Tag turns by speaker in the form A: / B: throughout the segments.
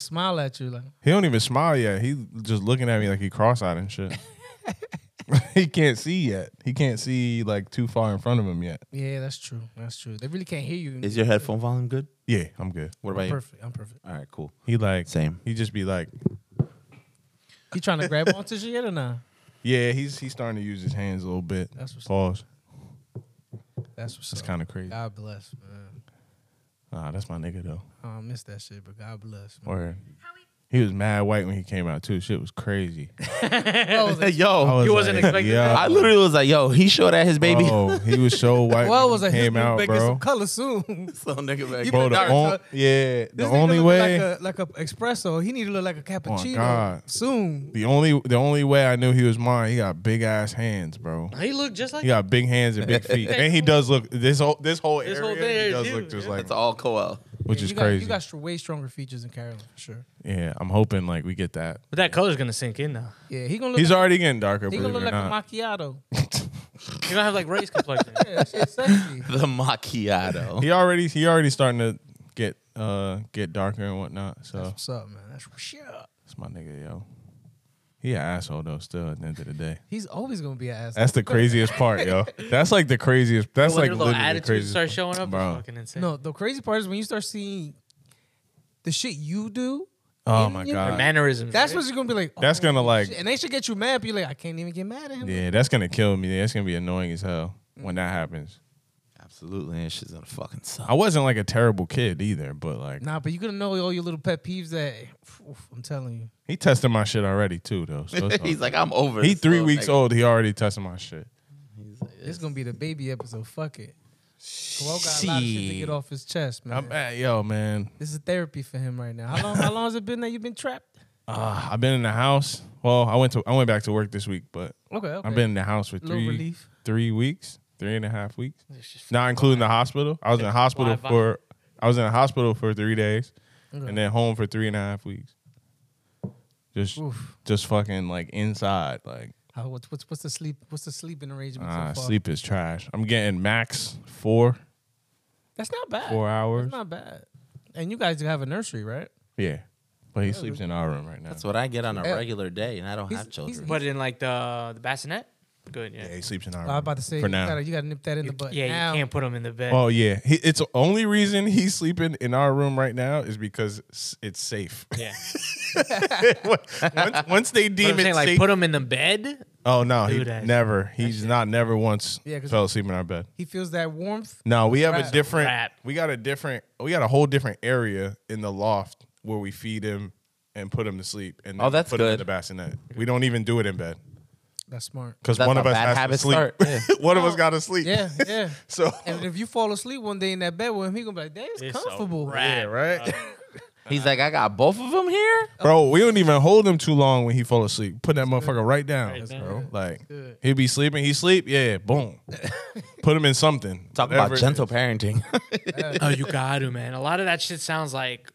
A: smile at you like
B: He don't even smile yet. He's just looking at me like he cross-eyed and shit. he can't see yet. He can't see like too far in front of him yet.
A: yeah that's true that's true they really can't hear you
C: Mm-hmm. Is your headphone volume good?
B: Yeah, I'm good.
C: What about
A: I'm
C: you?
A: perfect I'm perfect
C: All right, cool.
B: He like
C: Same.
B: He just be like,
A: you trying to grab onto shit yet or not
B: yeah. He's he's starting to use his hands a little bit.
A: That's what's up.
B: Pause.
A: that's what's
B: That's
A: up.
B: kind of crazy.
A: God bless man
B: Ah, that's my nigga though.
A: I don't miss that shit but God bless man.
B: Or he was mad white when he came out too. Shit was crazy.
C: yo,
B: was
A: Oh, You wasn't expecting
B: yeah.
C: I literally was like, yo, he showed at his baby.
B: Oh, he was so white.
A: well I
B: when
A: was
B: he
A: like this
B: came
A: nigga
B: out,
A: making some
B: bro.
A: color soon
C: So nigga back.
B: Bro, the
A: dark,
B: on,
A: huh?
B: yeah, the
A: This nigga
B: only
A: look
B: way. Oh
A: like a like a espresso he need to look like a cappuccino
B: God.
A: soon
B: The only the only way I knew he was mine, he got big ass hands, bro.
A: he look just like
B: He got big hands and big feet, and he does look this whole this whole
A: This
B: area.
A: whole thing
B: he
A: is
B: does
A: you,
B: look just
A: yeah.
B: like,
C: It's all Coel.
B: which
A: Yeah,
B: is
A: you Got,
B: crazy.
A: you got str- way stronger features than Carolyn for sure.
B: yeah, I'm hoping like we get that.
D: But that color's gonna sink in though.
A: Yeah, he gonna look.
B: He's
A: like,
B: already getting darker,
A: he
B: believe
A: gonna look
B: it or
A: like
B: not.
A: a macchiato.
D: You're gonna have like race complexion.
A: Yeah, that shit's sexy.
C: The macchiato.
B: He already he already starting to get uh get darker and whatnot. So
A: What's up, man? That's what's up.
B: it's my nigga, yo. He an asshole though. Still at the end of the day,
A: He's always gonna be an asshole.
B: that's the craziest part, yo. That's like the craziest. That's
D: when
B: like
D: your little
B: literally the
D: attitudes
B: craziest.
D: start showing up,
B: Bro.
D: it's fucking insane.
A: no, the crazy part is when you start seeing the shit you do.
B: oh
A: in
B: my
A: your-
B: god.
D: Mannerisms.
A: That's
D: right?
A: what you're gonna be like. oh,
B: That's gonna, like-
A: shit. and they should get you mad. Be like, I can't even get mad at him.
B: Yeah, that's gonna kill me. That's gonna be annoying as hell when that happens.
C: Absolutely. And she's gonna fucking suck.
B: I wasn't like a terrible kid either, but like
A: Nah, but you're gonna know all your little pet peeves that. oof, I'm telling you.
B: he tested my shit already too, though. So it's all-
C: He's like, I'm over.
B: he
C: this
B: three
C: little
B: weeks
C: nigga."
B: old. He already tested my shit.
C: He's like,
A: This is gonna be the baby episode. Fuck it. Well, got a lot of shit to
C: Shit.
A: get off his chest, man.
B: I'm at yo man.
A: This is therapy for him right now. How long? how long has it been that you've been trapped?
B: Uh, I've been in the house. Well, I went to I went back to work this week, but
A: Okay, okay.
B: I've been in the house for
A: Little
B: three
A: relief.
B: three weeks, three and a half weeks,
D: It's just
B: not including the hospital. I was in the hospital
D: Why, why?
B: for I was in the hospital for three days, and then home for three and a half weeks. Just
A: Oof.
B: just fucking like inside, like
A: How, what's, what's what's the sleep? What's the sleeping arrangement
B: ah,
A: so far?
B: sleep is trash. I'm getting max four
A: That's not bad.
B: four hours.
A: That's not bad. And you guys have a nursery, right?
B: Yeah. But he sleeps in our room right now.
C: That's what I get on a
A: Yeah.
C: regular day, and I don't
A: He's-
C: have children.
D: But in like the the bassinet, good. Yeah.
B: yeah, he sleeps in our
A: I
B: room.
A: was about to say
B: for
A: you, Gotta,
B: now.
A: you gotta nip that in
D: You-
A: the butt.
D: yeah,
A: now,
D: you can't put them in the bed.
B: Oh yeah, he, it's the only reason he's sleeping in our room right now is because s- it's safe.
D: yeah.
B: once, once they
D: But
B: deem
D: I'm
B: it
D: saying like
B: safe,
D: put them in the bed.
B: oh no, he
D: Dude, that-
B: never. He's not never once
A: Yeah, 'cause-
B: fell asleep in our bed.
A: He feels that warmth.
B: No, we have
A: Wrap.
B: a different.
D: Wrap.
B: We got a different. We got a whole different area in the loft where we feed him and put him to sleep. And
C: Oh,
B: then
C: that's
B: put him in
C: good.
B: the bassinet. We don't even do it in bed
A: That's smart.
B: because
C: That's
B: one
C: how
B: of us
C: bad
B: has to
C: habits
B: sleep.
C: start. Yeah.
B: one of us got to sleep.
A: Oh, Yeah, yeah.
B: So
A: and if you fall asleep one day in that bed with him, he gonna be like, "That is
D: It's a
A: comfortable."
D: wrap.
B: yeah,
A: uh,
B: right.
C: He's like, I got both of them here.
B: Bro, we don't even hold him too long when he fall asleep. Put that motherfucker right down,
D: Right down.
B: bro. Like
A: good.
B: he be sleeping, he sleep, yeah, boom. Put him in something.
C: Talk
B: Whatever
C: about
B: it
C: gentle
B: is.
C: parenting.
D: oh, you got to man. A lot of that shit sounds like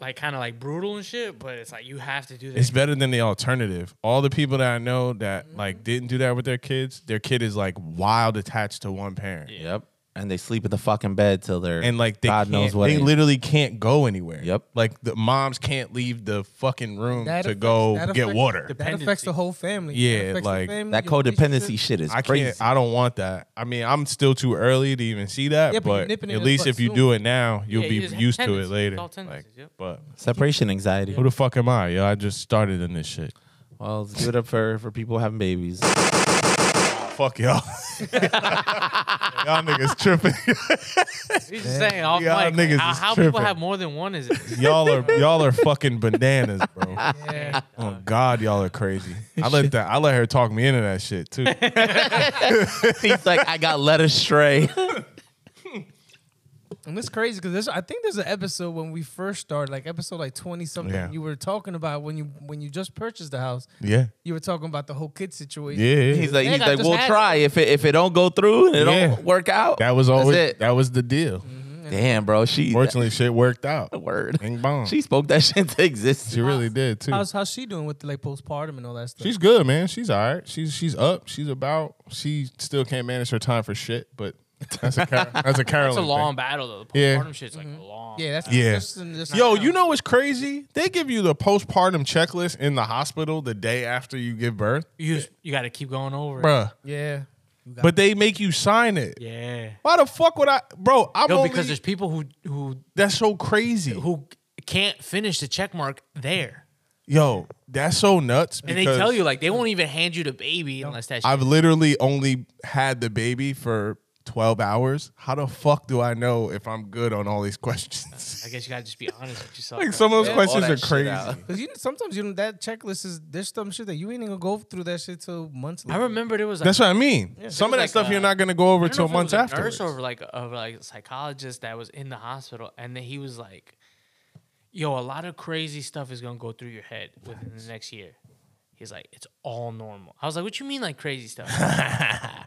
D: like kind of like brutal and shit, but it's like you have to do
B: It's
D: this.
B: better than the alternative. All the people that I know that
A: Mm-hmm.
B: like didn't do that with their kids, their kid is like wild attached to one parent,
C: yep. And they sleep in the fucking bed till they're
B: and like they
C: God
B: can't,
C: knows what.
B: they
C: age.
B: literally can't go anywhere.
C: Yep.
B: Like the moms can't leave the fucking room
A: That
B: to
A: affects-
B: go
A: that
B: get
A: affects-
B: water.
A: That affects the whole family. That
B: Yeah,
A: affects the
B: like-
A: family,
C: that
A: your
C: codependency
A: relationship.
C: shit is
B: I
C: crazy.
B: can't. I don't want that. I mean, I'm still too early to even see that.
A: Yeah, but you're
B: but
A: nipping it in
B: at
A: the
B: least
A: bud
B: if you
A: soon.
B: do it now, you'll
D: Yeah,
B: be
D: you just have
B: used to it
D: tendencies.
B: later.
D: It's all tendencies,
B: Like,
D: yep.
B: But
C: Separation anxiety.
B: who the fuck am I? Yo, I just started in this shit.
C: Well, let's give it up for for people having babies.
B: Fuck y'all. y'all niggas tripping.
D: He's just saying off
B: Y'all
D: mic.
B: niggas
D: Like, how
B: is
D: how
B: tripping.
D: people have more than one is it?
B: y'all are y'all are fucking bananas, bro.
A: Yeah.
B: Oh God, y'all are crazy. I let that. I let her talk me into that shit too.
C: He's like, I got led astray.
A: And it's crazy because I think there's an episode when we first started, like episode like twenty something.
B: Yeah.
A: You were talking about when you when you just purchased the house.
B: Yeah,
A: You were talking about the whole kid situation.
B: yeah.
C: He's like,
A: Yeah,
C: he's
A: I
C: like,
A: just
C: we'll
A: had-
C: try if it if it don't go through and it
B: Yeah.
C: don't work out.
B: that was always
C: That's it.
B: that was the deal.
C: Damn, bro. She
B: Fortunately, shit Mm-hmm. worked out.
C: the word.
B: Bing bong.
C: She spoke that shit to
B: she
C: existence.
B: really did too.
A: How's how's she doing with the like postpartum and all that stuff?
B: She's good, man. She's all right. She's she's up. She's about. She still can't manage her time for shit, but That's a Car- that's a Carolyn.
D: That's a long
B: thing.
D: battle though. The
B: Yeah.
D: postpartum shit's like long.
A: Mm-hmm. Yeah, that's
B: Yeah.
A: That's, that's,
B: Yo, you know what's crazy? They give you the postpartum checklist in the hospital the day after you give birth,
D: you just, you got to keep going over. it.
B: bruh.
A: Yeah, You got-
B: But they make you sign it.
D: Yeah.
B: Why the fuck would I, bro? I'm
D: Yo,
B: only,
D: because there's people who who
B: that's so crazy.
D: who can't finish the check mark there,
B: Yo, that's so nuts.
D: and they
B: because
D: tell you like they won't even hand you the baby unless that. Shit.
B: I've literally only had the baby for 12 hours. How the fuck do I know if I'm good on all these questions?
D: I guess you gotta just be honest with yourself.
B: like some of those
C: Yeah, all
B: questions
C: that
B: are
C: shit
B: crazy.
C: out.
A: Cause you know, sometimes you know that checklist is there's some shit that you ain't gonna go through that shit till months
D: I
A: later.
D: remember there was like,
B: That's what I mean. some of that
D: like
B: stuff
D: a-
B: you're not gonna go over
D: I don't know
B: till
D: if it was
B: months
D: a
B: after.
D: nurse or like of like a psychologist that was in the hospital, and then he was like, "Yo, a lot of crazy stuff is gonna go through your head within the next year." He's like, "It's all normal." I was like, "What you mean like crazy stuff?"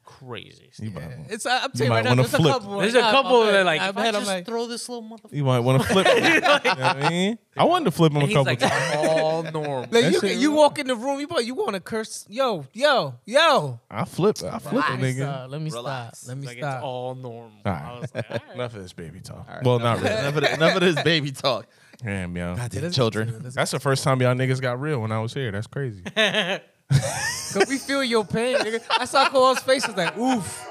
D: crazy. Stuff.
B: You might,
A: It's I- I'm telling you
B: might
A: right now.
B: wanna
A: There's a
B: flip.
A: couple.
D: There's a couple that like,
A: I'm
D: if I
A: I'm
D: just
A: like
D: throw this little motherfucker.
B: want to flip. him. You know what I mean, I wanted to flip him a
D: He's
B: couple
D: like,
B: times.
D: "It's all normal.
A: Like
B: That
A: you,
B: shit-
A: you walk in the room, you you want to curse, yo, yo, yo.
B: I flip. I flip a
A: Let me
B: nigga.
A: stop. Let me
C: Relax.
A: stop. Let me
D: like
A: stop.
D: it's all normal.
B: All
D: I
B: right.
D: was like, "Ah, all right.
B: Enough of this baby talk.
C: All right,
B: well,
C: enough,
B: not really.
C: Enough of, th- enough of this baby talk.
B: Damn, yo.
A: Let's get
C: Children.
A: to it. Let's-
B: That's the first time y'all niggas got real when I was here. That's crazy.
A: Cause we feel your pain. Nigga. I saw Cole's face. I was like, oof.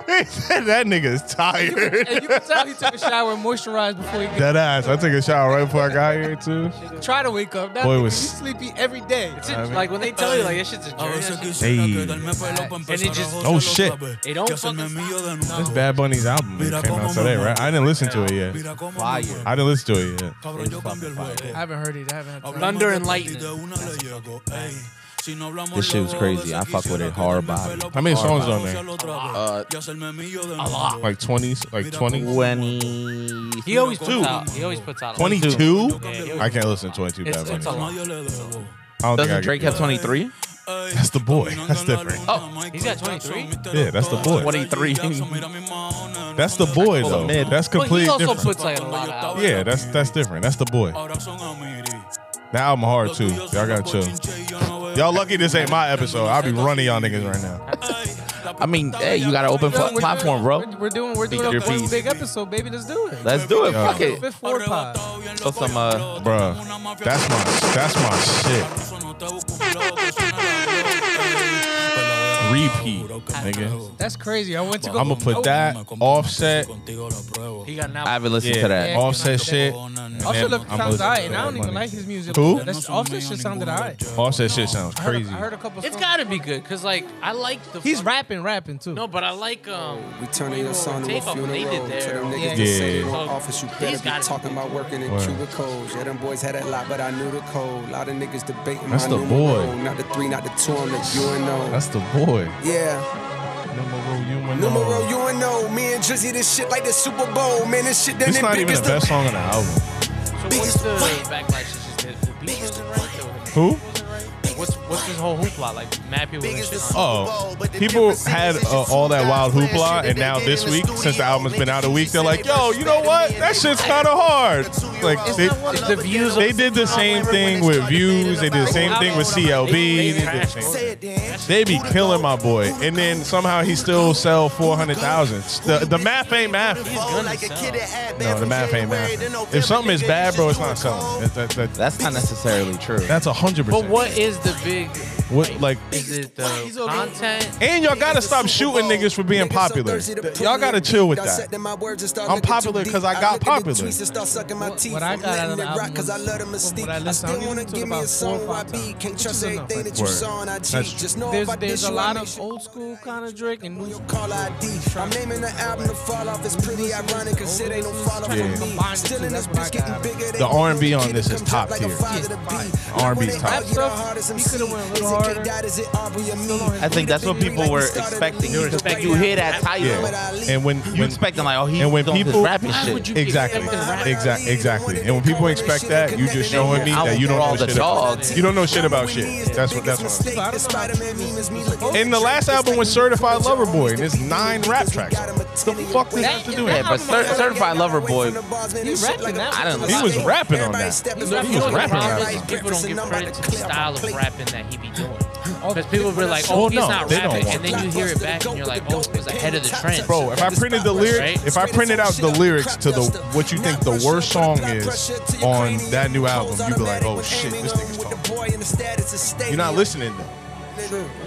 B: that nigga is tired.
A: And you can tell he took a shower and moisturized before he got,
B: Dead ass. I took a shower right before I got here too.
A: try to wake up. Now
B: Boy
A: nigga,
B: was-
A: you sleepy every day.
D: It's a- like when they tell you like this shit's a
E: A
D: journey.
E: veces
D: that shit-
B: Ey.
E: quisiera quedarme pelo pa' empezar
D: it just-
E: a
B: Oh,
E: lo
B: shit.
E: sabe.
D: It don't
E: Que se me
D: fucking
E: mío de nuevo.
B: This Bad Bunny's album came out today, right? I didn't listen to it yet.
E: Mira cómo me
C: Fire.
E: muevo.
B: I didn't listen to it yet.
E: Cabrón, yo cambio el juego.
A: I haven't heard it. I haven't. Heard it.
E: Hablamos
D: Thunder
E: de
D: and
E: ti, de
D: lightning.
E: una le llego, ey. Si no hablamos
C: This shit was
E: luego,
C: crazy.
E: veces
C: I fuck with it
E: quisiera
C: hard
E: quedarme
C: body.
E: pelo
B: How many
E: pa'
B: songs
E: empezar
B: on there?
E: a lo otra vez.
C: Uh,
E: Y hacerme mío de nuevo.
B: Like 20s, like 20,
C: 20.
D: He always puts
E: Dude.
D: out. He always puts out. a-
B: 22.
D: Yeah, he always-
B: I can't listen to 22
D: It's-
B: Bad Bunny.
D: it's a
B: I
D: lot.
E: No, yo le debo.
B: don't think I
C: Doesn't
B: could
C: Drake
B: do
C: have
B: it.
C: 23?
E: Ey,
B: That's the boy.
E: caminando
B: That's
E: en la
B: different.
E: luna,
C: Oh,
E: Michael
D: he's got
E: Jackson,
D: 23?
E: Mr.
B: Yeah, that's the boy.
C: 23.
E: Jackson, mira mi mano,
B: That's the boy though.
C: mid.
B: That's
D: But he
B: completely
D: also
B: different.
D: puts like a lot out.
B: Yeah, that's that's different. That's the boy.
E: Ahora son amigos.
B: That album hard too. Y'all gotta chill. Y'all lucky this ain't my episode. I'll be running y'all niggas right now.
C: I mean, hey, you got an open
A: Yo,
C: pl-
A: we're doing,
C: platform, bro.
A: We're, we're doing. We're
C: Speak
A: doing
C: your
A: a first
C: piece.
A: big episode, baby. Let's do it.
C: Let's do it.
B: Yeah.
C: Fuck it.
A: Fifth Ward pod.
C: Put some, uh,
B: Bruh, that's my that's my shit. Uh, Repeat, nigga.
A: That's crazy. I went to go.
B: I'ma put that offset.
D: He got now.
C: I haven't listened to
B: Yeah,
C: that.
B: offset shit.
A: Offset
B: Man,
A: look,
B: I'm
A: sounds
B: listening
A: alright,
B: to
A: and I don't
B: Bad
A: even
B: Bunny.
A: like his music.
B: Who?
A: That's, offset shit sounded alright.
B: Offset shit sounds
A: I heard,
B: crazy.
A: I heard a couple.
D: It's
A: songs.
D: gotta be good because like I like the.
A: He's
D: fuck-
A: rapping, rapping too.
D: No, but I like um.
F: We turning your son to a
D: Tape up
F: funeral.
D: when they did there.
F: Tell them niggas
A: Yeah.
F: to say
B: Yeah.
F: you on office. You
D: He's
F: better
D: gotta
F: be talking about working in
B: Word.
F: cubicles. Yeah, them boys had that lot, but I knew the code. lot of niggas debating
B: That's the
F: my numero.
B: boy.
F: Not the three, not the two, I'm the you and no.
B: That's the boy.
F: yeah, numero
B: Numero
F: you and no. Me and Drizzy, this shit like the Super Bowl, man. This shit done
B: It's
F: it
B: not
F: big
B: even
F: as
B: the best song on the album.
D: So what's the backlash? Is just that the beat wasn't right. Though.
B: Who?
D: Like, what's what's this whole hoopla? Like mad people and shit. On.
B: Oh, people had uh, all that wild hoopla, and now this week, since the album's been out a week, they're like, "Yo, you know what? That shit's kind of hard." Like they,
D: It's the views.
B: they did the same thing with views. They did the same thing with CLB. They, did the same- they be killing my boy, and then somehow he still sell four hundred thousand. The, the math ain't math. No, the math ain't math. If something is bad, bro, it's not selling. That, that, that,
C: That's not necessarily true.
B: that's a hundred
D: But
B: percent.
D: what is the big?
B: What like?
D: Is it the content?
B: And y'all gotta stop shooting niggas for being popular. Y'all gotta chill with that. I'm popular 'cause I got popular.
A: What- what I got out of the album
F: Because I
A: was-
F: love the
A: what
F: mystique.
A: I
F: I
A: listened- I
F: still
A: only
F: want
A: listened
F: to
A: to
F: give me
A: about
F: a
A: four
F: song
A: or five
F: YB.
A: times,
F: Can't trust
A: which is enough,
F: everything
A: I
F: that you
B: think.
F: saw on
B: That's
F: IG.
B: true.
F: Just know
A: There's
F: if I
A: there's
F: diss
A: a
F: you, I
A: lot
F: make
A: of
F: sure-
A: old school kind of Drake and new
F: Your call ID. I'm naming the album to fall off. It's pretty ironic because it ain't no follow
A: Yeah.
F: from
A: Combine the
F: me. Still
A: two,
F: in
A: that's
F: this bitch
A: what I got.
F: getting bigger.
B: The R&B on this is top tier. R&B is top
A: tier. He coulda went a little harder.
F: I
C: I think that's what people were expecting.
F: You
C: Because like you hear that title,
B: Yeah. And when
C: you
B: when
C: expect them like, oh, he's
B: and when
C: doing
B: people-
C: this rapping
D: Why would
C: shit.
D: you be
B: Exactly.
D: expecting that?
B: Exactly. Exactly. And when people expect that, you just showing me that you don't know
C: Outlaw the
B: shit. About,
C: dogs.
B: you don't know shit about shit. That's what. That's what.
A: I don't know how
F: what.
B: And the last album was Certified Lover Boy, and it's nine rap tracks. The fuck does that have to do with
C: Yeah,
B: it?
C: but cer- certified lover boy.
F: He
A: rapping that
C: I don't-
B: He was rapping on that.
D: You know
B: was
D: what the
B: rapping
D: problem
B: on
D: is?
B: that.
D: People don't give credit to the style of rapping that he be doing. Because people were like,
B: Well,
D: oh, he's
B: no,
D: not
B: they don't
D: rapping.
B: want
D: And then you hear it back and you're like, oh, he was ahead of the trend.
B: Bro, if I printed the lyrics,
D: Right.
B: if I printed out the lyrics to the what you think the worst song is on that new album, you'd be like, oh shit, this nigga's talking. You're not listening though.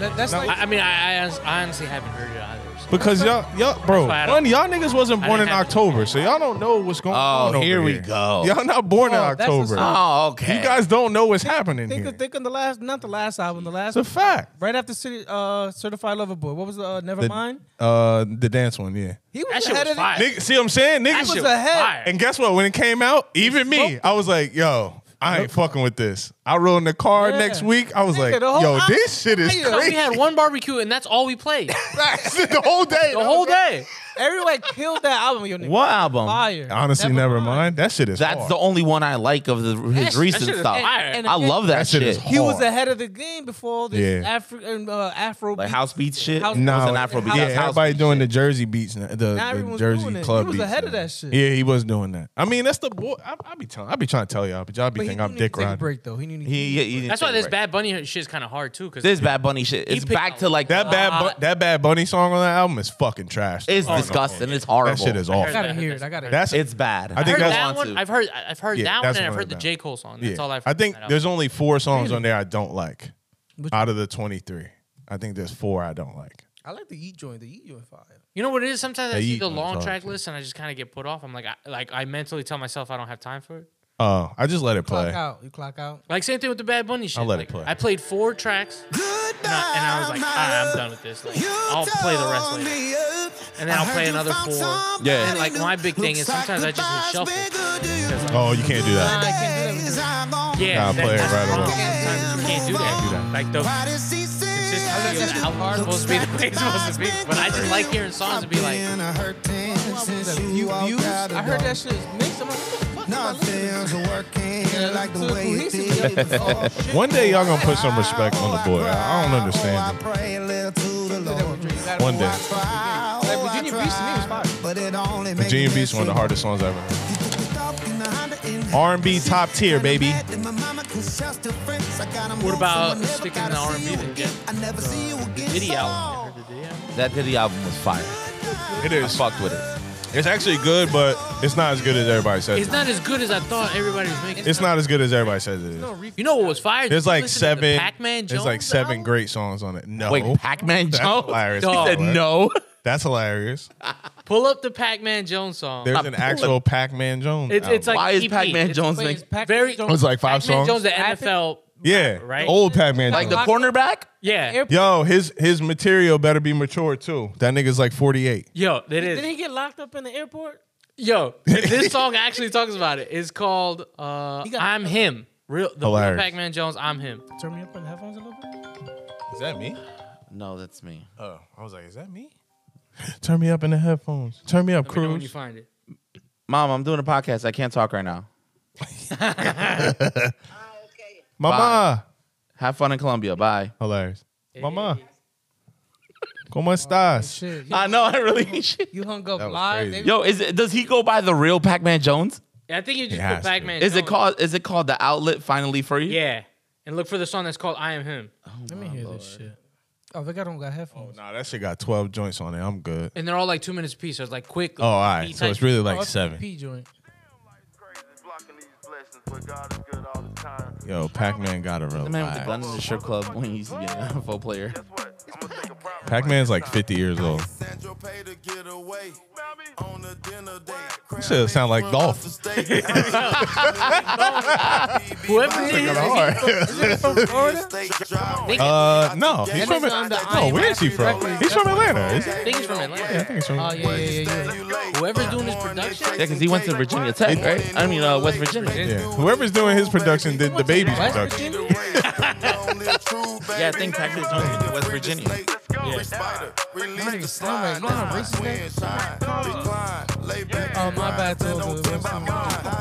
A: That- that's like,
D: I, I mean, I, I hon- I honestly haven't heard it either. so-
B: Because y'all, y'all, bro,
D: why I
B: one, y'all niggas wasn't
D: I
B: born in
D: didn't have-
B: October, so y'all don't know what's going on.
C: Oh,
B: over
C: here we
B: here.
C: go.
B: Y'all not born in
A: Oh, that's what's
B: October.
A: up.
C: Oh, okay.
B: You guys don't know what's happening
A: think,
B: here.
A: think on the last, not the last album, the last,
B: It's a fact.
A: right after City, uh, Certified Lover Boy. What was the, uh,
B: The-
A: Nevermind?
B: Uh, the dance one, yeah.
A: He
D: That shit
A: ahead
D: was
A: of the-
D: fire.
B: Nigga, see what I'm saying?
D: That
B: Niggas
D: shit
A: was
D: was
A: ahead.
D: fire.
B: And guess what? When it came out, even me, I was like, yo, I ain't fucking with this. I rode in the car
A: Yeah.
B: next week. I was
A: Nigga,
B: like,
A: the whole
B: yo,
A: album-
B: this shit is
A: Yeah.
D: So
B: crazy.
D: we had one barbecue and that's all we played.
B: the whole day.
D: The whole day.
A: Everyone killed that album. Yo, nigga.
C: what album?
A: Fire.
B: Honestly, never
A: Nevermind.
B: mind. That shit is
C: That's
B: hard.
C: the only one I like of the, his
D: That- that
C: recent
D: shit is
C: stuff.
D: fire.
A: And
C: I
A: again,
C: love that,
B: That shit
C: shit.
B: is
A: He was
B: hard.
A: ahead of the game before this
B: Yeah.
A: Afro uh, Afro
C: like house beats shit.
A: House-
C: It
B: Nah,
C: wasn't Afrobeat.
B: yeah,
C: that was house
B: everybody
C: beat
B: doing
C: shit.
B: the Jersey beats, now, the,
A: Now
B: the
A: everyone's
B: Jersey
A: doing it.
B: club
A: He was
B: beats.
A: ahead of
B: now.
A: that shit.
B: Yeah, he was doing that. I mean, that's the boy. I, I be telling, I be trying to tell y'all, but y'all be
A: But he
B: thinking
A: knew
B: I'm
A: he needed
B: dick
A: to take a
B: riding.
A: break though. He knew he needed to
C: He, he, he didn't
D: That's why
C: take
D: this
C: right.
D: Bad Bunny shit is kind of hard too. Because
C: This Bad Bunny shit. It's
D: picked
C: back to like
B: That bad,
D: Ah.
B: bu- that bad bunny song on that album is fucking trash.
C: It's
B: Oh, no.
C: disgusting. It's horrible.
B: That shit is
A: I
B: awful.
A: gotta hear it. I gotta.
B: That's
C: It's bad.
B: I think
D: heard
B: that's-
D: that one. I've heard. I've heard
B: Yeah,
D: that
B: that's
D: one, and I've
B: one
D: heard the
B: of
D: J Cole song. That's
B: yeah.
D: all I've.
B: I
D: heard
B: think
D: from that
B: there's only four songs on there I don't like
A: Which-
B: out of the 23. I think there's four I don't like.
A: I like the E joint. The E joint fire.
D: You know what it is? Sometimes
B: They
D: I see
B: eat
D: the
B: when
D: long
B: it's
D: track
B: on.
D: list and I just kind of get put off. I'm like, I, like I mentally tell myself I don't have time for it.
B: Oh, I just let it
A: Clock
B: play.
A: out. You clock out.
D: Like same thing with the Bad Bunny shit.
B: I'll let
D: Like,
B: it play.
D: I played four tracks and I, and I was like, ah, I'm done with this. Like, I'll play the rest later, and then I'll play another four.
C: Yeah.
D: And like my big thing is sometimes I just hit shuffle.
B: Oh, you can't do that.
A: I can't do that.
D: Yeah,
B: Nah, play it
D: that's
B: right
D: the problem.
B: away.
D: Sometimes you can't do
B: Can't do
D: that.
B: that.
D: Like the consistency of the album supposed to be the way it's supposed to be. But I just like hearing songs and be like,
A: Since you views, I heard that shit is mixed. I'm like, what the fuck? am I listening to? Yeah, to the cohesive, yeah, it's all shit.
B: One day y'all gonna put some respect on the boy. I I don't understand it. One day.
A: Like Virginia Beach to me was fire.
B: The G and Beast one of the hardest songs I've ever heard. R&B top tier, baby.
D: what about sticking to R&B and get the Diddy album? You heard the Diddy album?
C: That Diddy album was fire.
B: It
C: I
B: is.
C: fucked with it.
B: It's actually good, but it's not as good as everybody says.
D: It's not as good as I thought everybody was making.
B: It's not as good as everybody says it is.
D: You know what was fire?
B: There's
D: You
B: like
D: listen to the
B: seven.
D: Pac-Man
B: There's like
D: Jones
B: seven
D: album?
B: great songs on it. No,
C: Wait, Pac-Man
B: that's
C: Jones?
B: hilarious.
D: Dog.
C: He said no.
B: That's hilarious.
D: Pull up the Pac-Man Jones song.
B: There's an actual Pac-Man Jones.
D: It's, it's like
B: album.
C: Why is
D: EP.
C: Pac-Man
D: It's
C: Jones
A: Wait,
C: like,
A: is Pac-
D: very-
B: It was like five
D: Pac-Man
B: songs.
D: Jones, the
A: Rapping?
D: NFL.
B: yeah,
D: right?
B: old Pac-Man.
C: like the
B: Jones.
C: cornerback?
D: Yeah,
A: Air-
B: Yo, his his material better be mature too. That nigga's like 48.
D: yo, it
A: Didn't he
D: is.
A: get locked up in the airport?
D: Yo, this song actually talks about it. It's called uh,
A: He got-
D: "I'm Him." Real the real
B: Hilarious.
D: Pac-Man Jones. I'm him.
A: Turn me up on the headphones a little bit.
B: Is that me?
C: No, that's me.
B: Oh, I was like, is that me? Turn me up in the headphones. Turn me up,
D: Let me know when you
B: Cruz.
D: find it.
C: Mom, I'm doing a podcast. I can't talk right now.
B: Mama.
C: Have fun in Colombia. Bye.
B: Hilarious. Mama. ¿Cómo estás?
A: Shit, you,
C: I know. I really.
A: you hung up
B: That was
A: live.
B: crazy.
A: They-
C: Yo, is it, does he go by the real Pac-Man Jones?
D: I think you just
B: has
D: put
B: to.
D: Pac-Man.
C: Is it
D: Jones.
C: called? Is it called the outlet finally for you?
D: Yeah, and look for the song that's called "I Am Him,"
A: Let me hear this shit. Oh, they got don't got headphones.
B: Nah, that shit got 12 joints on it. I'm good.
D: and they're all like two minutes apiece. So it's like quick.
B: Oh, all right.
D: EP
B: So
D: type
B: it's really
A: Oh,
B: like
A: that's the
B: seven.
A: P joint.
B: Yo, Pac-Man got a real
C: The man with the
B: vibe.
C: gun in the strip club when he used to be an NFL player.
B: Pac-Man's like 50 years old. You should sound like Dolph.
D: Whoever it is,
B: Uh, no, he's
A: And
B: from.
A: it's on the
B: No, where is he
A: IMF
B: from?
A: record.
B: He's from Atlanta. Is he?
D: I think he's from Atlanta.
B: I think he's from.
A: Oh yeah, yeah, yeah, yeah.
D: Whoever's doing this production,
C: Yeah, because he went to Virginia Tech, right? I mean, uh, West Virginia.
B: Yeah. Whoever's doing his production did the baby's
A: West
B: production.
A: Virginia.
C: Yeah, I think Pac-Man Jones went to West Virginia.
D: Yeah.
G: Spider, release the slide.
A: I'm like, no, I'm
G: That's
A: racist,
G: my
A: man.
G: twin side. Recline, lay back.
A: Oh, my bad,
G: Stand
A: Toto.
G: on ten by mine. I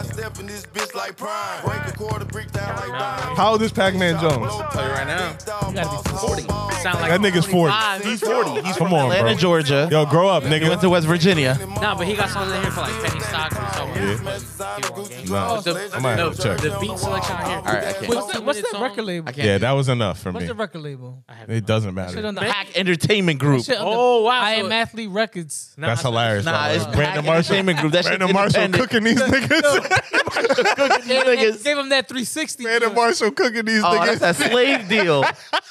G: step in this bitch like prime. Break a quarter brick down like dime.
B: How old is Pac-Man Jones?
G: Tell you right now.
H: You gotta be 40.
D: Sound like
B: That nigga's 40.
D: five.
G: He's 40.
B: He's Come on,
C: Atlanta,
B: bro.
C: Georgia.
B: Yo, grow up,
C: He went to
B: nigga.
C: West Virginia.
D: Nah, but he got songs in here for like penny stocks or something.
B: Yeah. Nah,
D: The,
B: I might
D: no,
B: have to check.
D: the beat selection on here.
C: All right, I can't.
A: What's that, what's that record label?
C: I can't.
B: Yeah, that was enough for
A: What's
B: me.
A: the record label?
D: I have
B: It
D: no-
B: doesn't
A: Shit
B: matter.
A: on the
C: Hack Entertainment Group.
A: shit on the-
D: Oh, wow,
A: I
D: so-
A: am Athlete Records.
D: Nah,
B: That's
D: I-
B: hilarious.
C: Nah,
B: though.
C: it's Brandon
A: Hack
C: Marshall Group. That shit's
B: Brandon Marshall
C: independent.
B: cooking these niggas.
A: They- they
C: niggas.
A: Gave him that 360.
B: Brandon
A: deal.
B: Marshall cooking these
C: Oh,
B: niggas.
C: that's that slave deal.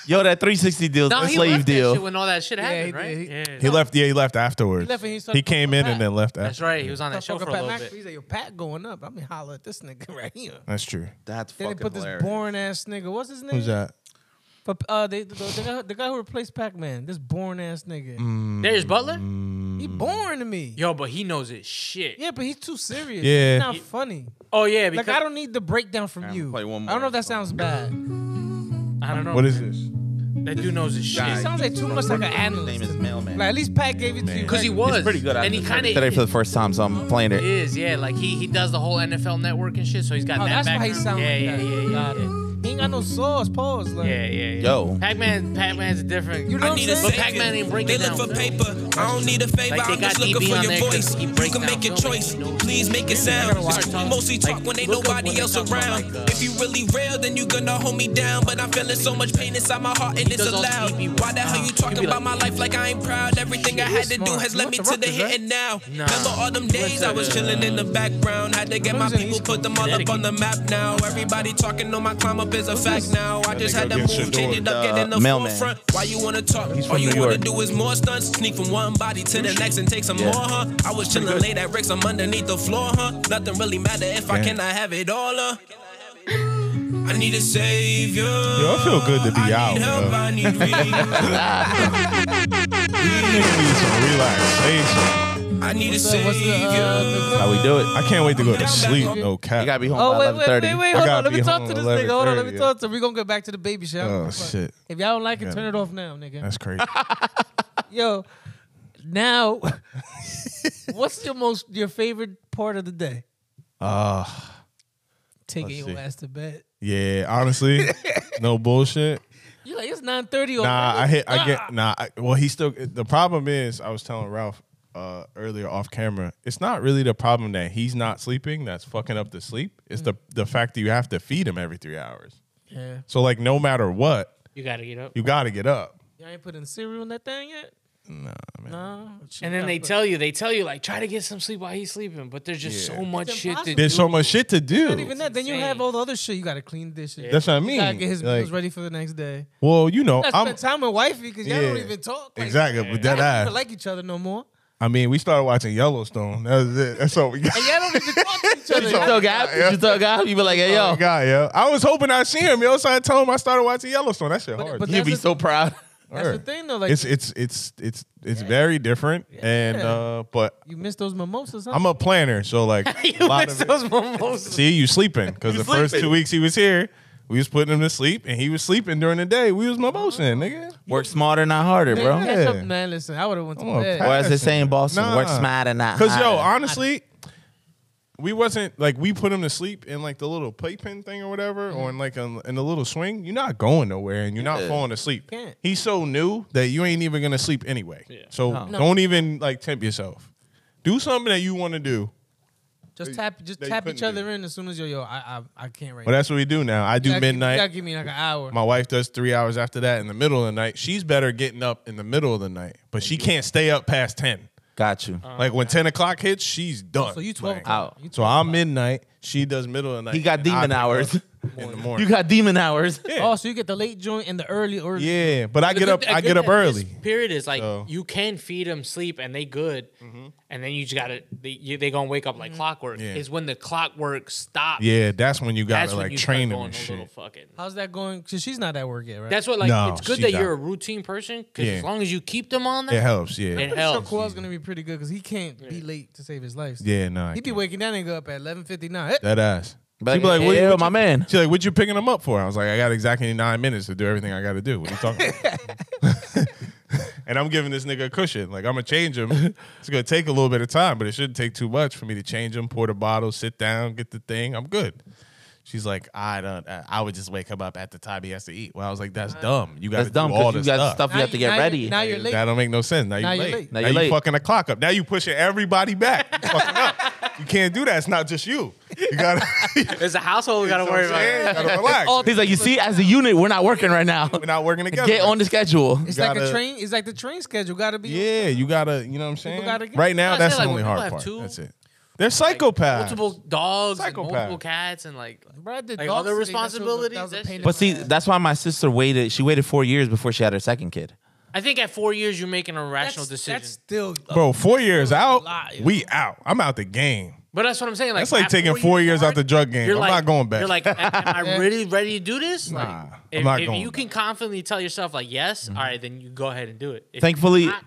C: Yo, that 360 deal,
D: No,
C: that
D: he left
C: slave
D: that shit
C: deal.
D: when all that shit
A: he
D: happened,
A: did.
D: right?
A: He-
D: Yeah.
B: He left. Yeah, he left afterwards.
A: He left and he started
B: He came in and then left.
D: That's
B: After.
D: right. He was on that show for
A: Motherfucker,
D: a
A: Pat
D: little
A: McAfee
D: bit.
A: said, "Yo, Pat going up. I mean, holla at this nigga right here."
B: That's true.
C: That's
A: Then they
C: fucking
A: put this
C: hilarious.
A: boring ass nigga. What's his name?
B: Who's that?
A: For- uh, they, the, the, guy, the guy who replaced Pac Man. This boring ass nigga.
D: There's Butler.
A: He boring to me.
D: Yo, but he knows his shit.
A: Yeah, but he's too serious.
B: Yeah.
A: He's not funny.
D: Oh yeah, because
A: Like I don't need the breakdown from you.
H: play one
A: I don't
H: more
A: know if that sounds bad.
D: I don't know.
B: What is this?
D: that dude knows his shit?
H: Guy.
A: It sounds like too much like an analyst.
H: Name is Mailman.
A: Like at least Pat gave it to you.
D: Because he
A: right.
D: was
H: pretty good. I
D: and he
H: just heard
D: kind
H: it
C: Today for the
D: of
C: first time, so I'm playing it.
D: is. Yeah, like he he does the whole NFL Network and shit, so he's got
A: Oh,
D: that
A: that's why he
D: background.
A: sounds
D: yeah,
A: like
D: yeah,
A: that.
D: yeah, yeah,
A: Got it. He ain't got no sauce. Pause. Like.
D: yeah, yeah, yeah.
C: Yo.
D: Pac-Man, Pac-Man's different.
A: You know what I'm
D: I need
A: saying?
D: a- But Pac-Man ain't breaking
I: They
D: down.
I: look for
D: film.
I: paper. I don't need a favor.
D: Like, they
I: I'm just
D: got
I: looking
D: DB
I: for
D: on
I: your
D: there 'cause
I: voice.
D: he
I: You
D: break
I: can
D: down
I: make your
D: film and
I: choice.
D: he knows
I: Please make it sound. Mostly talk
D: Like,
I: when ain't
D: look up when
I: nobody
D: they
I: else
D: talk about,
I: around.
D: like, uh,
I: if you really real, then you gonna hold me down. But I'm feeling so much pain inside my heart and it's
D: does all the
I: allowed.
D: DB work.
I: Why the hell
D: Uh-huh.
I: you talking
D: You be
I: about
D: like-
I: my life like I ain't proud? Everything I had to do
A: smart.
I: has
A: You
I: led
A: went to
I: me to the
A: Rutgers,
I: here
A: right?
I: and now.
D: Nah.
I: Remember all them days I was chilling in the background. Had to get my
A: Remember the
I: people,
A: East
I: put them all up on the map now. Everybody talking on my climb up is a fact now. I just had to
B: get
I: move, change it up,
H: Shador.
I: get in the
C: Uh, mailman.
I: forefront. Why you wanna talk?
C: from
I: All you
C: New
I: wanna
C: York.
I: do is more stunts. Sneak from one body to the next and take some more, huh? I was chilling late at Rick's, I'm underneath the floor, huh? Nothing really matter if I
B: Damn.
I: cannot have it all, huh? I need a savior. Yo,
B: I feel good to be out,
I: I need help,
B: yo.
I: I need relief.
B: Niggas need some relaxation.
I: I need a
A: So what's the,
I: savior.
A: uh,
C: How we do it?
B: I can't wait to go to sleep. No
C: You gotta
B: cap.
C: be home
A: Oh
C: by
A: wait, wait,
C: 11:30.
A: wait, wait!
B: I
A: Hold
B: gotta
A: on, let
B: be
A: me talk
B: home
A: to
B: at
A: this nigga. Hold on, let me
B: 11:30,
A: talk to. We gonna go back to the baby shower.
B: Oh shit,
A: If y'all don't like it,
B: Yeah.
A: turn it off now, nigga.
B: that's crazy.
A: Yo, now, what's your most your favorite part of the day?
B: Uh,
A: Taking
B: Let's
A: your
B: see.
A: ass to bed.
B: yeah, honestly, no bullshit.
A: You like it's nine thirty or
B: Nah, I hit. I get. Nah. I, well, he still. The problem is, I was telling Ralph uh, earlier off camera. It's not really the problem that he's not sleeping. That's fucking up the sleep. It's the the fact that you have to feed him every three hours.
A: Yeah,
B: So like, no matter what,
D: You gotta get up.
B: you got to get up.
A: y'all ain't putting cereal in that thing yet. Nah, man. Nah, shit,
D: And then
A: y'all
D: they
A: put-
D: tell you, they tell you like try to get some sleep while he's sleeping, but there's just so much
A: It's
D: shit to
A: impossible.
D: do.
B: There's so much shit to
A: Not even
B: do.
A: that. Then you
D: insane.
A: have all the other shit. You gotta clean dishes.
B: That's what I
A: You gotta get
B: mean.
A: his
B: Like,
A: meals ready for the next day.
B: well, you know,
A: I
B: I'm
A: spend time with wifey because y'all don't
B: Yeah.
A: even talk. Like,
B: exactly. But that
A: Y'all don't even
B: ass.
A: like each other no more.
B: I mean, we started watching Yellowstone. That was it. That's all we got.
A: And y'all don't even talk to each
C: You
A: other.
C: tell Gab, you tell Gab, you be like, hey, yo.
B: Oh, God, yo. I was hoping I'd see him, yo. So I told him I started watching Yellowstone. That shit hard.
A: but
C: You'd be
A: That's a-
C: so proud.
A: That's the thing though. Like
B: it's it's it's it's it's very different and uh but
A: you miss those mimosas. Huh?
B: i'm a planner so like a lot of it, see you sleeping because the first two weeks he was here we was putting him to sleep and he was sleeping during the day we was mimosing nigga
C: Work smarter, not harder,
A: Man,
C: bro.
A: That's
B: Yeah.
A: up, man. Listen, I would have went to
B: I'm a
A: bed.
B: pack.
C: Or as they say in Boston,
B: Nah.
C: work smarter, not
B: because yo
C: harder.
B: honestly we wasn't like we put him to sleep in like the little playpen thing or whatever or in like a, in the little swing you're not going nowhere and you're not falling asleep
A: Can't.
B: he's so new that you ain't even gonna sleep anyway so
C: No.
B: don't even like tempt yourself do something that you want to do
A: Just tap, just
B: they
A: tap
B: couldn't
A: each other
B: do.
A: in as soon as yo, yo, I, I, I can't right.
B: Well, that's what we do now. I do
A: now. You gotta give- You gotta
B: midnight.
A: give me like an hour.
B: My wife does three hours after that in the middle of the night. She's better getting up in the middle of the night, but she can't stay up past 10.
C: Got you.
B: Like when 10 o'clock hits, she's done.
A: so you twelve
B: Like,
A: o'clock.
C: out.
A: You
B: so I'm midnight. She does middle of the night.
C: He got
B: and I
C: demon
B: pick up
C: hours.
B: In the morning.
C: You got demon hours.
A: twelve. Oh, so you get the late joint and the early or
B: yeah, but I
D: The
B: get
D: good-
B: up.
D: a
B: I
D: good
B: get up
D: thing is
B: early.
D: Period is like
B: So- Mm-hmm.
D: you can feed them sleep and they good, and then you just gotta they you, they gonna wake up
I: Mm-hmm.
D: like clockwork.
B: Yeah.
D: Is when the clockwork stops.
B: Yeah, that's when you gotta
D: that's when
B: like
D: you start
B: train them
D: going
B: and
D: a
B: shit.
D: little fucking.
A: How's that going? Cause she's not at work yet, right?
D: That's what like
B: No,
D: it's good
B: she
D: that
B: not.
D: you're a routine person because
B: Yeah.
D: as long as you keep them on
B: It
D: that,
B: helps. Yeah.
D: it
A: Pretty sure
D: helps.
A: Coil's gonna be pretty good because he can't be late to save his life.
B: yeah. No. I
A: He be
B: can't.
A: waking that nigga up at eleven fifty nine.
B: that ass.
C: But
B: She be like,
C: hey,
B: what,
C: yo,
B: what
C: my
B: you,
C: man.
B: She like, what you picking him up for? I was like, I got exactly nine minutes to do everything I got to do. What you talking about? and I'm giving this nigga a cushion. Like I'm gonna change him. It's gonna take a little bit of time, but it shouldn't take too much for me to change him, pour the bottle, sit down, get the thing. I'm good. She's like, I don't. I I would just wake him up at the time he has to eat. Well, I was like, that's dumb. You got
C: That's
B: to
C: dumb
B: do all
C: because
B: this
C: you got
B: stuff.
C: stuff you have to
D: now
C: get
D: you-
C: ready.
D: Now you're late.
B: That don't make no sense. Now,
D: Now
B: you're, late.
D: you're late.
B: Now,
C: Now
B: you
C: you're late.
B: fucking the clock up. Now you pushing everybody back. You fucking up. You can't do that. It's not just you. You gotta, you
D: There's a household we gotta
B: know
D: worry
B: what I'm saying? You
D: about.
B: gotta relax.
D: all-
C: He's like, you see, as a unit, we're not working right now.
B: We're not working together.
C: Get on the schedule.
D: It's
B: You
D: like
B: gotta-
D: a train. It's like the train schedule. Gotta be.
B: Yeah, you gotta. You know what I'm saying.
D: gotta get-
B: right now,
D: I
B: that's
D: feel like
B: the only
D: when
B: hard
D: people
B: part.
D: have two-
B: that's it. They're psychopaths.
D: Multiple dogs, and
B: Psychopath.
D: multiple cats, and like
A: Bro, I did
D: Like,
A: dog
D: other
A: sitting, that's what-
D: responsibilities,
A: that was a
D: that
A: pain
D: shit.
A: in
C: But
A: my
C: see,
A: ass.
C: that's why my sister waited. She waited four years before she had her second kid.
D: I think at four years you make an irrational
A: that's,
D: decision.
A: That's still
B: Bro, four years out,
A: lot, yo.
B: we out. I'm out the game.
D: but that's what I'm saying. Like
B: That's like
D: at
B: taking four years out
D: hard,
B: the drug game.
D: You're
B: I'm
D: like,
B: not going back.
D: You're like, am am I really ready to do this? Like,
B: Nah, I'm
D: if,
B: not
D: if
B: going
D: you
B: back. Mm-hmm.
D: can confidently tell yourself like yes, all right, then you go ahead and do it. If
C: Thankfully,
D: not-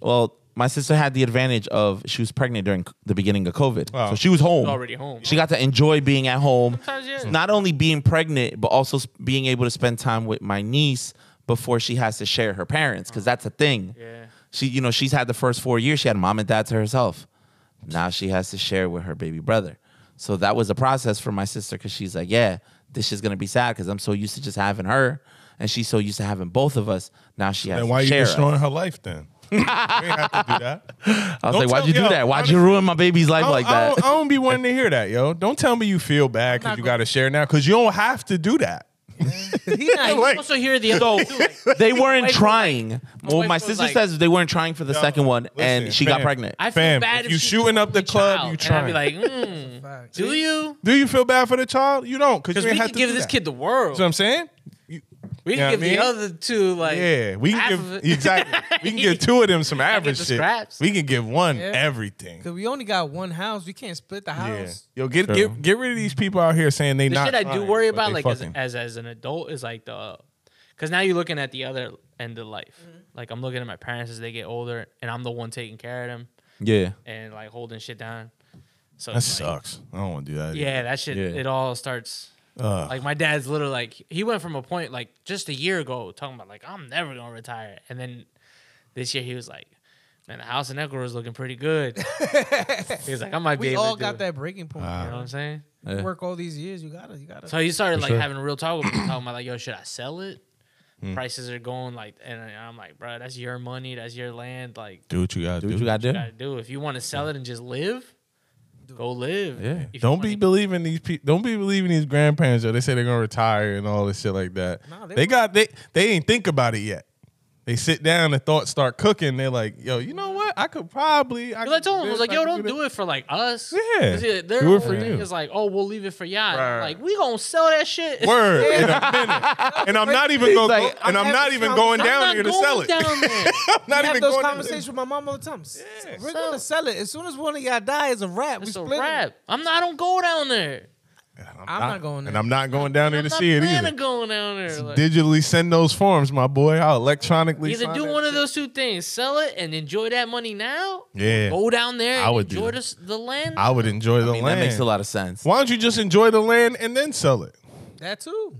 C: well, my sister had the advantage of she was pregnant during c- the beginning of COVID,
B: Wow.
C: so she was home.
D: already home.
C: She got to enjoy being at home.
D: Sometimes, yeah.
C: Not only being pregnant, but also s- being able to spend time with my niece before she has to share her parents, because that's a thing.
D: Yeah.
C: She, you know, she's had the first four years she had mom and dad to herself. Now she has to share with her baby brother. So that was a process for my sister because she's like, yeah, this is gonna be sad because I'm so used to just having her, and she's so used to having both of us. Now she has
B: then why
C: to
B: you
C: share. us.
B: destroying her life then? you ain't have to do that.
C: I was
B: Don't
C: like, why'd
B: tell-
C: you do
B: yo,
C: that? Why'd you
B: honestly,
C: ruin my baby's life
B: I don't-
C: like
B: I
C: that?
B: don't, I don't be wanting to hear that, yo. Don't tell me you feel bad because you got to share now because you don't have to do that.
D: he not, you
B: Like-
D: also hear the other two. Like,
C: they weren't
D: wife was
C: trying. Well,
D: wife
C: my
D: was
C: sister
D: like-
C: says they weren't trying for the
B: Yo,
C: second one,
B: listen,
C: and she
B: fam.
C: got pregnant.
D: I feel
B: Fam,
D: bad
B: if
D: if
B: you
D: she
B: shooting up the
D: took my
B: club,
D: child.
B: you
D: And I'd be
B: trying.
D: like, mm, do you?
B: Do you feel bad for the child? You don't because
D: Because
B: you
D: we
B: ain't have
D: can
B: to
D: give
B: do
D: this
B: that.
D: kid the
B: You
D: world.
B: know what I'm saying?
D: we
B: know
D: can
B: what
D: give
B: I
D: the
B: mean?
D: other two like
B: Yeah, we can
D: half
B: give
D: of it.
B: exactly. We can give two of them some average
D: the
B: shit.
D: scraps.
B: We can give one
A: Yeah.
B: everything.
A: because we only got one house. We can't split the house.
B: Yo, get, get get rid of these people out here saying they
D: the
B: not.
D: shit I do
B: trying,
D: worry
B: but
D: about,
B: they
D: like as,
B: fucking.
D: as as an adult, is like the because now you're looking at the other end of life.
A: Mm-hmm.
D: Like I'm looking at my parents as they get older, and I'm the one taking care of them
C: Yeah.
D: and like holding shit down. So
B: that
D: it's like-
B: sucks. I don't want to do that.
D: Yeah, that shit.
C: Yeah.
D: It all starts.
B: Ugh.
D: like my dad's literally like he went from a point like just a year ago talking about like I'm never gonna retire, and then this year he was like, man, the house in Ecuador is looking pretty good. he was like, I might be.
A: We
D: able
A: all
D: to
A: got
D: do it."
A: that breaking point.
B: Ah.
D: You know what I'm saying?
A: You Work all these years, you gotta, you gotta.
D: So he started like having a real talk with me, talking about like, yo, should I sell it?
B: Hmm.
D: Prices are going like, and I- I'm like, bro, that's your money, that's your land. Like,
B: Do what you gotta do.
C: Do what you gotta do.
D: gotta do if you want to sell it and just live, go live.
C: Yeah.
D: If you
B: Don't be
D: wanna-
B: believing these people. Don't be believing these grandparents. Though they say they're gonna retire and all this shit like that.
A: Nah,
B: they
A: they-
B: got they they ain't think about it yet. They sit down, the thoughts start cooking. They're like, yo, you know what? I could probably. I,
D: Because I
B: could
D: told him, I was like, yo, don't do
B: it.
D: it for like us.
B: Yeah.
D: 'Cause it- Their
B: Do it
D: whole
B: for
D: thing
B: you.
D: is like, oh, we'll leave it for y'all.
B: Right.
D: Like, we gonna sell that shit.
B: Word in a minute, and I'm not even going.
C: like,
B: to and I'm
A: I'm
B: not
A: having
B: even
A: some-
B: going
D: I'm
B: down
D: not
B: here to
D: going
B: sell it.
D: down there.
B: I'm not
A: I have those
B: even going. down there.
A: conversations with my mom all the time. S- We're gonna sell it as soon as one of y'all die. It's a wrap. We
D: it's a
A: split. It.
D: wrap. I'm not. I don't go down there.
A: I'm not going
B: And
A: there.
B: I'm not going down there
D: I'm
B: to
D: not
B: see it
D: planning
B: either.
D: on going down there. Like,
B: digitally send those forms, my boy. I'll electronically
D: either
B: sign
D: do
B: that
D: one of
B: shit.
D: those two things: sell it and enjoy that money now.
B: Yeah.
D: Go down there.
B: I
D: and
B: would do
D: enjoy
B: that.
D: this- the land.
B: I would enjoy the
C: I mean,
B: land.
C: that makes a lot of sense.
B: Why don't you just enjoy the land and then sell it?
A: That too.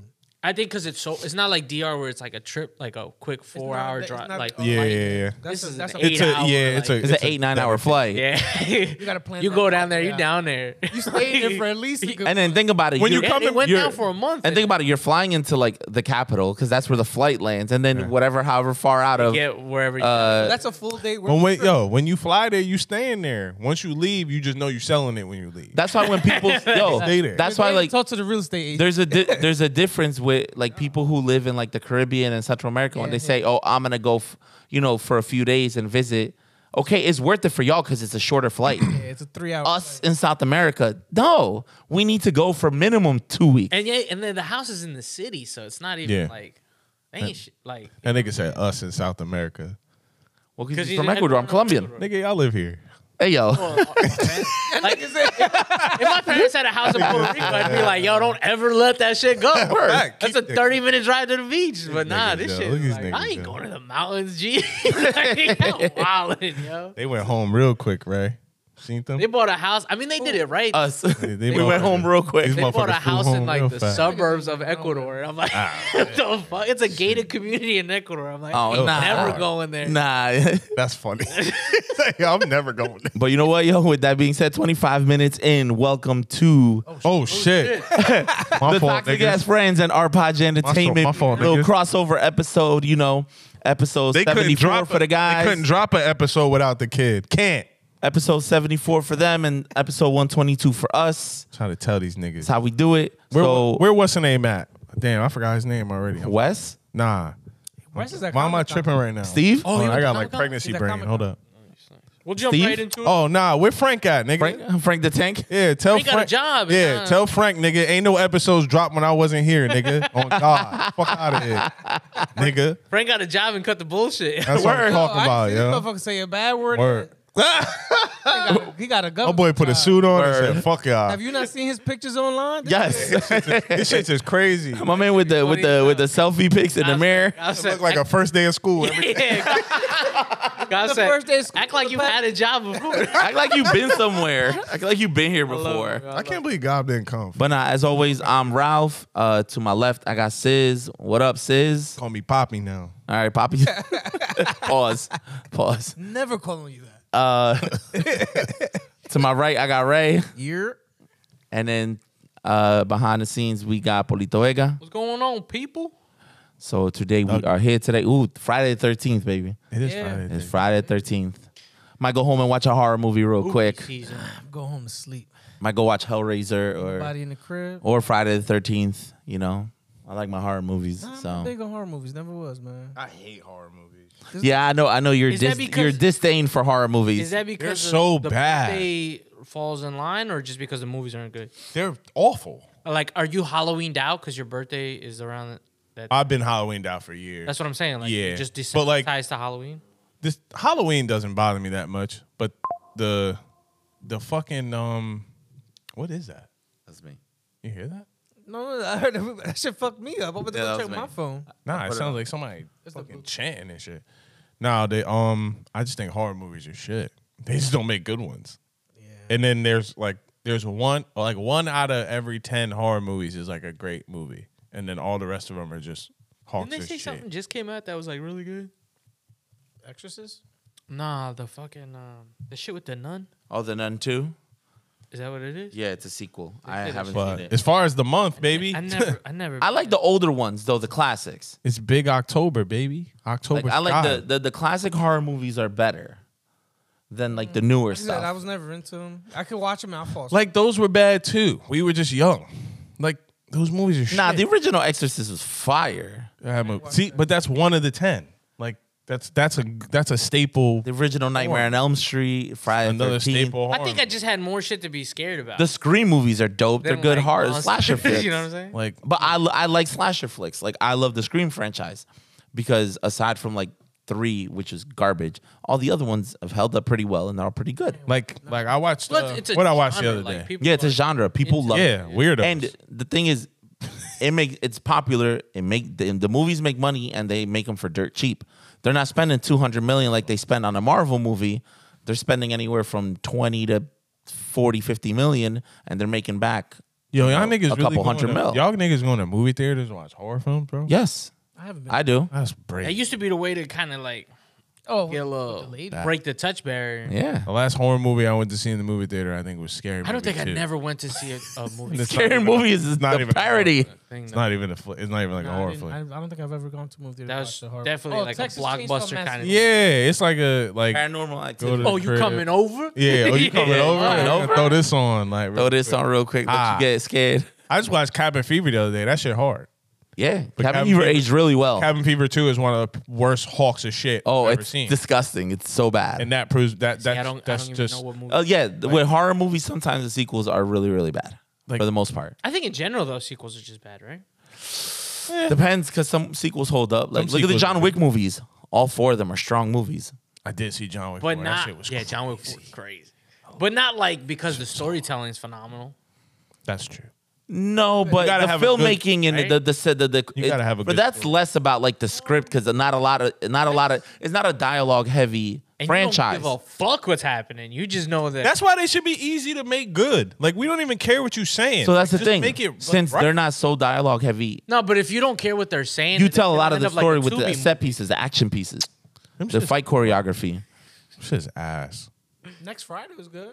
D: I think because it's so. It's not like DR where it's like a trip, like a quick four hour
A: it's
D: drive.
A: not-
D: Like
A: Yeah,
B: Yeah,
D: like-
B: yeah, yeah.
A: That's
D: This
A: a,
D: is
A: that's
D: an
A: a,
B: It's a
D: eight-hour,
B: yeah, it's a
C: It's, an eight nine hour flight.
D: yeah. you
A: gotta plan
D: You
A: that
D: go
A: out.
D: down there. You
A: Yeah.
D: down there.
A: You stayed there for at least a good.
C: And then think about it.
B: When you
C: you're-
D: Yeah, they
B: Coming-
D: went
B: you're-
D: down for a month.
C: and think about it. You're flying into like the capital because that's where the flight lands, and then whatever, however far out of.
D: get wherever. You
C: Uh,
A: That's a full day. worth
B: When
A: of
B: wait,
A: trip.
B: yo, when you fly there, you staying there. Once you leave, you just know you're selling it when you leave.
C: that's why when people, yo,
B: Stay there.
C: that's why
A: They
C: like
A: talk to the real estate agent.
C: there's a di- there's a difference with like people who live in like the Caribbean and Central America when they say, "Oh, I'm gonna go, f- you know, for a few days and visit." Okay, it's worth it for y'all because it's a shorter flight.
A: Yeah, it's a three hour.
C: Us in South America, no, we need to go for minimum two weeks.
D: And yeah, and then the house is in the city, so it's not even
B: Yeah.
D: like they ain't shit, like
B: That nigga said us in South America.
C: Well,
D: 'Cause
C: because
D: he's
C: from
D: in
C: Ecuador, I'm
D: Ecuador.
C: Colombian.
B: Nigga, y'all live here.
C: Hey yo,
D: like if my parents had a house in Puerto Rico, I'd be like, yo, don't ever let that shit go.
B: Fact.
D: That's a
B: Keep that-
D: thirty minute drive to the beach, but nah,
B: niggas,
D: this
B: yo.
D: shit.
B: Look at
D: is
B: these
D: Like, I
B: niggas,
D: ain't
B: yo.
D: going to the mountains, G. like, I'm wildin', yo.
B: They went home real quick, Ray. Seen them?
D: They bought a house. I mean, they did it right.
C: Us.
B: they
C: we
B: both-
C: went home real quick.
B: These
D: they bought
B: motherfuckers
D: a house
B: flew
D: in
B: home
D: like
B: real
D: the
B: fast. Ah,
D: suburbs of Ecuador. And I'm like, what the fuck? It's a gated community in Ecuador. I'm like,
C: Oh,
D: oh,
C: nah.
D: never going there.
C: Nah.
B: That's funny. Like, I'm never going. there.
C: But you know what, yo? With that being said, 25 minutes in, welcome to
B: Oh shit. My
C: the
B: fault,
C: Toxic
B: niggas.
C: Ass Friends and Our Podge Entertainment.
B: my fault,
C: little
B: niggas.
C: crossover episode, you know, episode
B: They couldn't
C: 74
B: drop
C: for
B: a-
C: the guys,
B: They couldn't drop an episode without the kid. Can't.
C: episode 74 for them, and episode 122 for us.
B: Trying to tell these niggas.
C: That's how we do it.
B: Where,
C: so,
B: where what's her name at? Damn, I forgot his name already. I'm-
C: Wes,
B: Nah.
A: Where's this at
B: Why am I
A: Comic-Con?
B: tripping right now?
C: Steve,
B: Hold on,
A: he
B: I
A: was
B: got
A: at
B: like
A: Comic-Con.
B: pregnancy
A: He's at
B: brain. Hold
A: Comic-Con.
B: up.
D: We'll jump
C: Steve?
D: right into it.
B: Oh nah, where Frank at, nigga?
C: Frank, Frank the Tank.
B: Yeah, tell
D: He got a
B: Frank.
D: job,
B: Yeah,
D: nah.
B: tell Frank, nigga. Ain't no episodes dropped when I wasn't here, nigga. On God, fuck out of here, nigga.
D: Frank got a job and cut the bullshit.
B: That's what I'm talking
A: I
B: about,
A: see
B: yo.
A: This motherfucker say a bad word.
B: Word.
A: He got a- He got a gun.
B: My boy put a suit on and said, "Fuck y'all."
A: Have you not seen his pictures online?
C: Yes,
B: this shit's just crazy.
C: my man with the with the with the selfie pics in the mirror.
D: God said,
B: Look like a first day of school. Every-
D: Yeah. God
A: The
D: said,
A: first day of school,
D: act like
A: the
D: you
A: back-
D: had a job before.
C: Act like you've been somewhere. Act like you've been here before.
B: I can't believe God didn't come.
C: But nah, as always, I'm Ralph. Uh, to my left, I got Sis. What up, Sis?
B: Call me Poppy now.
C: All right, Poppy. Pause. Pause.
A: Never calling you that.
C: To my right, I got Ray.
A: You're
C: And then uh, behind the scenes, we got Polito Vega.
D: What's going on, people?
C: So today we are here today. Ooh, Friday the 13th, baby.
B: It is
A: Yeah.
B: Friday.
C: It's Friday the 13th. Might go home and watch a horror movie real quick.
D: Season.
A: go home to sleep.
C: Might go watch Hellraiser or
A: Body in the crib.
C: or Friday the 13th. You know, I like my horror movies.
A: I'm not
C: So
A: big on horror movies. Never was, man.
B: I hate horror movies.
C: yeah, I know. I know your
D: Is that
C: dis-
D: because-
C: your disdain for horror movies.
D: Is that because of
B: so
D: the
B: bad.
D: birthday falls in line, or just because the movies aren't good?
B: They're awful.
D: Like, are you Halloweened out because your birthday is around that?
B: I've been Halloweened out for years.
D: That's what I'm saying. Like,
B: Yeah.
D: you just
B: But, like-
D: desensitized to Halloween.
B: this Halloween doesn't bother me that much, but the the fucking um, what is that?
C: That's me.
B: You hear that?
A: No, no, I heard that, that shit fucked me up. I'm about to
C: Yeah, that
A: go check
C: was
A: my
C: me.
A: phone.
B: Nah, it
C: put it
B: sounds like somebody fucking chanting and shit. Nah, they um, I just think horror movies are shit. They just don't make good ones. And then there's like there's one like one out of every ten horror movies is like a great movie, and then all the rest of them are just
D: Didn't
B: hawks
D: they
B: and
D: say
B: shit.
D: something just came out that was like really good?
A: Exorcist?
D: Nah, the fucking um, the shit with the nun.
C: Oh, the Nun Two.
D: Is that what it is?
C: Yeah, it's a sequel. I
D: did it.
C: haven't
B: But
C: seen
B: as
C: it.
B: far as the month, baby,
D: I never, I never.
C: I like the older ones though, the classics.
B: it's big October, baby. October.
C: Like I like
B: sky.
C: the, the the classic horror movies are better than like the newer
A: Said I
C: stuff.
A: was never into him. I could watch him. I fall. asleep.
B: Like those were bad too. We were just young. Like those movies are shit.
C: Nah, the original Exorcist was fire.
B: I have a- see, but that's one of the ten. Like that's that's a that's a staple.
C: The original Nightmare on Elm Street, Friday the
B: Another
C: 13th.
B: staple.
D: I think
B: horror
D: I just had more shit to be scared about.
C: The Scream movies are dope. They're
D: than,
C: good
D: like,
C: horror
D: monsters,
C: slasher flicks.
D: you know what I'm saying?
B: movie. like
C: But I l- I like slasher flicks. Like I love the Scream franchise because aside from like three, which is garbage, all the other ones have held up pretty well and they're all pretty good.
B: like like I watched
D: Well,
B: uh,
D: it's- it's a
B: what I watched the
D: genre,
B: other
D: like,
B: day.
D: people
C: Yeah, it's a
D: are-
C: genre. People love it.
B: yeah, weirdo.
C: And the thing is, it make it's popular. It make the, the movies make money, and they make them for dirt cheap. They're not spending two hundred million like they spend on a Marvel movie. They're spending anywhere from twenty to 40, 50 million, and they're making back.
B: yo, y'all
C: you know,
B: niggas
C: a
B: really
C: couple
B: going
C: hundred
B: to,
C: mil.
B: Y'all niggas going to movie theaters and watch horror films, bro?
C: Yes,
A: I haven't been.
C: I do.
B: that's
D: That
B: brave.
D: used to be the way to kind of like
A: oh,
D: get a
A: the
D: little
A: lady.
D: break the touch barrier.
C: Yeah,
B: the last horror movie I went to see in the movie theater, I think was scary.
D: I don't
B: Movie
D: think I
B: 2.
D: never went to see a, a movie.
B: It's
C: scary
B: not even-
C: movies is
B: it's not
C: not
B: even
C: even
B: a horror
C: parody.
D: thing,
B: It's
D: though.
B: not even a. Fl- it's not even like a
A: I,
B: horror
A: didn't-
B: flick.
A: I, I don't think I've ever gone to a movie theater.
D: That
A: to
D: was
A: watch the horror. Oh,
D: definitely like a
A: Chainsaw
D: blockbuster
A: Massacre.
D: kind of-
B: yeah, it's like a like.
C: Paranormal
B: Go to
C: activity.
B: the
D: Oh, you
B: crib.
D: coming over?
B: Yeah, oh, you coming over?
C: coming
B: Yeah,
C: over.
B: Throw this on, like
C: Throw this on real quick. Let
B: Ah.
C: you get scared.
B: I just watched Cabin Fever the other day. That shit hard.
C: Yeah, Cabin
B: Cabin
C: Fever
B: Fever-
C: aged really well.
B: Cabin Fever Two is one of the worst hawks of shit
C: oh,
B: I've ever
C: it's
B: seen.
C: disgusting. It's so bad.
B: and that proves that
D: Yeah,
B: that
D: I don't, I
B: that's
D: don't even
B: just
D: know what movie.
C: Uh, yeah, th- with horror movies, sometimes the sequels are really, really bad
B: Like-
C: for the most part.
D: I think in general though, sequels are just bad, right?
C: Depends because some sequels hold up. Like,
B: Eh. Some
C: look at the
B: sequels-
C: John Wick movies. All four of them are strong movies.
B: I did see John Wick,
D: But
B: four.
D: not
B: that shit was
D: yeah,
B: crazy.
D: John Wick was crazy, but not like because the storytelling is phenomenal.
B: That's true.
C: No, but
B: gotta
C: the
B: have a good-
C: filmmaking and the the the, the, the
B: You gotta have a
C: but
B: good
C: that's
B: story.
C: less about like the script because not a lot of not a lot of it's not a dialogue heavy
D: And
C: franchise.
D: You don't give a fuck what's happening. You just know that.
B: That's why they should be easy to make good. Like we don't even care what you're saying.
C: so that's the
B: Just
C: thing.
B: Make it like,
C: Since
B: right.
C: they're not so dialogue heavy,
D: no, but if you don't care what they're saying,
C: you
D: then
C: tell a
D: it'll
C: lot of
D: end
C: the
D: up like a
C: story with the
D: Tubi
C: set pieces, the action pieces,
B: Them
C: the
B: shits-
C: fight choreography.
B: shit's ass.
D: movie. Next Friday was good.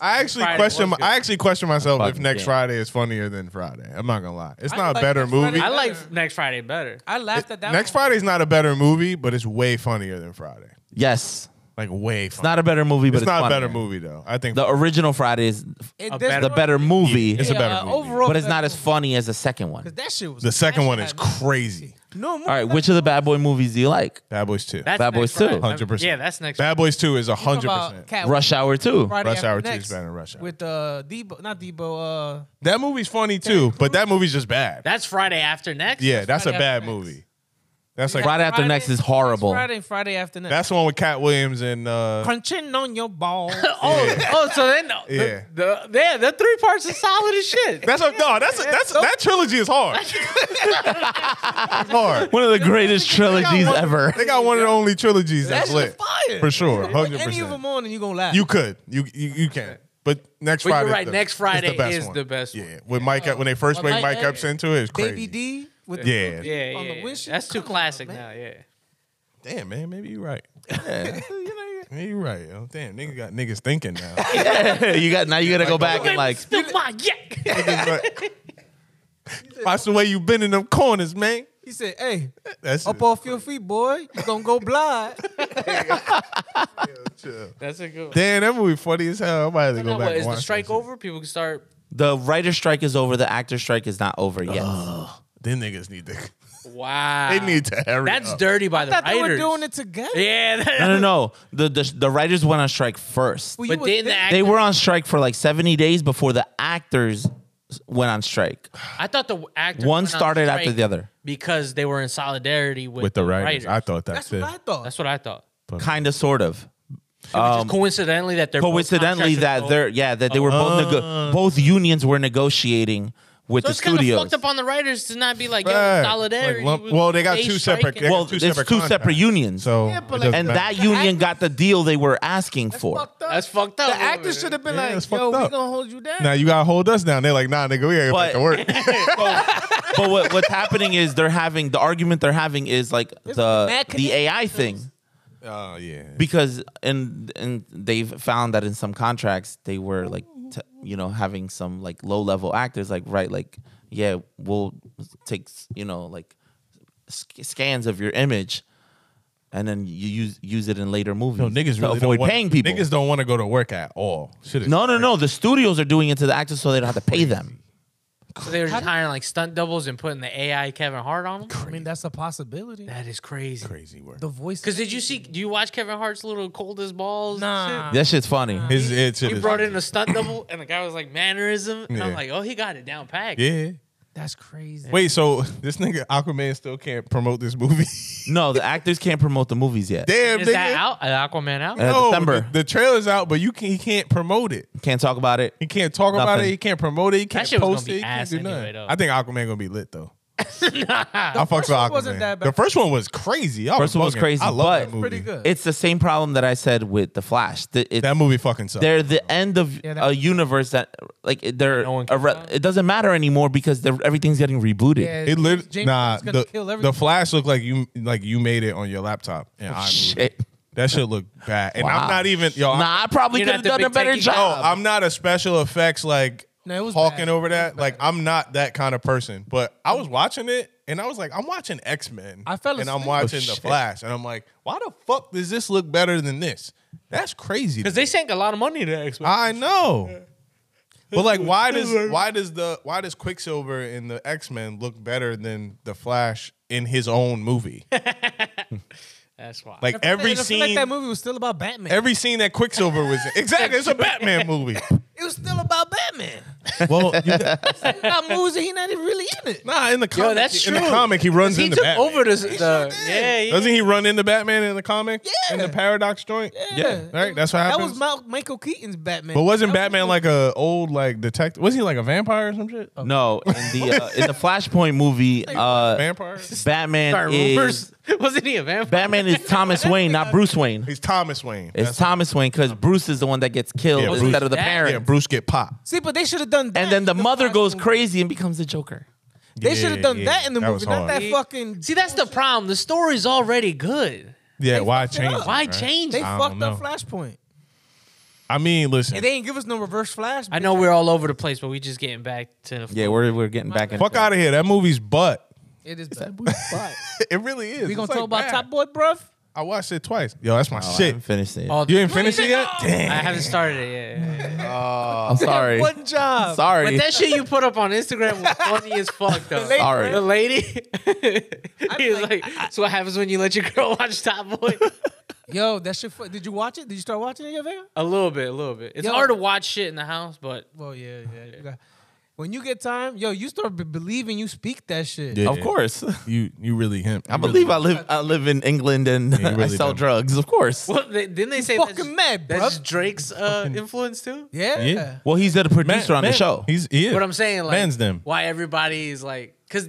B: I actually
D: Friday
B: question.
D: was
B: My,
D: good.
B: I actually question myself if
C: Fucking
B: next
C: yeah.
B: Friday is funnier than Friday. I'm not gonna lie. It's
A: I
B: not a
A: like
B: better
A: Next Friday.
B: movie.
D: I like
A: Better.
D: Next Friday better.
A: I laughed at that.
B: Next
A: one.
B: Friday's not a better movie, but it's way funnier than Friday.
C: Yes,
B: Like way. Funnier.
C: it's not a better movie, but
B: It's,
C: it's,
B: not a
C: funnier.
B: better movie though. I think.
C: The original Friday is
A: It-
D: A
A: this
D: better-
C: the
A: one-
C: better movie,
B: It's a better
A: uh,
B: movie.
A: overall
C: but it's not
A: better
C: as funny as the second one.
A: movie. 'Cause that shit was
B: the second
A: that
B: one
A: shit
B: is
A: had no-
B: crazy.
A: No, more
C: All right, which of the bad boy movies do you like?
B: Bad Boys Two.
D: That's
C: Bad
D: next
C: Boys too.
D: Friday.
B: 100%.
D: Yeah, that's next.
B: Bad Boys Two is hundred percent.
C: Rush Hour too.
A: Friday
B: Rush
A: after
B: Hour 2 is
A: next
B: better than Rush Hour.
A: With uh, Debo, not Debo. Uh,
B: That movie's funny too, but that movie's just bad.
D: That's Friday after next.
B: yeah, that's a
A: Friday
B: bad
A: After Next.
B: movie. That's like
C: Friday After Next is horrible.
A: Friday and Friday after next.
B: that's the one with Cat Williams and uh,
A: crunching on your balls.
D: Oh, oh, so then the,
B: Yeah.
D: the, the yeah, the three parts are solid as shit.
B: that's a, no, that's a, that's that trilogy is hard. it's hard.
C: One of the greatest trilogies ever.
B: They got one of the only trilogies that's,
A: That's
B: lit
A: fire.
B: for sure, hundred
A: Any of
B: percent.
A: them on and you gonna laugh.
B: You could, you you, you can, but next
D: But you're
B: Friday. is
D: right,
B: the-
D: next
B: is
D: Friday
B: the best
D: is
B: one.
D: the best one.
B: Yeah, when Mike when they first
A: Well,
B: make
A: Oh. Mike
B: Mike
A: Epps.
B: Epps into it, it's
A: Baby
B: crazy.
A: D with
B: Yeah.
D: Yeah, yeah,
A: On the
D: yeah.
A: windshield?
D: That's too
A: Come on,
D: classic
A: man.
D: now. Yeah.
B: Damn, man, maybe you're right. Yeah, you're right. Yo. Damn, nigga got niggas thinking now.
C: you got now. You gotta go back and like.
D: Spill my yak.
B: Niggas like, Watch the way you been in them corners, man.
A: He said, "Hey,
B: That's
A: up off your feet, boy. You gonna go blind."
B: chill.
D: That's a good. One.
B: Damn, that movie funny as hell. I might have to
D: Now
B: go
D: what,
B: back. and
D: is
B: watch
D: the strike
B: that shit.
D: over? People can start.
C: The writer strike is over. The actor strike is not over yet.
B: Them niggas need to.
D: Wow.
B: They need to hurry
D: That's
B: up.
D: dirty by the
A: Thought they
D: writers.
A: were doing it together.
D: Yeah. that-
C: no, no, no. The, the the writers went on strike first.
A: Well, you
D: But
A: would
D: then the
A: think-
D: act-
C: They were on strike for like seventy days before the actors went on strike.
D: I thought the actors
C: One
D: went on
C: started after
D: strike
C: the other.
D: because they were in solidarity with,
B: with the writers. I thought
A: that's
B: that's,
A: what
B: it.
A: I thought.
D: That's what I thought.
C: Kind of, sort of.
B: Um,
D: Just coincidentally that they're both
C: Coincidentally,
D: contracts are
C: that
D: both-
C: they're yeah that they were both nego- both unions were negotiating with
D: So
C: the
D: it's kind of
C: studios.
D: fucked up on the writers to not be like, yo,
B: Right.
D: solidarity.
B: Like, lump-
D: we-
B: well, they got two
D: striking.
B: separate- they got
C: well,
B: two
C: it's
B: separate
C: two separate
B: contracts.
C: unions.
B: So,
A: Yeah, but
B: it
A: like-
B: doesn't
C: and
B: matter.
C: that union got the deal they were asking for.
A: Fucked up.
D: That's fucked up.
A: The actors should have been
B: Yeah,
A: like,
B: it's fucked
A: "Yo, we
B: up.
A: gonna hold you down."
B: Now you gotta hold us down. They're like, nah, nigga, we ain't back
C: But-
B: to work.
C: but what, what's happening is they're having the argument they're having is like the
A: mad
C: the
A: connection
C: AI thing
B: Oh yeah.
C: because and and they've found that in some contracts they were like t- you know having some like low level actors like right like yeah we'll take you know like sc- scans of your image and then you use use it in later movies
B: No, niggas
C: to
B: really
C: avoid
B: don't want,
C: paying people.
B: Niggas don't want to go to work at all. Shit is
C: no, no, no. The studios are doing it to the actors so they don't have to pay them.
D: So they were just hiring like stunt doubles and putting the AI Kevin Hart on them.
A: I mean, that's a possibility.
D: That is crazy.
B: crazy work.
A: the voice.
D: Because did you see? Do you watch Kevin Hart's little cold as balls?
A: Nah.
C: That shit's funny.
B: His it shit
D: Shit? He
B: is-
D: brought in a stunt double, and the guy was like mannerism, and I'm
B: Yeah.
D: like, oh, he got it down packed.
B: Yeah.
A: That's crazy.
B: Wait, so this nigga Aquaman still can't promote this movie?
C: No, the actors can't promote the movies yet.
B: Damn,
D: Is
B: nigga.
D: that out? Is Aquaman out?
C: Uh,
B: No,
C: December.
B: The, the trailer's out, but you can, he can't promote it.
C: Can't talk about it.
B: He can't talk about it.
C: Nothing.
B: He can't promote it. He can't
D: shit was
B: post
D: gonna
B: it.
D: be
B: He can't
D: ass
B: do nothing.
D: anyway, though.
B: I think Aquaman gonna be lit though. I fucks with
A: one
B: Aquaman.
A: wasn't that bad.
B: The first one was crazy. I
C: First one was
B: bugging.
C: crazy,
B: I love that
C: but-
B: movie.
A: Pretty good.
C: It's the same problem that I said with the Flash. The- it-
B: That movie fucking sucks.
C: they're the end of
A: Yeah, that-
C: a universe that like it- they're
D: No one
C: a
D: cares
C: re-
D: about
C: it doesn't matter anymore because they're, everything's getting rebooted.
A: Yeah,
B: It lit-
A: James
B: nah,
A: Gunn's gonna
B: the,
A: kill everything.
B: the Flash looked like you like you made it on your laptop. And I
C: Oh, Shit.
B: That shit looked bad. And
C: Wow.
B: I'm not even yo. I'm-
C: Nah, I probably
D: You're
C: could have
D: not the
C: done a
D: big
C: better
D: techie
C: job.
B: Oh, I'm not a special effects like
A: Um, No, it was
B: hawking
A: bad.
B: over that. Like I'm not that kind of person. But I was watching it and I was like, I'm watching X Men.
A: I fell
B: and I'm
A: asleep.
B: watching
C: Oh,
B: The
C: shit.
B: Flash, and I'm like, why the fuck does this look better than this? That's crazy.
D: Because they sank a lot of money to X Men.
B: I know. But like, why does why does the why does Quicksilver in the X Men look better than the Flash in his own movie?
D: That's why.
B: Like
A: I
B: every
A: feel like
B: scene,
A: that movie was still about Batman.
B: every scene that Quicksilver was in. exactly. It's a Batman movie.
A: it was still about Batman.
B: Well, you got-
A: Not moves that he not even really in it.
B: nah, in the comic,
A: that's
B: in the
A: true.
B: comic, he runs
A: He
B: into
A: took
B: Batman.
A: over the, the yeah, yeah.
B: Doesn't he run into Batman in the comic?
A: Yeah.
B: In the Paradox joint?
A: Yeah.
B: Right? That's what
A: That
B: happens.
A: was Mal- Michael Keaton's Batman.
B: but wasn't
A: That was
B: Batman
A: the-
B: like a old like detective? Was he like a vampire or some shit?
A: Oh.
C: No, in the uh, in the Flashpoint movie, uh,
B: Vampire?
C: Batman
A: Sorry,
C: is
A: rumors. wasn't he a vampire?
C: Batman is Thomas Wayne, not Bruce Wayne.
B: He's Thomas Wayne.
C: It's
B: That's-
C: Thomas Wayne because Bruce is the one that gets killed
B: Yeah, Bruce-
C: instead of the
A: That-
B: Yeah,
C: parent.
B: Bruce get popped.
A: See, but they should have done that.
C: and then the
A: in
C: mother
A: Flash
C: goes
A: movie.
C: crazy and becomes a Joker.
A: They
B: Yeah,
A: should have done
B: yeah,
A: that in the
B: that was
A: movie, not
B: hard.
A: that fucking.
D: See,
A: See,
D: that's
A: that's
D: the
A: problem. The story's already good.
B: Yeah, why
A: fucked it
B: change?
A: up.
B: it,
A: Why
B: right?
A: change? They
B: I
A: fucked
B: don't
A: up
B: know.
A: Flashpoint,
B: I mean, listen.
A: and they ain't give us no reverse Flash.
D: I
A: bitch. know. I,
D: know-
A: know.
D: know
A: we're all over the place, but we just getting back to the.
C: Yeah, we're, we're getting back in.
B: Fuck out of here. That movie's butt.
A: It is. bad.
B: It really is.
A: We gonna
B: It's
A: talk
B: like
A: about
B: bad.
A: Top Boy, bruv?
B: I watched it twice. Yo, that's my
C: I
B: shit.
C: haven't finished it.
A: Oh,
B: You didn't finish it yet?
A: I haven't started it yet. Yeah, yeah, yeah.
C: I'm sorry.
A: One job.
C: Sorry.
A: But
C: But
A: that shit you put up on Instagram was funny as fuck, though.
C: lady- Sorry.
A: The lady. he was
D: like,
A: like,
D: That's what happens when you let your girl watch Top Boy.
A: "Yo, that shit. Fu- Did you watch it? Did you start watching it, yet, Vega?"
D: a little bit, a little bit. It's
A: Yo.
D: hard to watch shit in the house, but
A: Well, yeah, yeah. you got- when you get time, yo, you start b- believing you speak that shit.
B: Yeah.
C: Of course.
B: You you really him.
C: I believe I live I live in England and
B: you
C: I
B: really
C: sell
B: don't.
C: drugs, of course. Well,
D: well, they, didn't they say
A: fucking
D: that's,
A: mad,
D: that's
A: bruv.
D: Drake's uh, influence too?
A: Yeah.
B: Yeah.
C: he's the producer
B: Man-
C: on
B: man,
C: the show.
B: He's he is.
D: But I'm saying, like,
B: Man's them.
D: why everybody is like, because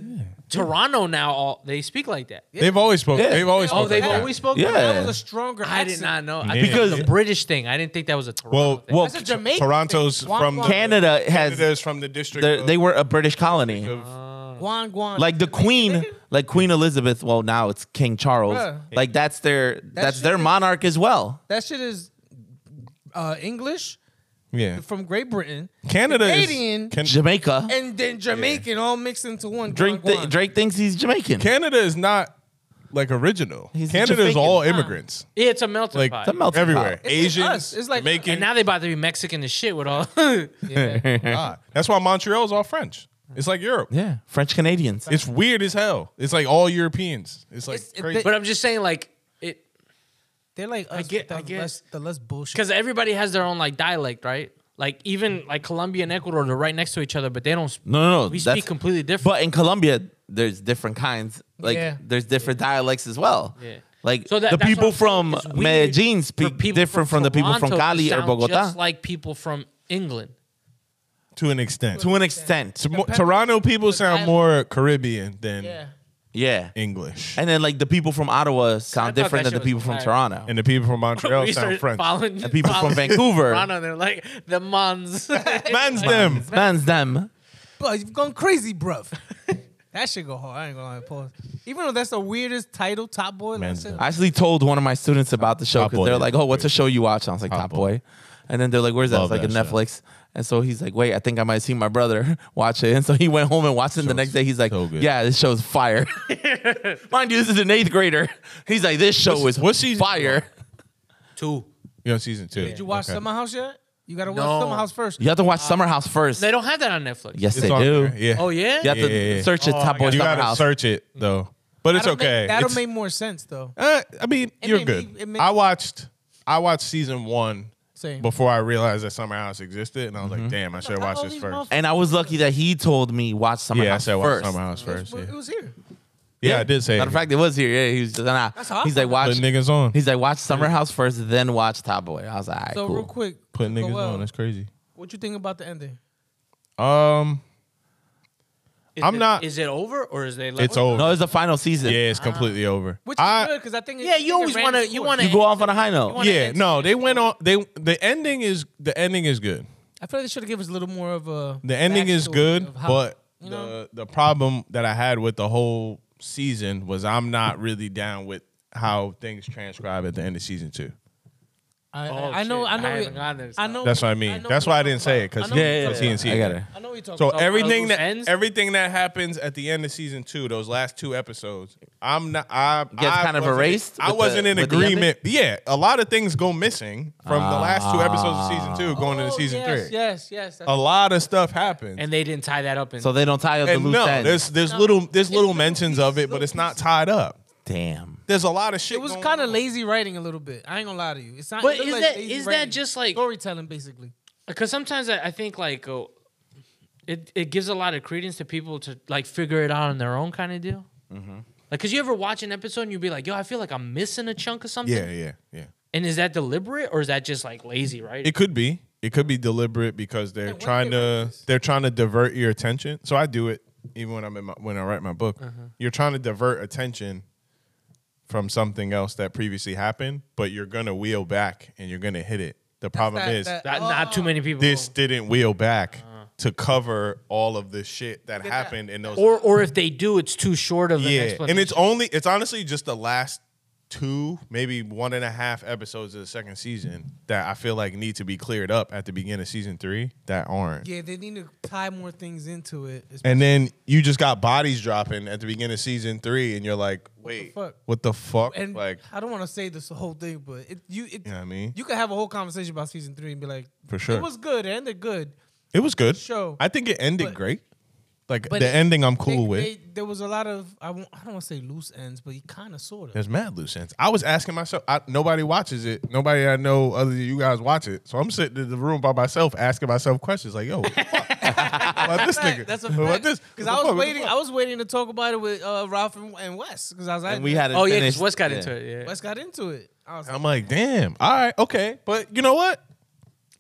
D: Toronto now all they speak like that.
B: They've always spoken.
C: Yeah.
B: They've always
D: Oh,
B: spoken.
D: they've
B: like that.
D: always spoken.
C: Yeah.
A: That was a stronger.
D: I did
A: accent.
D: not know. I
B: Yeah.
D: think because
B: Because-
D: a British thing. I didn't think that was a Toronto.
B: Well,
D: thing.
B: well,
A: That's a Jamaican thing.
B: Toronto's
A: Wah,
B: from
A: wah.
C: Canada has
B: Canada's from the district.
C: they're-
B: Of,
C: they were a British colony.
B: of-
A: Guan Guan.
C: like the queen like queen elizabeth well now it's king charles
A: Bruh.
C: like that's their that's
A: shit
C: their
A: is-
C: monarch as well
A: that shit is uh, English
B: yeah.
A: from Great Britain,
B: Canada
A: Canadian-
B: is Can-
C: jamaica
A: and then Jamaican all mixed into one.
C: drake,
A: Guan,
C: th-
A: guan.
C: drake thinks he's jamaican
B: Canada is not like original.
C: He's
B: Canada is
C: Jamaican.
B: all immigrants.
D: yeah, it's a melting
B: Like
D: pot.
C: a melting
B: everywhere.
C: pot.
A: It's
B: Asians.
A: us. It's like-
B: Jamaican.
D: and now they about to be Mexican as shit with all.
A: Yeah.
B: Ah, that's why Montreal's all French. It's like Europe.
C: yeah french canadians
B: It's weird as hell. It's like all Europeans. It's like
A: It's- it-
B: crazy.
D: but I'm just saying, like it,
A: They're like us. I
D: get-
A: the,
D: I get-
A: less, the less bullshit.
D: because everybody has their own like dialect, right? Like even like Colombia and Ecuador, they're right next to each other, but they don't. sp-
C: no no no
D: we
C: that's-
D: speak completely different.
C: but in colombia there's different kinds like
A: Yeah.
C: there's different dialects as well
D: Yeah.
C: like
D: So that-
C: the
D: that's what
C: people
D: I'm saying.
C: from
D: It's weird
C: medellin
D: for
C: speak
D: people
C: different from, the people from
D: Toronto to
C: cali or
D: sound
C: bogota
D: Just like people from England.
B: to an extent.
C: to an extent
B: To mo- Toronto people sound more Caribbean than
A: Yeah.
C: yeah
B: English.
C: and then like the people from ottawa
D: thought
C: sound
D: that
C: different than the
D: shit
C: people
D: was
C: from
D: fire.
C: toronto
B: And the people from Montreal
D: We
B: sound
D: started
B: French.
D: following the
C: people from Vancouver.
D: Toronto, they're like the Mons.
B: Man's them.
C: Man's them.
A: Bro, you've gone crazy, bruv. that shit go hard. I ain't gonna lie. Pause. Even though that's the weirdest title, Top Boy. Like,
B: Man's
A: shit,
B: done.
C: I actually told one of my students about the show
B: Top
C: because
B: Boy,
C: they're
B: yeah.
C: like, "Oh, what's a show you watch?" And I was like, "Top, Boy," and then they're like, "Where's that?"
B: Love
C: It's like
B: that
C: a
B: show.
C: Netflix. And so he's like, "Wait, I think I might see my brother watch it." And so he went home and watched it. And the next day, he's like,
B: so good.
C: "Yeah, this show's fire." Mind you, this is an eighth grader. He's like, "This show
B: What's-
C: is
B: what season you
C: fire."
D: Two.
B: You know, season two.
A: Did you watch
B: Okay.
A: Summer House yet? You gotta watch
D: No.
A: Summer House first.
C: You have to watch Summer House first.
D: They don't have that on Netflix.
C: yes,
B: It's
C: they
B: on
C: do.
B: there, Yeah.
D: Oh yeah.
C: You have
B: Yeah,
C: to
B: yeah, yeah.
C: search it. Top Boy
B: you
C: Summer
B: Oh, gotta
C: House.
B: search it though. But it's
A: Mm. That'll make-
B: okay.
A: that'll
B: It's-
A: make more sense though.
B: uh, I mean,
A: It
B: you're
A: made
B: good.
A: me- it made-
B: I watched I watched season one
A: Same.
B: before I realized that Summer House existed, and I
C: Mm-hmm.
B: was like, damn, I should have
A: How
B: watched
A: old
B: this
A: these
B: first.
A: motherfuckers-
C: And I was lucky that he told me watch Summer
B: Yeah, I
C: House
B: said watch
C: first.
B: Summer House first.
A: Well,
B: Yeah,
A: It was here.
B: Yeah, I did say.
C: Matter of
B: it.
C: fact, it was here. Yeah, he was. Nah.
A: That's how I
C: He's like,
B: Put
C: watch.
B: niggas on.
C: He's like, watch Summer House first, then watch Top Boy. I was like, all right,
A: So
C: cool.
A: real quick,
B: Put niggas
A: Joel,
B: on. That's crazy.
A: What you think about the ending?
B: Um,
D: Is
B: I'm
D: it-
B: not-
D: Is it over or is they? Like, oh,
B: it's over.
C: No, it's the final season.
B: yeah, it's completely
A: Ah.
B: over.
A: Which is
B: I-
A: good because I think. it-
D: Yeah,
A: I
D: you
A: think it
D: always
A: ran
D: wanna-
A: its
D: you
A: course.
D: wanna-
C: You go off on a high note.
D: wanna
B: Yeah,
D: end
B: no, they went on. They the ending is the ending is good.
A: I feel like they should have given us a little more of a.
B: The ending is
A: backstory
B: good,
A: of how-
B: but
A: you know?
B: the the problem that I had with the whole season was I'm not really down with how things transcribe at the end of season two.
A: I,
D: Oh,
A: I know.
D: shit.
A: I
D: I
A: know.
D: haven't gotten there,
A: I know.
B: That's what I mean.
A: know
B: That's
A: what
B: why I
A: you're
B: didn't
A: talking
B: say it
A: about.
B: because
A: I know what
C: yeah,
A: you're
C: yeah.
B: he didn't see
C: I
B: it.
C: got it.
A: talking- I know what you're talking
B: So
A: about.
B: everything
D: loose
B: that
D: ends?
B: everything that happens at the end of season two, those last two episodes, I'm not. I
C: Gets
B: I
C: kind of
B: wasn't-
C: erased
B: I
C: with
B: wasn't
C: the-
B: in
C: with the ending?
B: agreement. Yeah, a lot of things go missing from the last two episodes of season two, going into
A: Oh,
B: season
A: yes,
B: three.
A: Yes, yes.
C: Oh.
A: that's-
B: A lot of stuff happens.
D: and they didn't tie that up in.
C: So they don't tie up the
B: And
C: loose
B: no,
C: ends.
B: there's there's little there's little
A: little
B: mentions
A: pieces,
B: of it, but
A: little
B: it's not
A: pieces.
B: tied up.
C: Damn.
B: There's a lot of shit.
A: It was
B: going
A: kind of
B: on.
A: lazy writing a little bit. I ain't gonna lie to you. It's not.
D: But
A: it looked
D: is
A: like
D: that-
A: lazy
D: is that
A: writing.
D: just like-
A: storytelling, basically?
D: Because sometimes I, I think like oh, it, it gives a lot of credence to people to like figure it out on their own kind of deal.
B: Mm-hmm.
D: Like, cause you ever watch an episode and you'd be like, yo, I feel like I'm missing a chunk of something.
B: Yeah, yeah, yeah.
D: And is that deliberate or is that just like lazy, right?
B: It could be. It could be deliberate because they're trying to they're trying to divert your attention. So I do it even when I'm in my, when I write my book.
A: Uh-huh.
B: You're trying to divert attention from something else that previously happened, but you're gonna wheel back and you're gonna hit it. The problem
A: that-
B: is
A: that- Uh-huh.
D: Not- not too many people.
B: this didn't wheel back to cover all of the shit that happened in those
D: or or if they do, it's too short of an
B: yeah,
D: explanation.
B: and it's only it's honestly just the last two, maybe one and a half episodes of the second season that I feel like need to be cleared up at the beginning of season three that aren't.
A: Yeah, they need to tie more things into it. It's-
B: And then you just got bodies dropping at the beginning of season three, and you're like, wait,
A: fuck?
B: what the fuck?
A: And
B: like,
A: I don't want to say this whole thing, but it, you it,
B: you know what I mean?
A: you could have a whole conversation about season three and be like,
B: For sure.
A: it was good, it ended good.
B: it was good.
A: Show.
B: I think it ended
A: But-
B: great. Like the
A: but it-
B: ending, I'm cool
A: They-
B: with.
A: they- there was a lot of I, won't, I don't want to say loose ends, but you kind of sort of.
B: There's mad loose ends. I was asking myself. I, nobody watches it. Nobody I know other than you guys watch it. So I'm sitting in the room by myself asking myself questions like, "Yo, what the fuck? about this nigga?
A: That's a
B: What about
A: fact.
B: this?
A: Because I
B: What
A: was
B: the fuck? What the
A: waiting.
B: fuck?"
A: I was waiting to talk about it with uh, Ralph and, and Wes because I was like,
C: And we had
D: oh yeah, because Wes got into it. Yeah.
A: Wes got into it. I was
B: And
A: like,
B: I'm like, "Damn. All right, okay." But you know what?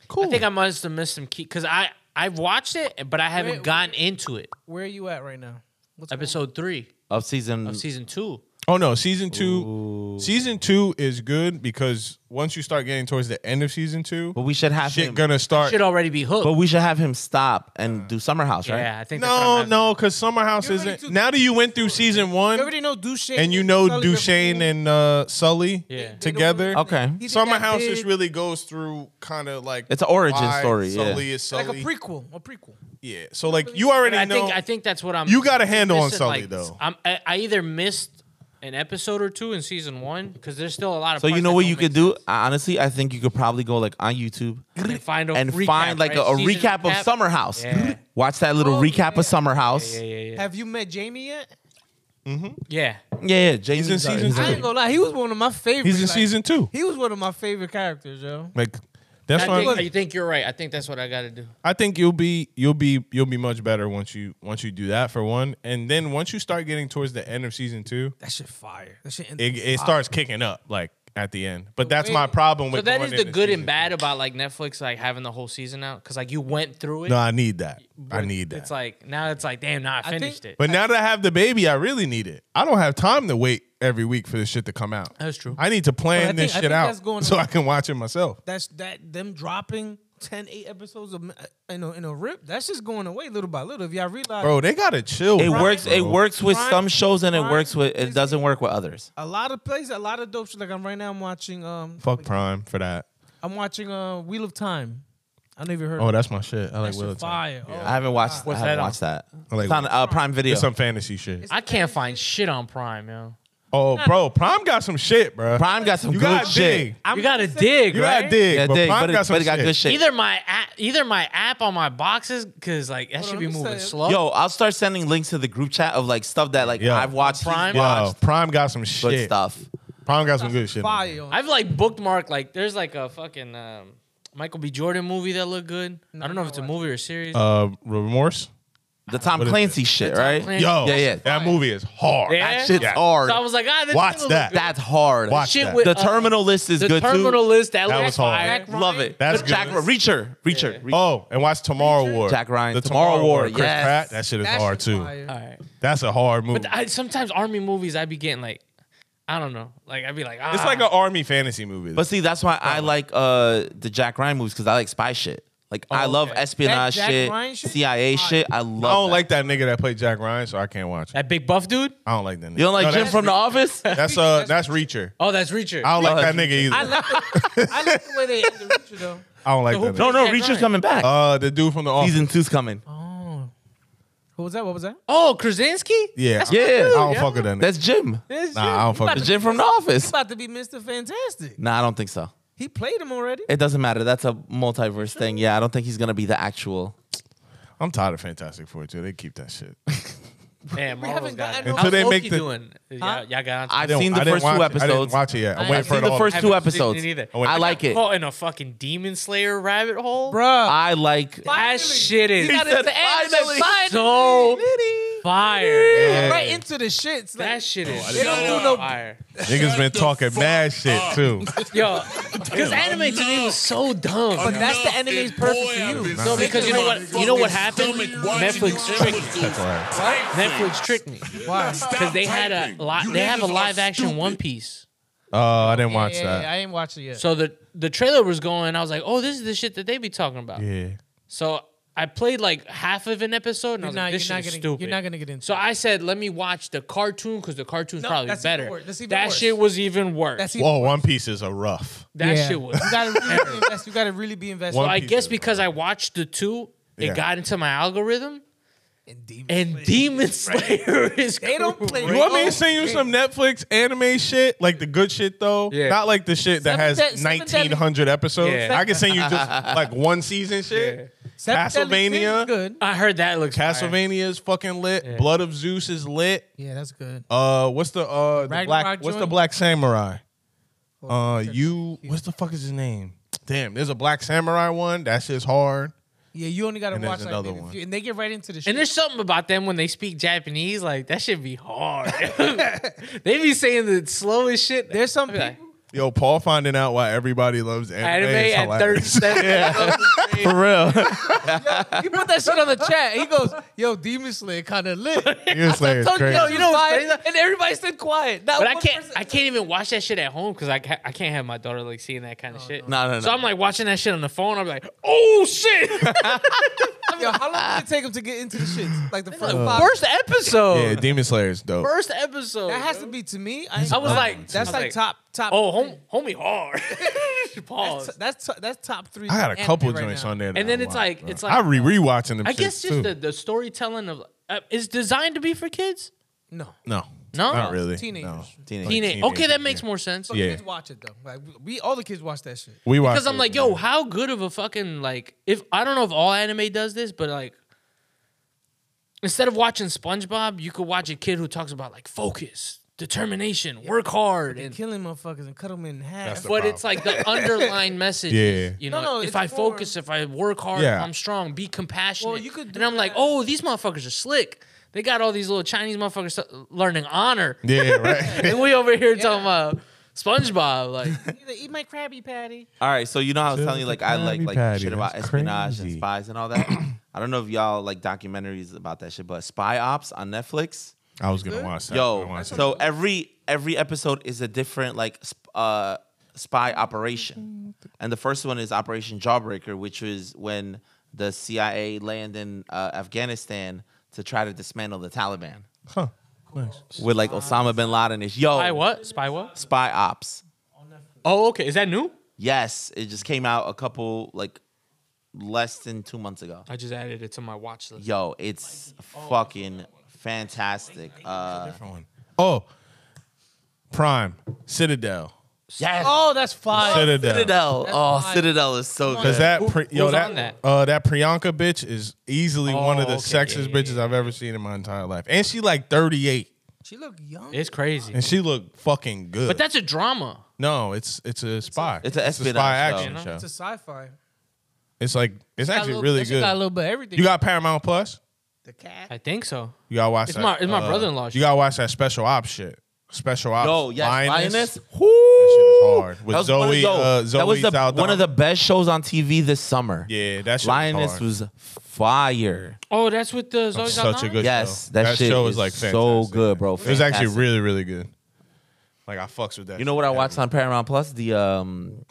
B: Cool.
D: I think I must have missed some key because I I've watched it, but I haven't
A: Wait,
D: gotten into it.
A: where are you at right now? What's going
D: Episode three
C: Of season,
D: of season two.
B: oh no, season two. Season two is good because once you start getting towards the end of season two,
C: but we should have
B: shit
C: him.
B: gonna Uh, start.
D: Should already be hooked.
C: but we should have him stop and do Summer House, right?
D: yeah, I think. that's what I'm
B: no,
D: having.
B: no, because Summer House
A: You're already
B: isn't.
A: too-
B: Now that you went through season
A: on?
B: one,
A: You already know Duchesne
B: and you know
A: Sully, they're
B: Duchesne
A: cool.
B: and uh, Sully
D: Yeah. They- they
B: together.
A: don't
C: Okay.
A: He did
B: Summer
A: that
B: House
A: big-
B: just really goes through kind of like
C: It's an origin
B: why
C: story, yeah.
B: Sully is Sully.
A: like a prequel, a prequel.
B: yeah. So like you already
D: I
B: know.
D: think I think that's what I'm.
B: You got a handle on
D: missing,
B: Sully,
D: like,
B: though.
D: I'm, I, I either missed an episode or two in season one because there's still a lot of.
C: So you
D: parts
C: know
D: that
C: what
D: don't
C: you
D: make
C: could do?
D: sense.
C: I, honestly, I think you could probably go like on YouTube
D: And find a
C: and
D: recap,
C: find like
D: right?
C: a, a
D: Season
C: recap of
D: recap.
C: Summer House.
D: Yeah.
C: Watch that little
A: Oh,
C: recap
A: yeah.
C: of Summer House.
D: Yeah,
C: Yeah,
D: yeah, yeah.
A: Have you met Jamie yet?
D: yeah.
C: yeah. James
B: He's in season
A: I ain't gonna lie, he was one of my favorite.
B: he's in
A: like,
B: season two.
A: He was one of my favorite characters, yo.
B: Like that's
D: I
B: why
D: think,
B: I'm-
D: I think you're right. I think that's what I got to do.
B: I think you'll be you'll be you'll be much better once you once you do that for one, and then once you start getting towards the end of season two,
A: That shit fire. That shit.
B: it,
C: Ah.
B: it starts kicking up like at the end. But that's
A: way-
B: my problem with
D: So that
B: going
D: is the
B: into
D: good
B: season
D: and bad about like Netflix like having the whole season out because like you went through it.
B: two. No, I need that. I
D: but
B: need that.
D: It's like now it's like damn, now I
A: think-
D: finished it.
B: But now that I have the baby, I really need it. I don't have time to wait every week for this shit to come out.
D: That's true.
B: I need to plan
A: But I
B: this
A: think- I
B: shit
A: think
B: out
A: that's going
B: so
A: on.
B: I can watch it myself.
A: That's that them dropping 10, 8 episodes of, uh, in a in a rip. That's just going away little by little. If y'all realize,
B: Bro, they gotta chill.
C: It
B: bro.
C: works. It
B: Bro.
C: works with
A: Prime-
C: some shows, and it
A: Prime
C: works with. It
A: Disney.
C: doesn't work with others.
A: a lot of places, a lot of dope shit. Like I'm right now, I'm watching. Um,
B: Fuck Prime for that.
A: I'm watching uh Wheel of Time. I never heard.
B: Oh,
A: of it.
B: that's my shit. I like
A: That shit
B: Will. It's
A: fire. Oh,
C: I haven't watched. I
D: that
C: haven't
D: on?
C: watched that.
B: like
C: it's on uh, Prime Video.
B: some fantasy shit.
D: I can't find shit on Prime, yo.
B: Oh, bro, Prime got some shit, bro.
C: Prime got some
B: you
C: good
B: gotta
C: shit.
B: dig.
D: you gotta dig,
B: You
D: right?
B: gotta dig.
C: Yeah,
B: but
C: dig,
B: Prime
C: but, it,
B: got some
C: but it got
B: shit.
C: good shit.
D: Either my app, either my app on my boxes, cause like that
A: Hold
D: should
A: on,
D: be
A: let me
D: moving
A: say-
D: slow.
C: Yo, I'll start sending links to the group chat of like stuff that like
B: Yeah.
C: I've watched, Prime
D: Prime?
B: Yo,
C: watched,
B: Prime got some shit.
C: good stuff.
B: Prime got some good shit.
A: Fire. yo.
D: I've like bookmarked like there's like a fucking um, Michael B. Jordan movie that looked good. I don't know if it's a movie or series.
B: Uh, remorse.
C: The Tom
B: What is
C: Clancy shit, right?
D: Clancy.
B: Yo,
C: Yeah, yeah.
B: That movie is hard.
D: Yeah?
C: That shit's
B: Yeah.
C: hard.
D: so I was like, ah, this
B: Watch
D: shit look
B: that.
D: good.
C: That's hard.
B: Watch
D: Shit
B: that.
D: with
C: The
D: uh,
C: Terminal List is
D: the
C: good
D: terminal
C: too.
D: list that,
B: That
D: looks
B: was hard.
D: fire.
C: Love it.
B: That's
C: But Jack
B: good.
C: Reacher. Reacher. Reacher.
B: Oh, and watch Tomorrow War.
C: Jack Ryan,
B: The
C: Tomorrow
B: Tomorrow,
C: War,
B: War. Chris
C: yes.
B: Pratt. That shit is
A: That
B: hard
A: shit
B: too.
A: fire.
D: All right.
B: That's a hard movie.
D: But I, sometimes army movies, I be getting like, I don't know, like I'd be like, ah.
B: it's like an army fantasy movie.
C: But see, that's why I like uh the Jack Ryan movies because I like spy shit. Like I love
D: okay.
C: espionage
A: That Jack
C: shit,
A: Ryan shit?
C: CIA shit. I love.
B: I don't
C: that.
B: like that nigga that played Jack Ryan, so I can't watch it.
D: that big buff dude.
B: I don't like that. Nigga.
C: You don't like
B: No,
C: Jim
B: that's-
C: from The Office?
B: That's uh, that's Reacher.
D: Oh, that's Reacher.
B: I don't like
C: Oh,
B: that
C: that's
B: nigga either.
A: I like the, I like the way they end the Reacher though.
B: I don't like that.
C: no,
B: Nigga.
C: no,
D: Jack
C: Reacher's
D: Ryan.
C: coming back.
B: Uh, the dude from the office.
C: Season two's coming.
A: What was that? What was that?
D: oh, Krasinski.
B: yeah,
C: Yeah,
B: I don't
C: yeah.
B: fuck with that nigga.
C: That's Jim.
B: Nah, I don't fuck
C: The
B: with.
C: Jim from The Office.
A: About to be Mr. Fantastic.
C: Nah, I don't think so.
A: He played him already.
C: It doesn't matter. That's a multiverse thing. Yeah, I don't think he's gonna be the actual.
B: I'm tired of Fantastic Four too. They keep that shit.
D: Damn,
A: haven't
D: Marvel's got
A: gotten
D: it.
A: no-
D: How's
B: Until they make
D: Loki
B: the-
D: doing? Yeah, y'all got.
C: I've
B: don't-
C: seen the
B: didn't
C: first
B: watch
C: two
B: it. I didn't
C: episodes.
B: watch it yet. I'm waiting
C: I've
B: for
C: seen
B: it
C: the
B: all.
C: first two
D: haven't seen it
C: episodes.
D: either.
B: Oh,
C: I like it.
D: Caught in a fucking demon slayer rabbit hole,
A: Bruh.
C: I like.
D: That shit is
C: said finally.
D: so fire.
A: Right into the shits. Like,
D: That shit is
A: They don't
D: so
A: do no-
D: fire.
B: Niggas been talking mad shit too.
D: Yo, because anime to me was so dumb.
A: but that's the anime's perfect for you.
D: no, because you know what? You know what happened? Netflix tricked me.
B: Like,
D: Netflix tricked me
A: Why?
D: because they had a li- they have a live action One Piece.
B: Oh, I didn't watch
A: Yeah,
B: that.
A: I ain't watched it yet.
D: So the the trailer was going. I was like, oh, this is the shit that they be talking about.
B: yeah.
D: So I played like half of an episode, and
A: You're
D: I was
A: not,
D: like, this
A: you're, not
D: shit is
A: gonna,
D: stupid.
A: you're not gonna get into
D: So
A: it.
D: I said, let me watch the cartoon because the cartoon's
A: No,
D: probably
A: that's even
D: better.
A: worse. That's even
D: that
A: worse.
D: shit was even worse.
A: That's even
B: Whoa,
A: worse.
B: One Pieces are rough.
D: that
A: Yeah.
D: shit was.
A: You gotta really be invested. You gotta really be invested.
B: One
D: I
B: Piece
D: guess
B: is
D: because I watched the two,
B: Yeah.
D: it got into my algorithm.
A: And Demon
D: And Demon Slayer is
A: They don't play.
B: You want me to send you some Netflix anime shit, like the good shit though?
D: Yeah.
B: Not like the shit that
A: Seven
B: has
A: Dead- Seven Deadly-
B: 1900 episodes.
D: Yeah.
B: I can send you just like one season shit.
A: Seven Deadly Sins
B: Castlevania?
A: is Good.
D: I heard that looks fire.
B: Castlevania is fucking lit. Blood of Zeus is lit.
A: Yeah, that's good.
B: Uh, what's the uh the
A: Ragnarok
B: black what's the
A: joint? Oh,
B: black samurai? Uh, you what's the fuck is his name? Damn, there's a black samurai one. That shit's hard.
A: Yeah, you only gotta
B: And there's
A: watch like
B: another
A: maybe a
B: one.
A: few- and they get right into the shit.
D: And there's something about them when they speak Japanese, like that should be hard. they be saying the slowest shit.
A: There's some
D: I be like,
A: people.
B: Yo, Paul finding out why everybody loves anime.
D: anime
B: is
D: at
B: hilarious.
D: 37.
B: For real.
A: He put that shit on the chat. He goes, "Yo, Demon Slayer kind of lit."
B: Demon Slayer is
A: Yo,
B: crazy.
A: you know, what's crazy? and everybody stood quiet. Not
D: But I
A: one
D: can't.
A: person-
D: I can't even watch that shit at home because I, ca- I can't have my daughter like seeing that kind of shit.
C: No, no, no.
D: So I'm like watching that shit on the phone. I'm like, oh shit!
A: Yo, how long did it take him to get into the shit? Like the first five.
D: First episode.
B: yeah, Demon Slayer is dope.
D: First episode.
A: that has
D: bro.
A: to be to me. I, ain't-
D: I was like, I was
A: that's like, top top.
D: Oh, hom- homie, hard. Pause.
A: that's that's, to- that's top three.
B: I got a
A: anime
B: couple
A: right
B: joints
A: now.
B: on there. that
D: And then
B: I
D: it's
B: watch,
D: like-
B: bro.
D: it's like,
B: I re rewatching them.
D: I guess
B: shits,
D: just
B: too.
D: the, the storytelling of uh, is designed to be for kids.
A: No,
B: no,
D: No?
B: not really.
A: Teenagers.
B: No.
C: Teenage.
D: Teenage. Okay, that makes more sense.
A: but
B: Yeah.
A: kids watch it though. Like we, all the kids watch that shit.
B: We watched
D: Because I'm
B: it,
D: like,
B: man.
D: yo, how good of a fucking like if I don't know if all anime does this, but like instead of watching SpongeBob, you could watch a kid who talks about like focus, determination, work hard, and
A: Killing motherfuckers and cut them in half.
B: That's the
D: but it's like the underlying message. is,
B: Yeah.
D: You know,
A: No, no,
D: if
A: it's
D: I
A: more-
D: focus, if I work hard,
B: Yeah.
D: if I'm strong, be compassionate.
A: you could do
D: and I'm like,
A: that.
D: oh, these motherfuckers are slick. They got all these little Chinese motherfuckers st- learning honor.
B: yeah, right.
D: And we over here talking about SpongeBob. Like,
A: Either eat my Krabby Patty.
C: All right, so you know I was telling you like I like
B: Krabby
C: like
B: Patty,
C: shit about
B: that's
C: espionage and
B: crazy.
C: spies and all that. I don't know if y'all like documentaries about that shit, but Spy Ops on Netflix.
B: I was gonna watch that. I
C: Yo,
B: watched that.
C: so every every episode is a different like sp- uh, spy operation, and the first one is Operation Jawbreaker, which was when the CIA landed in uh, Afghanistan to try to dismantle the Taliban
B: huh? Nice.
C: with like Osama bin Laden. Is yo
B: Oh.
D: spy what? Spy what?
C: Spy Ops?
D: Oh, okay. Is that new?
C: Yes, it just came out a couple like less than two months ago.
D: I just added it to my watch list.
C: Yo, it's
D: Oh.
C: fucking fantastic. Uh,
B: Different one. Oh, Prime Citadel.
C: yes,
A: Oh, that's fire.
B: Citadel.
C: Citadel. Oh,
A: fire.
C: Citadel is so good.
B: Cause that pre- yo
D: who's
B: that,
D: on that?
B: uh that Priyanka bitch is easily one of the
D: Oh, okay.
B: sexiest bitches I've ever seen in my entire life, and she like 38,
A: She look young.
D: It's crazy.
B: and she look fucking good.
D: But that's a drama.
B: no, it's it's a spy.
C: It's a espionage
B: spy
C: show.
B: action
D: You know?
B: show.
A: It's a sci-fi.
B: It's like it's
A: Got a
B: actually
A: little-
B: really
A: that shit Got a
B: good.
A: little bit of everything.
B: You got Paramount Plus.
A: the cat.
D: I think so.
B: You gotta watch
D: It's
B: that. uh,
D: my- it's my brother-in-law
B: You
D: shit.
B: gotta watch that special ops shit. Special ops.
C: Yo, yes, Lioness.
B: That
C: Whoo!
B: shit is hard. With
C: That was
B: Zoe,
C: one of, yo,
B: uh, Zoe
C: that was the,
B: Saldana.
C: one of the best shows on TV this summer.
B: Yeah, that shit
C: Lioness
B: hard.
C: was fire.
D: Oh, that's with the Zoe
B: such a
D: Saldana?
B: good
C: Yes,
B: show.
C: that shit is so good, bro.
B: It was actually
C: Fantastic.
B: really, really good. Like I fucks with that.
C: You know
B: shit
C: what I
B: heavy.
C: watched on Paramount Plus? The um,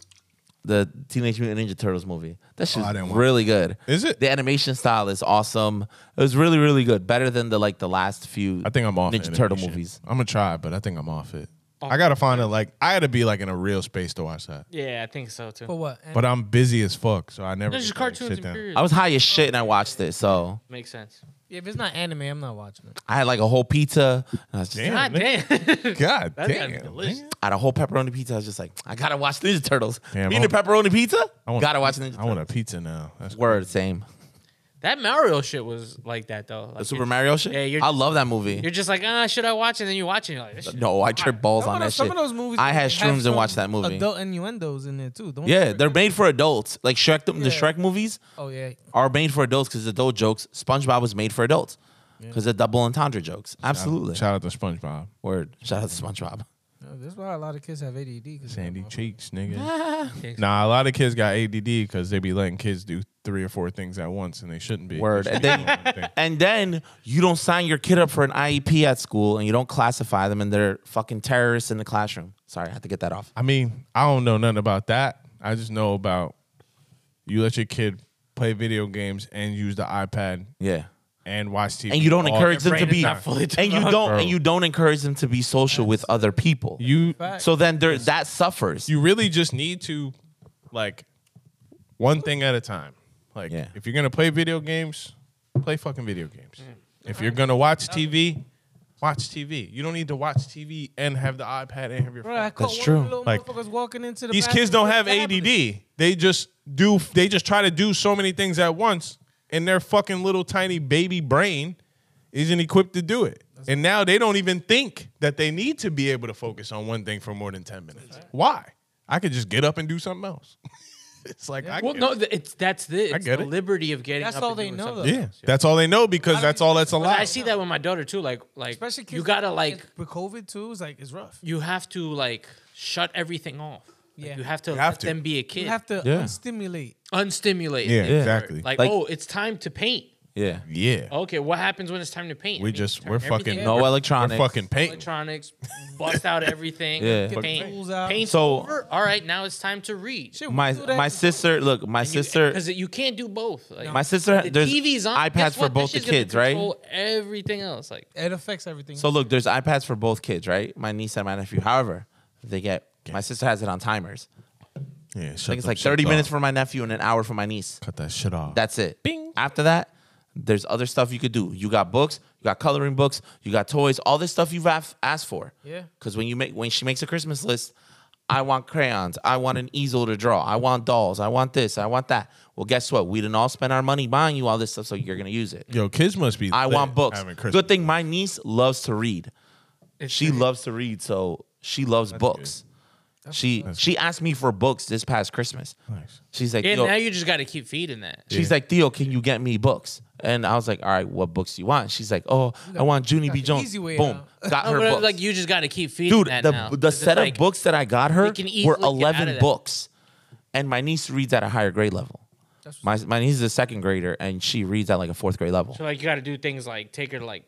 C: the Teenage Mutant Ninja Turtles movie. That shit
B: Oh, I didn't watch
C: really good.
B: Is it?
C: The animation style is awesome. It was really, really good. Better than the like the last few.
B: I think I'm off
C: Ninja
B: animation.
C: Turtle movies.
B: I'm gonna try, but I think I'm off it. I gotta find it. Like I gotta be like in a real space to watch that.
D: Yeah, I think so too.
A: For what?
B: But I'm busy as fuck, so I never.
D: There's
B: get
D: just
B: to, like,
D: cartoons
B: sit
D: and
B: down.
D: period.
C: I was high as shit and I watched it, so
D: Makes sense.
A: if it's not anime, I'm not watching it.
C: I had like a whole pizza. and I was just
B: Damn.
D: God damn.
B: God
D: That
B: damn.
D: sounds
B: man.
D: delicious.
C: I had a whole pepperoni pizza. I was just like, I gotta watch Ninja Turtles.
B: Damn,
C: Me and the
B: I
C: pepperoni pizza.
B: I want-
C: gotta watch Ninja
B: I
C: Turtles.
B: want a pizza now. That's
C: Word, same.
D: That Mario shit was like that though. Like
C: The Super
D: you're-
C: Mario shit.
D: Yeah, you're-
C: I love that movie.
D: You're just like, ah, should I watch it? And then you watch it, and you're like, this shit
C: No, I trip balls
A: Some
C: on
A: of
C: that
A: those- some
C: shit.
A: of those movies
C: I had
A: have
C: shrooms
A: some
C: and watched that movie.
A: Adult innuendos in there too. Don't
C: yeah,
A: you
C: they're
A: forget.
C: made for adults. Like Shrek, the, the
A: Yeah.
C: Shrek movies
A: Oh yeah,
C: are made for adults because adult jokes. SpongeBob was made for adults because of double entendre jokes. Absolutely.
B: Shout out to SpongeBob.
C: Word. Shout out to SpongeBob.
A: No, that's Oh, why a lot of kids have ADD. 'cause they're
B: Sandy
A: motherfuckers.
B: cheeks, nigga. nah, a lot of kids got ADD because they be letting kids do three or four things at once and they shouldn't be.
C: Word.
B: They should
C: And
B: be
C: then-
B: doing one thing.
C: And then you don't sign your kid up for an IEP at school and you don't classify them and they're fucking terrorists in the classroom. Sorry, I had to get that off.
B: I mean, I don't know nothing about that. I just know about you let your kid play video games and use the iPad
C: Yeah.
B: and watch TV.
C: And you don't
B: all-
C: encourage them
D: brain
C: to
D: is
C: be
D: not fully
C: and you don't and you don't encourage them to be social with other people.
B: you
C: so then there that suffers.
B: you really just need to like one thing at a time. Like
C: Yeah.
B: if you're gonna play video games, play fucking video games. If you're gonna watch TV, watch TV. You don't need to watch TV and have the iPad and have your
A: Bro, I
B: phone.
A: caught
C: That's
A: one of
C: true.
A: the little
B: Like,
A: motherfuckers walking into the
B: These kids don't have
A: bathroom with
B: ADD. They just do. They just try to do so many things at once, and their fucking little tiny baby brain isn't equipped to do it. And now they don't even think that they need to be able to focus on one thing for more than ten minutes. Why? I could just get up and do something else. it's like I
D: Well,
B: get
D: no,
B: it.
D: th- it's that's the, it's
B: get
D: the
B: it.
D: liberty of getting.
A: That's
D: up
A: all
D: and
A: they
D: doing
A: know,
D: something.
A: though.
B: yeah, that's all they know because that's all that's
D: I
B: allowed.
D: see that with my daughter too. Like, like
A: Especially kids
D: you gotta
A: that-
D: like
A: with COVID too. It's like it's rough.
D: you have to like shut everything off. Like,
A: Yeah.
D: you have to
B: have
D: let
B: to.
D: them be a kid.
A: You have to
C: Yeah.
A: unstimulate.
D: unstimulate.
B: Yeah,
D: it.
B: exactly.
D: Like,
C: Like-
D: oh, it's time to paint.
C: Yeah.
B: Yeah,
D: Okay, what happens when it's time to paint?
B: we
D: I mean,
B: just
D: turn
B: we're
D: everything
B: fucking
D: off,
C: No electronics.
B: We're fucking painting.
D: electronics, bust out everything.
C: Yeah. Get
A: the
D: paint.
A: tools out.
D: Paint
C: So-
D: over. All right, now it's time to read.
A: Shit, we
C: My
A: do that
C: my
A: in-
C: sister, look, my sister
D: because you can't do both. Like,
C: My sister,
D: the
C: there's
D: TV's on.
C: iPads
D: guess
C: for
D: what? That
C: both the
D: shit's gonna
C: kids, right?
D: control Everything else, like
A: It affects everything.
C: So look, there's iPads for both kids, right? My niece and my nephew. However, they get my sister has it on timers.
B: Yeah,
C: I think it's like 30 minutes for my nephew and an hour for my niece.
B: cut that shit off.
C: That's it. Bing. After that, there's other stuff you could do. You got books, you got coloring books, you got toys, all this stuff you've af- asked for.
A: Yeah.
C: Because when you make when she makes a Christmas list, I want crayons, I want an easel to draw, I want dolls, I want this, I want that. Well, guess what? We didn't all spend our money buying you all this stuff, so you're gonna use it.
B: Yo, kids must be.
C: I
B: lit
C: want books.
B: having Christmas.
C: Good thing my niece loves to read. she loves to read, so she loves books. She she asked me for books this past Christmas.
B: Nice.
C: She's like,
D: yeah.
C: "Yo,"
D: Now you just got to keep feeding that.
C: she's like, Theo, can you get me books? And I was like, All right, what books do you want? She's like, Oh, I want Junie B.
A: the
C: Jones.
A: easy way
C: Boom,
A: out.
C: got
D: No,
C: her
D: but
C: books.
D: like you just got to keep feeding
C: Dude,
D: that
C: the
D: now.
C: the
D: 'Cause it's
C: set of
D: like,
C: books that I got her
D: can
C: were
D: easily get out of
C: eleven
D: that.
C: books, and my niece reads at a higher grade level. My my niece is a second grader, and she reads at like a fourth grade level.
D: So like you got to do things like take her to like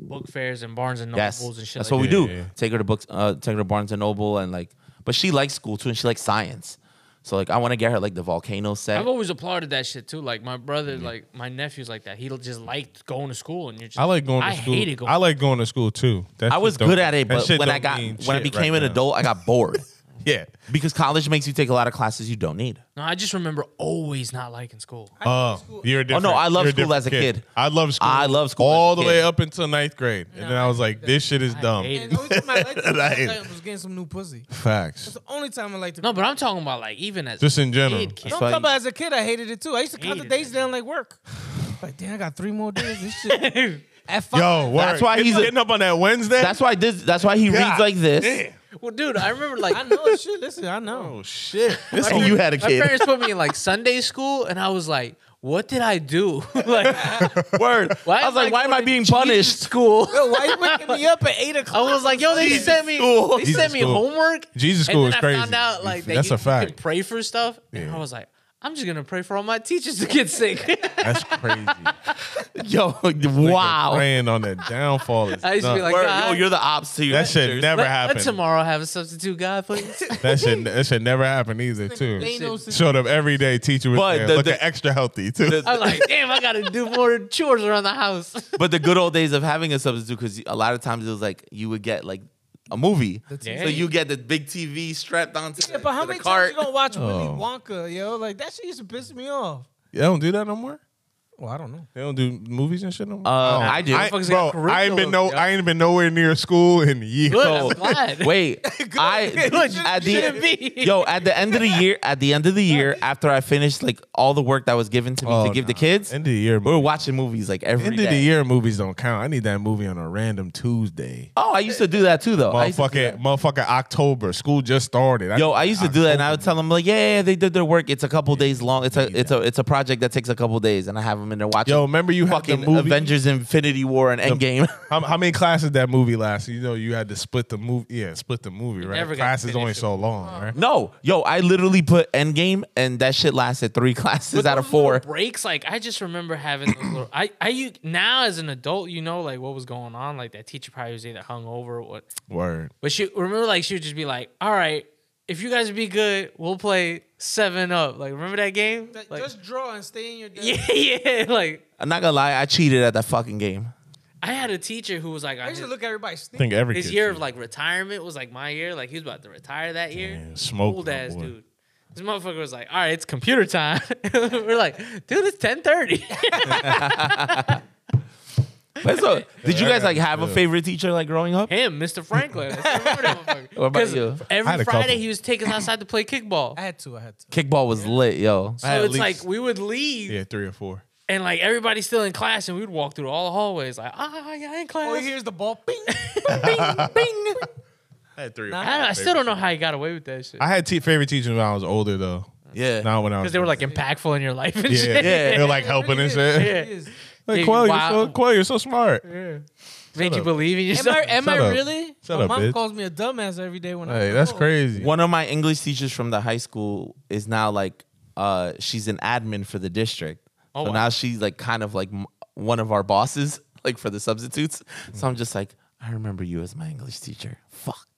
D: book fairs and Barnes and Nobles
C: Yes,
D: and shit.
C: that's
D: like
C: what we
D: that.
C: do.
B: Yeah, yeah, yeah.
C: Take her to books, uh, take her to Barnes and Noble, and like, but she likes school too, and she likes science. So like, I want to get her like the volcano set.
D: I've always applauded that shit too. Like my brother,
C: Mm-hmm.
D: like my nephew's like that. He just liked going to school, and you're just
B: I like going to
D: I
B: school.
D: hated going.
B: I like going to school too. That
C: I
B: shit
C: was
B: don't-
C: good at it,
B: that
C: but
B: shit
C: when I
B: don't
C: got
B: mean
C: when I
B: shit
C: became
B: right
C: an
B: now.
C: adult, I got bored
B: yeah.
C: because college makes you take a lot of classes you don't need.
D: no, I just remember always not liking school.
B: Oh, you're a different.
C: no, I love
B: you're
C: school
B: different
C: as a kid.
B: I love school.
C: I love school
B: all
C: as a
B: the
C: kid.
B: way up until ninth grade, and then I was like, this shit is dumb.
D: hated
A: And the only time I liked it
B: I hate
A: was getting some new pussy.
B: Facts.
A: It's the only time I liked it.
D: No, but I'm talking about like even as
B: Just in general.
D: Kid, kid.
A: Don't
C: why
A: talk
C: you-
A: about as a kid, I hated it too. I used to count the
D: Hated
A: days
D: it.
A: down like work. Like, damn, I got three more days. This shit. At five,
B: Yo, word.
C: That's why
B: It's
C: he's a-
B: getting up on that Wednesday.
C: That's why this. That's why he reads
B: God
C: like this.
B: damn.
D: Well, dude, I remember like
A: I know shit. Listen, I know.
B: Oh shit! This
C: And you had a
D: my
C: kid.
D: parents put me in like Sunday school, and I was like, "What did I do?" like,
C: Word.
D: Why
C: I was
D: am I
C: like, why am I
D: going to
C: being
D: Jesus
C: punished?
D: school.
A: Yo, why you waking me up at eight
D: I
A: o'clock?
D: was like, "Yo, they sent me, they
B: Jesus
D: sent me
B: school.
D: homework."
B: Jesus school
D: and
B: is
D: then I
B: crazy.
D: found out like that
B: That's
D: you,
B: a fact.
D: You can pray for stuff, and I was like, "I'm just gonna pray for all my teachers to get sick."
B: That's crazy.
C: Yo, wow.
B: Praying on that downfall. Is
D: I used to be
B: nuts.
D: like,
C: Word,
D: God,
C: yo, you're the ops to your
B: that shit
C: teachers.
B: never
D: let, let
B: happened.
D: tomorrow have a substitute guy, please.
B: That shit, that shit never happened either,
A: Ain't
B: too.
A: no
B: Showed up every day, teacher was
C: But
B: there,
C: the-
B: looking
C: the-
B: extra healthy, too.
D: I'm like, damn, I gotta do more chores around the house.
C: but the good old days of having a substitute because a lot of times it was like you would get like a movie
A: TV.
C: so you get the big tv strapped onto
A: Yeah,
C: the,
A: but how
C: to the
A: many times
C: cart
A: you gonna watch Willy
B: Oh.
A: Wonka, yo? Like that shit used to piss me off.
B: you don't do that no more?
A: Well, I don't know.
B: They don't do movies and shit no more.
C: Uh, I do.
B: I,
D: Motherfuckers
B: bro,
D: got
B: I ain't been
D: curriculum,
B: no,
D: yo.
B: I ain't been nowhere near school in years.
D: Good. I'm glad.
C: Wait, I at
D: shouldn't
C: the
D: be.
C: yo at the end of the year at the end of the year after I finished like all the work that was given to me
B: Oh,
C: to give the
B: nah.
C: kids,
B: End of the year,
C: we were
B: movie.
C: watching movies like every
B: End
C: day.
B: of the year movies don't count. I need that movie on a random Tuesday.
C: Oh, I used to do that too though. I used to do
B: Motherfucking, motherfucking October. School just started.
C: Yo, I used to do that, and I
B: October.
C: would tell them like, "Yeah, they did their work. It's a couple days long. It's a it's a it's a project that takes a couple days." And I have them in there watching.
B: Yo, remember you had the
C: fucking
B: movie-
C: Avengers: Infinity War and Endgame.
B: How, how many classes that movie last? You know, you had to split the movie. Yeah, split the movie, right?
D: never got to
B: Classes only
D: finish it.
B: so long, right?
C: no, yo, I literally put Endgame, and that shit lasted three classes
D: But
C: out of
D: those
C: four.
D: little breaks. Like I just remember having those little. I I you now as an adult, you know, like what was going on. Like that teacher probably was either hungover or what.
B: Word.
D: But she remember like she would just be like, "All right, if you guys be good, we'll play seven up." Like remember that game? Like,
A: Just draw and stay in your desk.
D: yeah, yeah. Like
C: I'm not gonna lie, I cheated at that fucking game.
D: I had a teacher who was like,
A: I
D: on
A: used
D: his,
A: to look at everybody
B: I
A: sneak.
B: think every
D: his
B: kid
D: year
B: should.
D: of like retirement was like my year. Like he was about to retire that year.
B: Damn, smoke
D: Old
B: my
D: ass
B: boy.
D: dude. This motherfucker was like, "All right, it's computer time." We're like, "Dude, it's 10:30."
C: But so, did you
B: I
C: guys
B: got
C: like
B: you,
C: have a
B: too.
C: favorite teacher like growing up?
D: Him, Mr. Franklin. I still remember that motherfucker.
C: What about
D: 'Cause
C: you?
B: I had
D: Every
B: a
D: Friday
B: couple.
D: he was taking us outside to play kickball.
A: I had to. I had to.
C: Kickball was lit, yo.
D: So
B: had at
D: it's
B: least-
D: like we would leave
B: Yeah, three or four.
D: and like everybody's still in class and we'd walk through all the hallways like ah yeah in class.
A: Oh, here's the ball. Bing.
B: I had three.
A: Nah,
D: I, don't- I still don't know how he got away with that shit.
B: I had te- favorite teachers when I was older though.
C: Yeah.
B: Not when I was
D: Because they were like impactful in your life and
B: yeah,
D: shit.
C: Yeah.
B: they're like helping and shit.
A: It is.
B: Like
D: Yeah,
B: Quell, you're
D: wow.
B: so Quell, you're so smart.
D: Made you
B: up.
D: believe in
A: Am I,
D: yourself.
A: am
B: Shut
A: I
B: up.
A: really?
B: Shut
A: My
B: up,
A: mom
B: bitch.
A: calls me a dumbass every day when I.
B: Hey, that's
A: go.
B: crazy.
C: One of my English teachers from the high school is now like, uh, she's an admin for the district. Oh, so
D: wow.
C: now she's like kind of like m- one of our bosses, like for the substitutes. So I'm just like, I remember you as my English teacher. Fuck.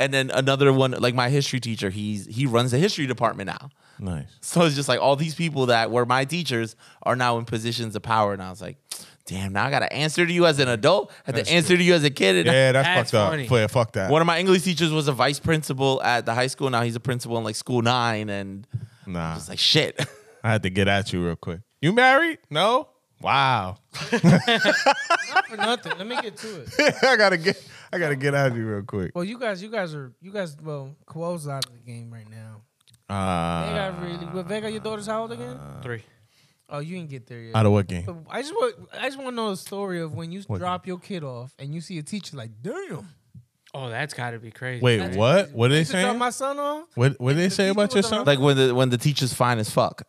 C: And then another one, like my history teacher, he's he runs the history department now.
B: Nice.
C: So it's just like all these people that were my teachers are now in positions of power, and I was like, damn, now I got to answer to you as an adult, I had to answer to you as a kid. And
B: Yeah, that's,
D: That's
B: fucked
D: funny.
B: up. Yeah, fuck that.
C: one of my English teachers was a vice principal at the high school. Now he's a principal in like school nine, and
B: nah,
C: it's like shit.
B: I had to get at you real quick. You married? No. Wow.
A: For nothing. Let me get to it.
B: I gotta get. I gotta get at you real quick.
A: Well, you guys, you guys are, you guys. Well, Kwo's out of the game right now.
B: Uh,
A: Vega really. Well, Vega, your daughter's how old again?
D: Three.
A: Oh, you didn't get there yet.
B: out of what game?
A: But I just want, I just want to know the story of when you drop your kid off and you see a teacher like, damn.
D: Oh, that's got to be crazy.
B: Wait, what? What are they
A: You drop
B: saying?
A: my son off
B: What What did they say
A: teacher
B: about your
A: was a-
B: son?
C: like when the when the teacher's fine as fuck.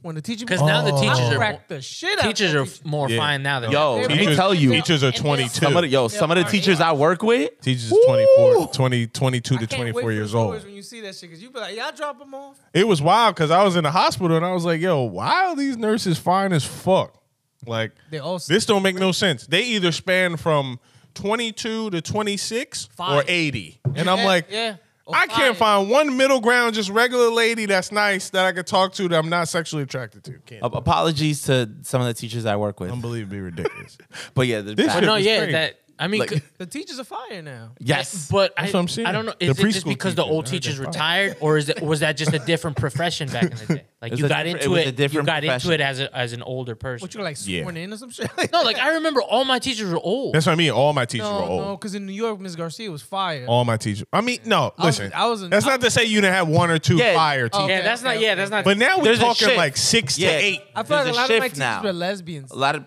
A: when the teacher
D: 'Cause now the
A: I
D: teachers are
A: cracked the shit out. of
D: Teachers
A: that
D: are
A: teacher.
D: more
B: Yeah.
D: fine now than
C: Yo, let me
B: Teachers-
C: tell you,
B: teachers are 22.
C: some of the, yo, some of the teachers I work with,
B: Teachers is 24, 20, 22 to
A: I can't wait
B: 24
A: for the
B: years
A: stories
B: old.
A: When you see that shit, because you be like, y'all drop them off.
B: It was wild because I was in the hospital and I was like, yo, why are these nurses fine as fuck? Like,
A: They all
B: this don't make no sense. They either span from 22 to 26 or
A: Fine.
B: 80. And I'm like,
A: yeah. Or
B: I can't
A: five.
B: find one middle ground, just regular lady that's nice that I could talk to that I'm not sexually attracted to. Can't.
C: A- apologies to some of the teachers I work with,
B: Unbelievably ridiculous.
C: but yeah, they're
B: This
C: bad.
B: shit-
D: No,
B: It's
D: yeah,
B: crazy.
D: that I mean,
C: Like-
D: c-
A: The teachers are fired now.
C: yes,
D: but I,
B: That's what I'm saying.
D: I don't know.
B: The
D: Is it just
B: preschool
D: because the
B: teachers,
D: old
B: I think
D: teachers
B: they're
D: retired, or is it was that just a different profession back in the day? Like
C: was
D: you
C: a
D: got
C: different- it
D: into
C: was
D: it,
C: a different
D: you got
C: profession.
D: into it as a, as an older person.
A: What you like sworn in or some shit?
D: no, like I remember all my teachers were old.
B: That's what I mean. All my teachers were
A: no,
B: old. Oh.
A: no, because in New York, Miss Garcia was fired.
B: All my teachers. I mean, no,
A: was-
B: listen.
A: I was in-
B: that's
A: I Oh,
B: not to say you didn't have one or two
C: Yeah.
B: fire teachers.
A: Okay,
D: yeah, that's not.
A: okay,
D: Yeah, that's not.
B: But now we're
C: There's a
B: talking
C: shift.
B: like six
C: Yeah.
B: to eight.
A: I feel like a
C: There's
A: lot
C: a
A: of my
C: shift
A: teachers
C: now.
A: were lesbians.
C: a lot of.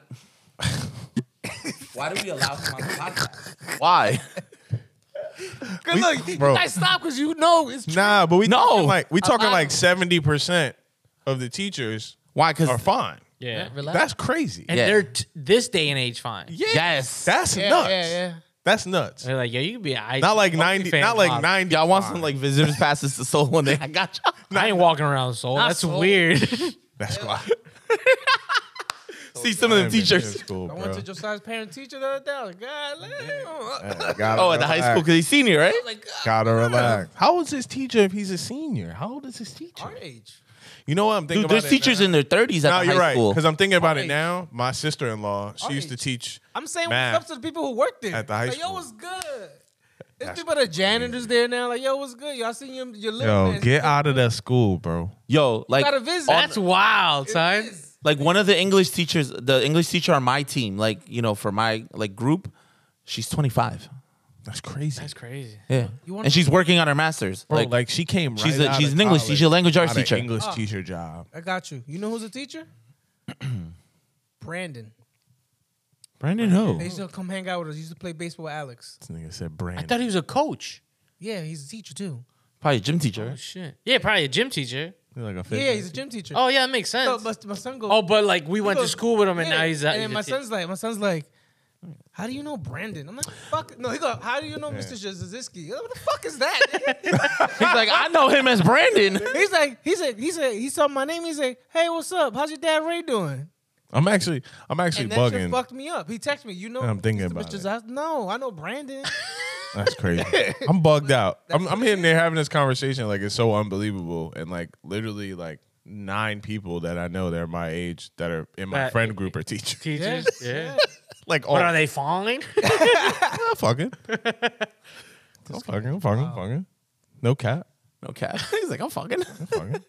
C: Why do we allow him on the podcast? Why?
A: Cause look, you
B: bro.
A: guys stop because you know it's true.
B: Nah, but we
C: No.
B: talking like we talking
A: lot
B: like
A: of-
B: seventy percent of the teachers
C: Why?
B: are
C: Because
B: fine.
D: yeah,
A: Relax.
B: That's crazy.
D: and
C: Yeah.
D: they're t- this day and age fine. Yeah.
C: yes,
B: That's
A: yeah,
B: nuts.
A: yeah, yeah.
B: That's nuts.
D: They're like, yo, you can be. I
B: Not like ninety. Not like ninety.
C: y'all want
B: fine.
C: some like visitors passes to Seoul one day? I got you.
D: I ain't walking around with soul. That's
A: soul.
D: weird.
B: That's why.
C: See some of them teachers.
A: I went to Josiah's parent teacher the other day. I was like, God, damn.
C: Oh, at the high school because he's senior, right?
A: like God,
B: Gotta relax. How old is his teacher if he's a senior? How old is his teacher?
A: our age.
B: You know what I'm thinking
C: Dude,
B: about?
C: there's teachers in their 30s at
B: No,
C: the
B: you're
C: high
B: right.
C: school.
B: Because I'm thinking about
A: Our
B: it
A: age.
B: now. My sister-in-law, she
A: Our
B: used to
A: age.
B: teach.
A: I'm saying
B: math.
A: what's up to the people who work there.
B: At the high
A: like,
B: school.
A: Yo, what's good? There's people that are janitors there now. Like, yo, what's good? Y'all seen your, your little
B: Yo,
A: man.
B: get out of that school, bro.
C: Yo, like
A: gotta visit.
C: on-
A: That's
D: That's wild, son.
A: Yes.
C: like one of the English teachers, the English teacher on my team, like you know, for my like group, she's 25.
B: That's crazy.
D: That's crazy.
C: Yeah, and she's working on her master's.
B: Bro, like, she came.
C: she's
B: right
C: a-
B: out
C: she's
B: of
C: an English
B: college,
C: teacher, language arts
B: got an
C: teacher.
B: English teacher job.
A: I got you. You know who's a teacher? Brandon.
B: Brandon who?
A: They used
B: This
A: to come hang out with us. He used to play baseball with Alex.
B: nigga said
F: I
B: Brandon.
F: thought he was a coach.
A: Yeah, he's a teacher too.
C: probably a gym teacher.
F: Oh, shit. Yeah, probably a gym teacher.
B: He's like a
A: Yeah,
B: fitness-
A: he's a gym teacher.
F: Oh yeah, that makes sense.
A: So, my, my son goes.
F: oh, but like we went
A: he
F: to
A: goes-
F: school with him, and
A: yeah,
F: now he's at.
A: And
F: he's
A: my
F: a teacher.
A: son's like, my son's like, how do you know Brandon? I'm like, fuck. No, he go, how do you know Mr. Jaziski? What the fuck is that? nigga?"
C: He's like, I know him as Brandon.
A: he's like, he said, he said, he saw my name. He's like, hey, what's up? How's your dad Ray doing?
B: I'm actually I'm actually
A: And that shit
B: bugging.
A: fucked me up. He texted me, you know,
B: And I'm thinking
A: Mr.
B: about it.
A: Zaz- No, I know Brandon.
B: That's crazy. I'm bugged out. I'm I'm hitting there having this conversation like it's so unbelievable and like literally like nine people that I know that are my age that are in my
F: That-
B: friend group are teachers.
F: teachers. Yeah.
B: Like oh, all
F: But are they fine?
B: I'm fucking. I'm fucking. I'm fucking. I'm fucking. No cap.
C: Okay, he's like, I'm fucking.
B: I'm fucking.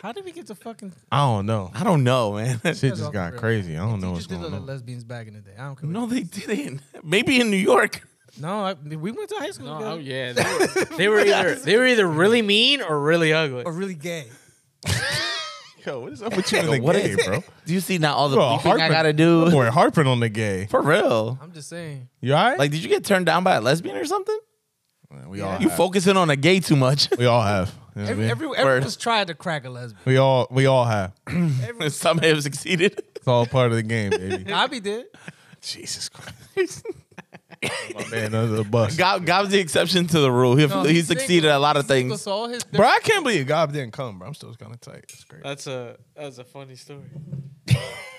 A: How did we get to fucking?
B: I don't know.
C: I don't know, man.
B: Shit just
A: off
B: got
A: the-
B: crazy. I don't know
A: You
B: what's
A: just did
B: going
A: look like
B: on.
A: lesbians back in the day. I don't care.
C: no, they didn't. Maybe in New York.
A: no, I, we went to high school
F: Oh
A: together.
F: yeah, they were, they were either they were either really mean or really ugly.
A: Or really gay.
B: Yo, what is up with you
C: Yo,
B: and the
C: what
B: gay,
C: is-
B: bro?
C: Do you see now all the
B: Bro,
C: bleeping I
B: harping-
C: gotta do?
B: Boy, harping on the gay.
C: For real.
A: I'm just saying.
B: You all right?
C: Like, did you get turned down by a lesbian or something?
B: we all
C: You
B: have.
C: focusing on a gay too much.
B: we all have. You know what I
A: Every,
B: mean?
A: every, everyone's tried to crack a lesbian.
B: we all we all have.
C: Some have succeeded.
B: It's all part of the game, baby.
A: Bobby did.
B: Jesus Christ. My man under the bus.
C: Gob, Gob's the exception to the rule. He,
A: No,
C: he
A: he's
C: succeeded at a lot of
A: Single
C: things.
A: saw his
B: Bro, I can't believe God didn't come, bro. I'm still kind of tight. It's great.
F: That's a that's a funny story.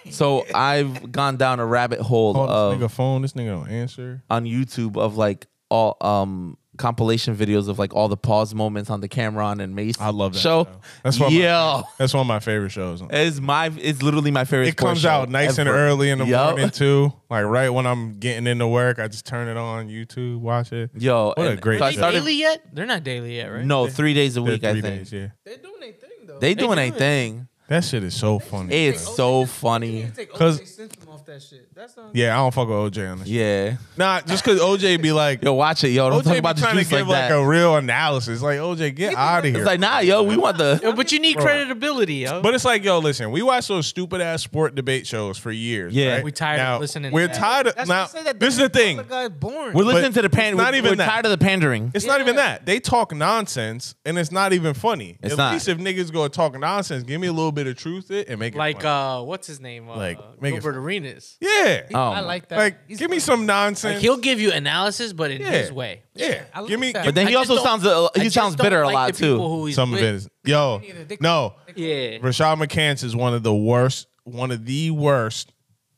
C: So I've gone down a rabbit hole
B: Call
C: of
B: this nigga phone. This nigga don't answer.
C: on YouTube of like all um compilation videos of like all the pause moments on the Cameron and Mace.
B: I love that
C: show.
B: show. That's one of my-
C: yeah.
B: That's one of my favorite shows. on-
C: It's my it's literally my favorite.
B: It comes
C: sports
B: out
C: show
B: nice and
C: ever.
B: early in the
C: Yup.
B: morning too. Like right when I'm getting into work, I just turn it on YouTube, watch it.
C: Yo,
B: What a
C: and
B: great
C: so I
F: Are they
C: started-
F: daily yet? They're not daily yet, right?
C: No, three days a
B: They're
C: week. I
B: three
C: think
B: days, yeah.
A: They're doing their thing though.
C: they doing a thing.
B: That shit is so funny.
C: It's so funny.
A: You take
B: Cause-
A: OJ Simpson off that shit. That's not.
B: yeah, I don't fuck with OJ on this.
C: Yeah.
B: Nah, just cause OJ be like,
C: Yo, watch it, yo. Don't
B: OJ
C: talk
B: be
C: about the
B: trying to
C: juice
B: give
C: like
B: like,
C: that.
B: a real analysis. Like OJ, get out of here.
C: it's like, nah, yo, we want the
F: Yo, Oh, but you need credibility, yo.
B: But it's like, yo, listen, we watched those stupid ass sport debate shows for years.
C: Yeah.
B: right?
F: We tired of
B: Now,
F: listening to
B: We're
F: that.
B: tired of
A: That's
B: now.
A: why I say that
B: This is the thing.
A: The guy's born.
C: we're listening to the pan.
B: it's not
C: we're,
B: even
C: we're
B: that.
C: tired of the pandering.
B: It's not even that. They talk nonsense and it's not even funny.
C: It's
B: At
C: not.
B: least if niggas go talk nonsense, give me a little bit of truth it and make it
F: like
B: funny.
F: uh, what's his name? Uh,
B: Like, make it-
F: Gilbert Arenas.
B: yeah.
C: oh,
A: I like that.
B: like
A: He's
B: give me some nonsense.
F: Like he'll give you analysis, but in
B: yeah.
F: his way.
B: Yeah.
A: I like
B: give me
A: that.
B: give
C: But then
F: I
C: he
F: just
C: also
F: don't-
C: sounds a,
F: I
C: he
F: just
C: sounds
F: don't
C: bitter
F: like
C: a lot
F: the people
C: too.
F: Who he's
B: some of
F: with.
B: it is yo.
A: neither. They-
B: No.
F: Yeah.
B: Rashad McCants is one of the worst, one of the worst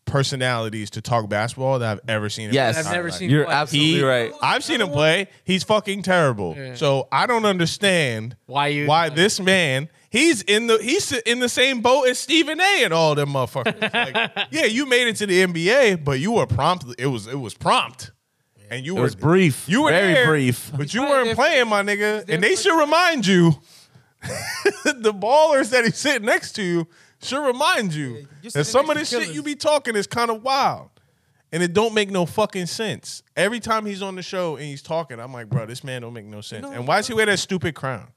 B: personalities to talk basketball that I've ever seen. in my
C: Yes.
F: I've
B: entire
F: never
B: life.
F: seen.
C: You're
F: one, so
C: absolutely right.
B: I've seen him play. He's fucking terrible. So I don't understand
F: Why you-
B: why this man he's in the he's in the same boat as Stephen A. and all them motherfuckers. like, yeah, you made it to the NBA, but you were prompt. It was it was prompt, and you
C: It
B: were
C: was brief.
B: You were
C: very
B: there,
C: brief.
B: but you
A: probably
B: weren't
A: there-
B: playing, my nigga.
A: there
B: And they
A: for-
B: should remind you, the ballers that he's sitting next to you should remind you
A: you're
B: that
A: sitting
B: some of
A: next
B: this
A: to
B: shit
A: killers.
B: you be talking is kind of wild and it don't make no fucking sense. Every time he's on the show and he's talking, I'm like, bro, this man don't make no sense. and why does he wear that stupid crown?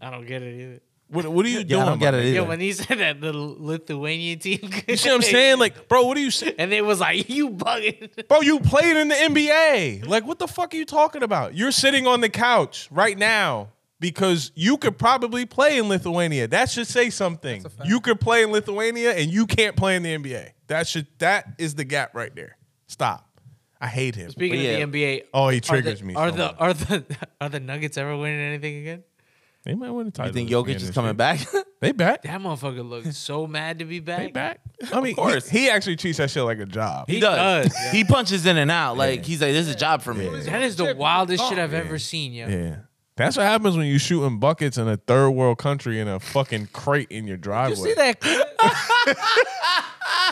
F: I don't get it either.
B: What, what are you
C: Yeah,
B: doing?
C: I don't get
B: my
C: it
B: nigga?
F: Yo,
C: either.
F: when he said that the Lithuanian team,
B: You see what I'm saying? Like, bro, what are you saying?
F: and it was like you bugging.
B: Bro, you played in the NBA. Like, what the fuck are you talking about? You're sitting on the couch right now because you could probably play in Lithuania. That should say something. You could play in Lithuania and you can't play in the NBA. That should that is the gap right there. Stop. I hate him.
F: Speaking
C: yeah.
F: of the NBA,
B: Oh, he
F: are
B: triggers
F: the,
B: me.
F: Are
B: so
F: the
B: much.
F: are the are the Nuggets ever winning anything again?
B: They might win the title.
C: You think
B: this year
C: Jokic is
B: this
C: coming
B: year.
C: back?
B: They back.
F: That motherfucker looked so mad to be back.
B: They back. I mean,
C: course.
B: He, he actually treats that shit like a job.
C: he
F: does,
C: does. He punches in and out. Like he's like, this is a job for me.
D: Oh,
F: That is the wildest shit I've ever seen, yo.
B: yeah. That's what happens when you shooting buckets in a third world country in a fucking crate in your driveway.
F: You see that? clip?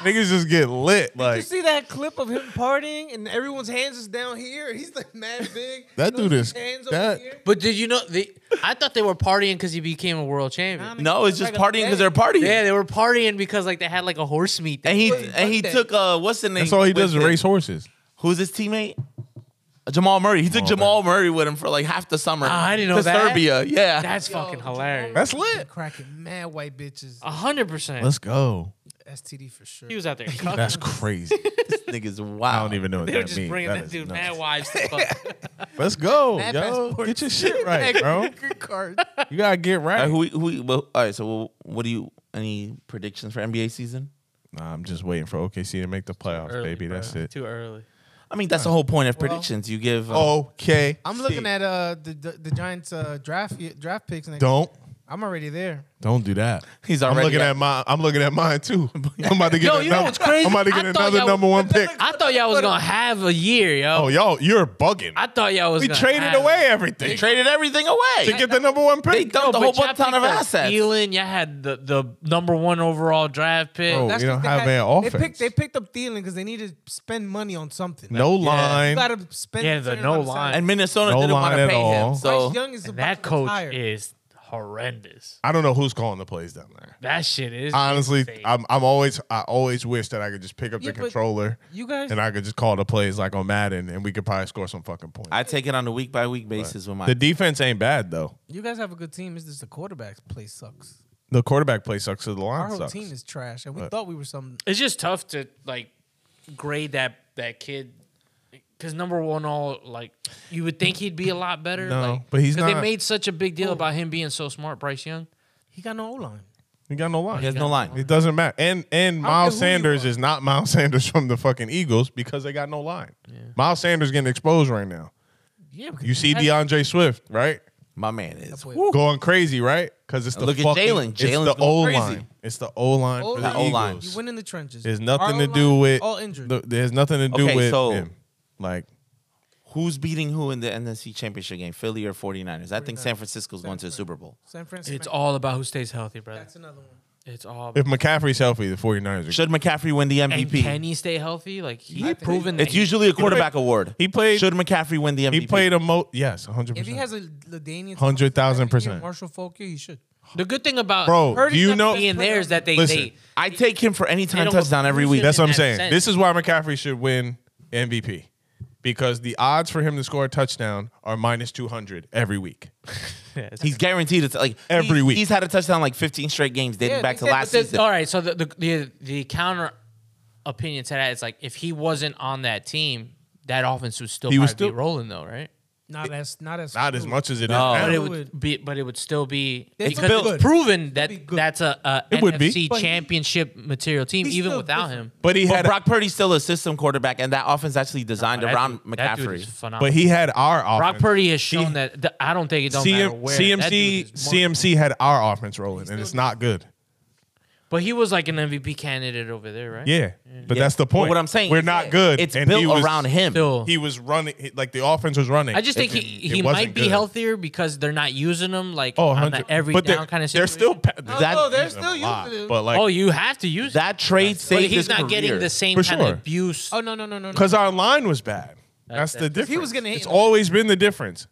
B: Niggas just get lit.
F: You
B: Like
F: see that clip of him partying and everyone's hands is down here. and He's like mad big.
B: that dude is
F: Hands over
B: that.
F: here.
D: But did you know they? I thought they were partying because he became a world champion.
C: No, it's just partying because they're partying.
D: Yeah, they were partying because like they had like a horse meet.
C: And he
D: thing.
C: and he took uh what's the name?
B: That's all he
C: with
B: does is
C: him?
B: race horses.
C: Who's his teammate? Uh, Jamal Murray. He took Jamal Murray with him for like half the summer.
D: I didn't know
C: to
D: that.
C: Serbia. Yeah.
D: That's fucking hilarious.
B: That's lit.
F: Cracking mad white bitches.
D: A hundred percent.
B: Let's go.
F: STD for sure.
D: He was out there. cucking.
B: That's crazy.
C: this nigga's
B: I
C: wild.
B: don't even know what
D: They were
B: that
D: just
B: means.
D: bringing
B: That
D: that
B: is
D: dude
B: nuts.
D: mad wives to fuck.
B: Let's go,
F: Mad
B: yo.
F: passport.
B: Get your shit right, bro.
F: card.
B: You gotta get
C: All right,
B: right.
C: who, we- who, we- well, all right, so well, what do you any predictions for NBA season?
B: Nah, I'm just waiting for OKC to make the playoffs,
D: Early,
B: baby.
D: bro.
B: That's it.
D: Too early.
C: I mean, that's the whole point of predictions. You give uh,
B: oh, Okay.
F: I'm looking at uh the the, the Giants uh, draft draft picks. Next.
B: Don't
F: I'm already there.
B: don't do that.
C: He's
B: I'm
C: already
B: looking
C: up.
B: at my. I'm looking at mine too. I'm about to get.
D: Yo,
B: another,
D: you know what's crazy?
B: I'm about to get
D: I thought
B: another
D: y'all-
B: number one pick.
D: I thought y'all was gonna have a year, yo.
B: Oh, y'all, you're bugging.
D: I thought y'all was.
B: we
D: gonna
B: traded
D: have-
B: away everything
C: they traded everything away.
B: to get the number one
C: they
B: pick.
C: dumped the
D: But
C: whole
D: y'all
C: butt ton of
D: picked up
C: assets.
D: Thielen, y'all had the, the number one overall draft pick.
B: Bro, we
F: 'cause
B: don't
F: they
B: have
F: had-
B: an offense.
F: They picked, they picked up Thielen because they needed to spend money on something.
B: no
F: You
B: line.
F: gotta spend.
D: Yeah, the
F: figure out
D: no
F: how to sign.
D: line.
C: and Minnesota
B: No
C: didn't want
B: line
C: to
B: at
C: pay him.
B: all.
C: So
F: Bryce Young is
D: and
F: about
D: that
F: to
D: coach
F: retire.
D: is horrendous.
B: I don't know who's calling the plays down there.
D: That shit is
B: Honestly,
D: insane.
B: I'm I'm always I always wish that I could just pick up
F: Yeah,
B: the
F: but
B: controller
F: You guys,
B: and I could just call the plays like on Madden and we could probably score some fucking points.
C: I take it on a week by week basis with my
B: the defense ain't bad though.
F: you guys have a good team. It's just the quarterback's play sucks.
B: The quarterback play sucks. So the
F: Our
B: line
F: whole
B: sucks.
F: team is trash, and we
B: But-
F: thought we were some.
D: It's just tough to like grade that that kid because number one, all like you would think he'd be a lot better.
B: No,
D: like,
B: but he's
D: 'cause They
B: not.
D: made such a big deal about him being so smart, Bryce Young.
F: He got no O line.
B: you got no line.
C: he has no line.
B: It doesn't matter. And and Miles
F: care who you
B: Sanders
F: are.
B: is not Miles Sanders from the fucking Eagles because they got no line. Miles Sanders getting exposed right now.
D: Yeah, because
B: You see DeAndre Swift, right?
C: My man is.
F: Wait,
B: Going crazy, right? Because it's the
C: Look at
B: fucking-
C: Jalen.
B: It's
C: Jalen's
B: the
C: going
B: O
C: crazy.
B: line. It's the O line. for
F: O-line.
B: The
C: The O-line.
B: Eagles.
F: You win in the trenches.
B: There's
F: Our
B: nothing to
F: O-line
B: do with
F: all injured.
B: the- there's nothing to do
C: Okay,
B: with
C: so-
B: him. Like
C: Who's beating who in the NFC Championship game? Philly or 49ers? I think San Francisco's going to the Super Bowl.
F: San Francisco.
D: it's all about who stays healthy, brother.
F: That's another one.
D: It's all.
B: if McCaffrey's healthy, the 49ers are
C: Should McCaffrey win the
D: and
C: MVP?
D: can he stay healthy? Like he's proven that
C: it's usually a quarterback award.
B: he played
C: Should McCaffrey win the MVP?
B: he played a mo yes, hundred
F: If he has
B: percent.
F: a Ladainian,
B: 100,000%.
F: Marshall Falk, he should.
D: the good thing about
B: Bro,
F: Purdy's
B: do you
F: not
B: know
D: being there is that they
B: Listen.
D: they
C: I take him for any time
D: don't
C: touchdown every week.
B: That's what I'm
D: in that
B: saying.
D: sense.
B: This is why McCaffrey should win MVP because the odds for him to score a touchdown are minus 200 every week.
C: He's guaranteed it's like
B: Every
C: he-
B: week.
C: He's had a touchdown like 15 straight games dating
F: Yeah,
C: back to
F: they said
C: last
F: that
D: But
C: season.
D: the- all right, so the, the the the counter opinion to that is like if he wasn't on that team, that offense would still
B: He
D: probably
B: was
D: be
B: still-
D: rolling though, right?
F: Not as not as
B: Not as
F: good.
B: much as it is
C: No.
B: now.
D: But it
F: It
D: would
F: would.
D: be, but it would still be
F: It's
D: because
F: still good.
D: it's proven that
F: It'd be good.
D: that's a, a
B: It would be.
D: NFC
B: But
F: he-
D: championship material team,
F: he's
D: even
F: still
D: without
F: different.
D: him.
B: But he
C: But
B: had
C: Brock Purdy's still a system quarterback, and that offense actually designed
D: That
C: around
D: dude- that dude is
C: McCaffrey.
D: phenomenal.
B: but he had our
D: Brock
B: offense.
D: Purdy has shown that the, I don't think it don't matter
B: CM,
D: where that dude
B: CMC
D: is one.
B: CMC had our offense rolling and it's not good.
D: But he was like an MVP candidate over there, right?
B: Yeah. But
C: Yeah.
B: that's the
C: But
B: point.
C: what I'm saying
B: we're
C: is
B: not good.
C: It's
B: and he
C: built
B: was-
C: around him.
D: Still,
B: He was running like the offense was running.
D: I just think
B: It-
D: he,
B: it
D: he
B: wasn't
D: might be
B: good.
D: healthier because they're not using him like
B: Oh,
D: on
B: 100.
D: that every
B: but
D: down
B: they're,
D: kind of
B: they're
D: situation.
B: still pa- that,
F: no, Oh, they're
B: using
F: still
B: him a lot,
F: using him.
B: But like
D: oh, you have to use
C: That trade
D: But
C: saved
D: he's
C: his
D: not getting
C: career.
D: the same
B: For
D: kind
B: sure.
D: of abuse.
F: Oh no no no no. no.
B: Because our line was bad. That's the difference.
F: he was gonna hit
B: it's
F: him.
B: always been the difference.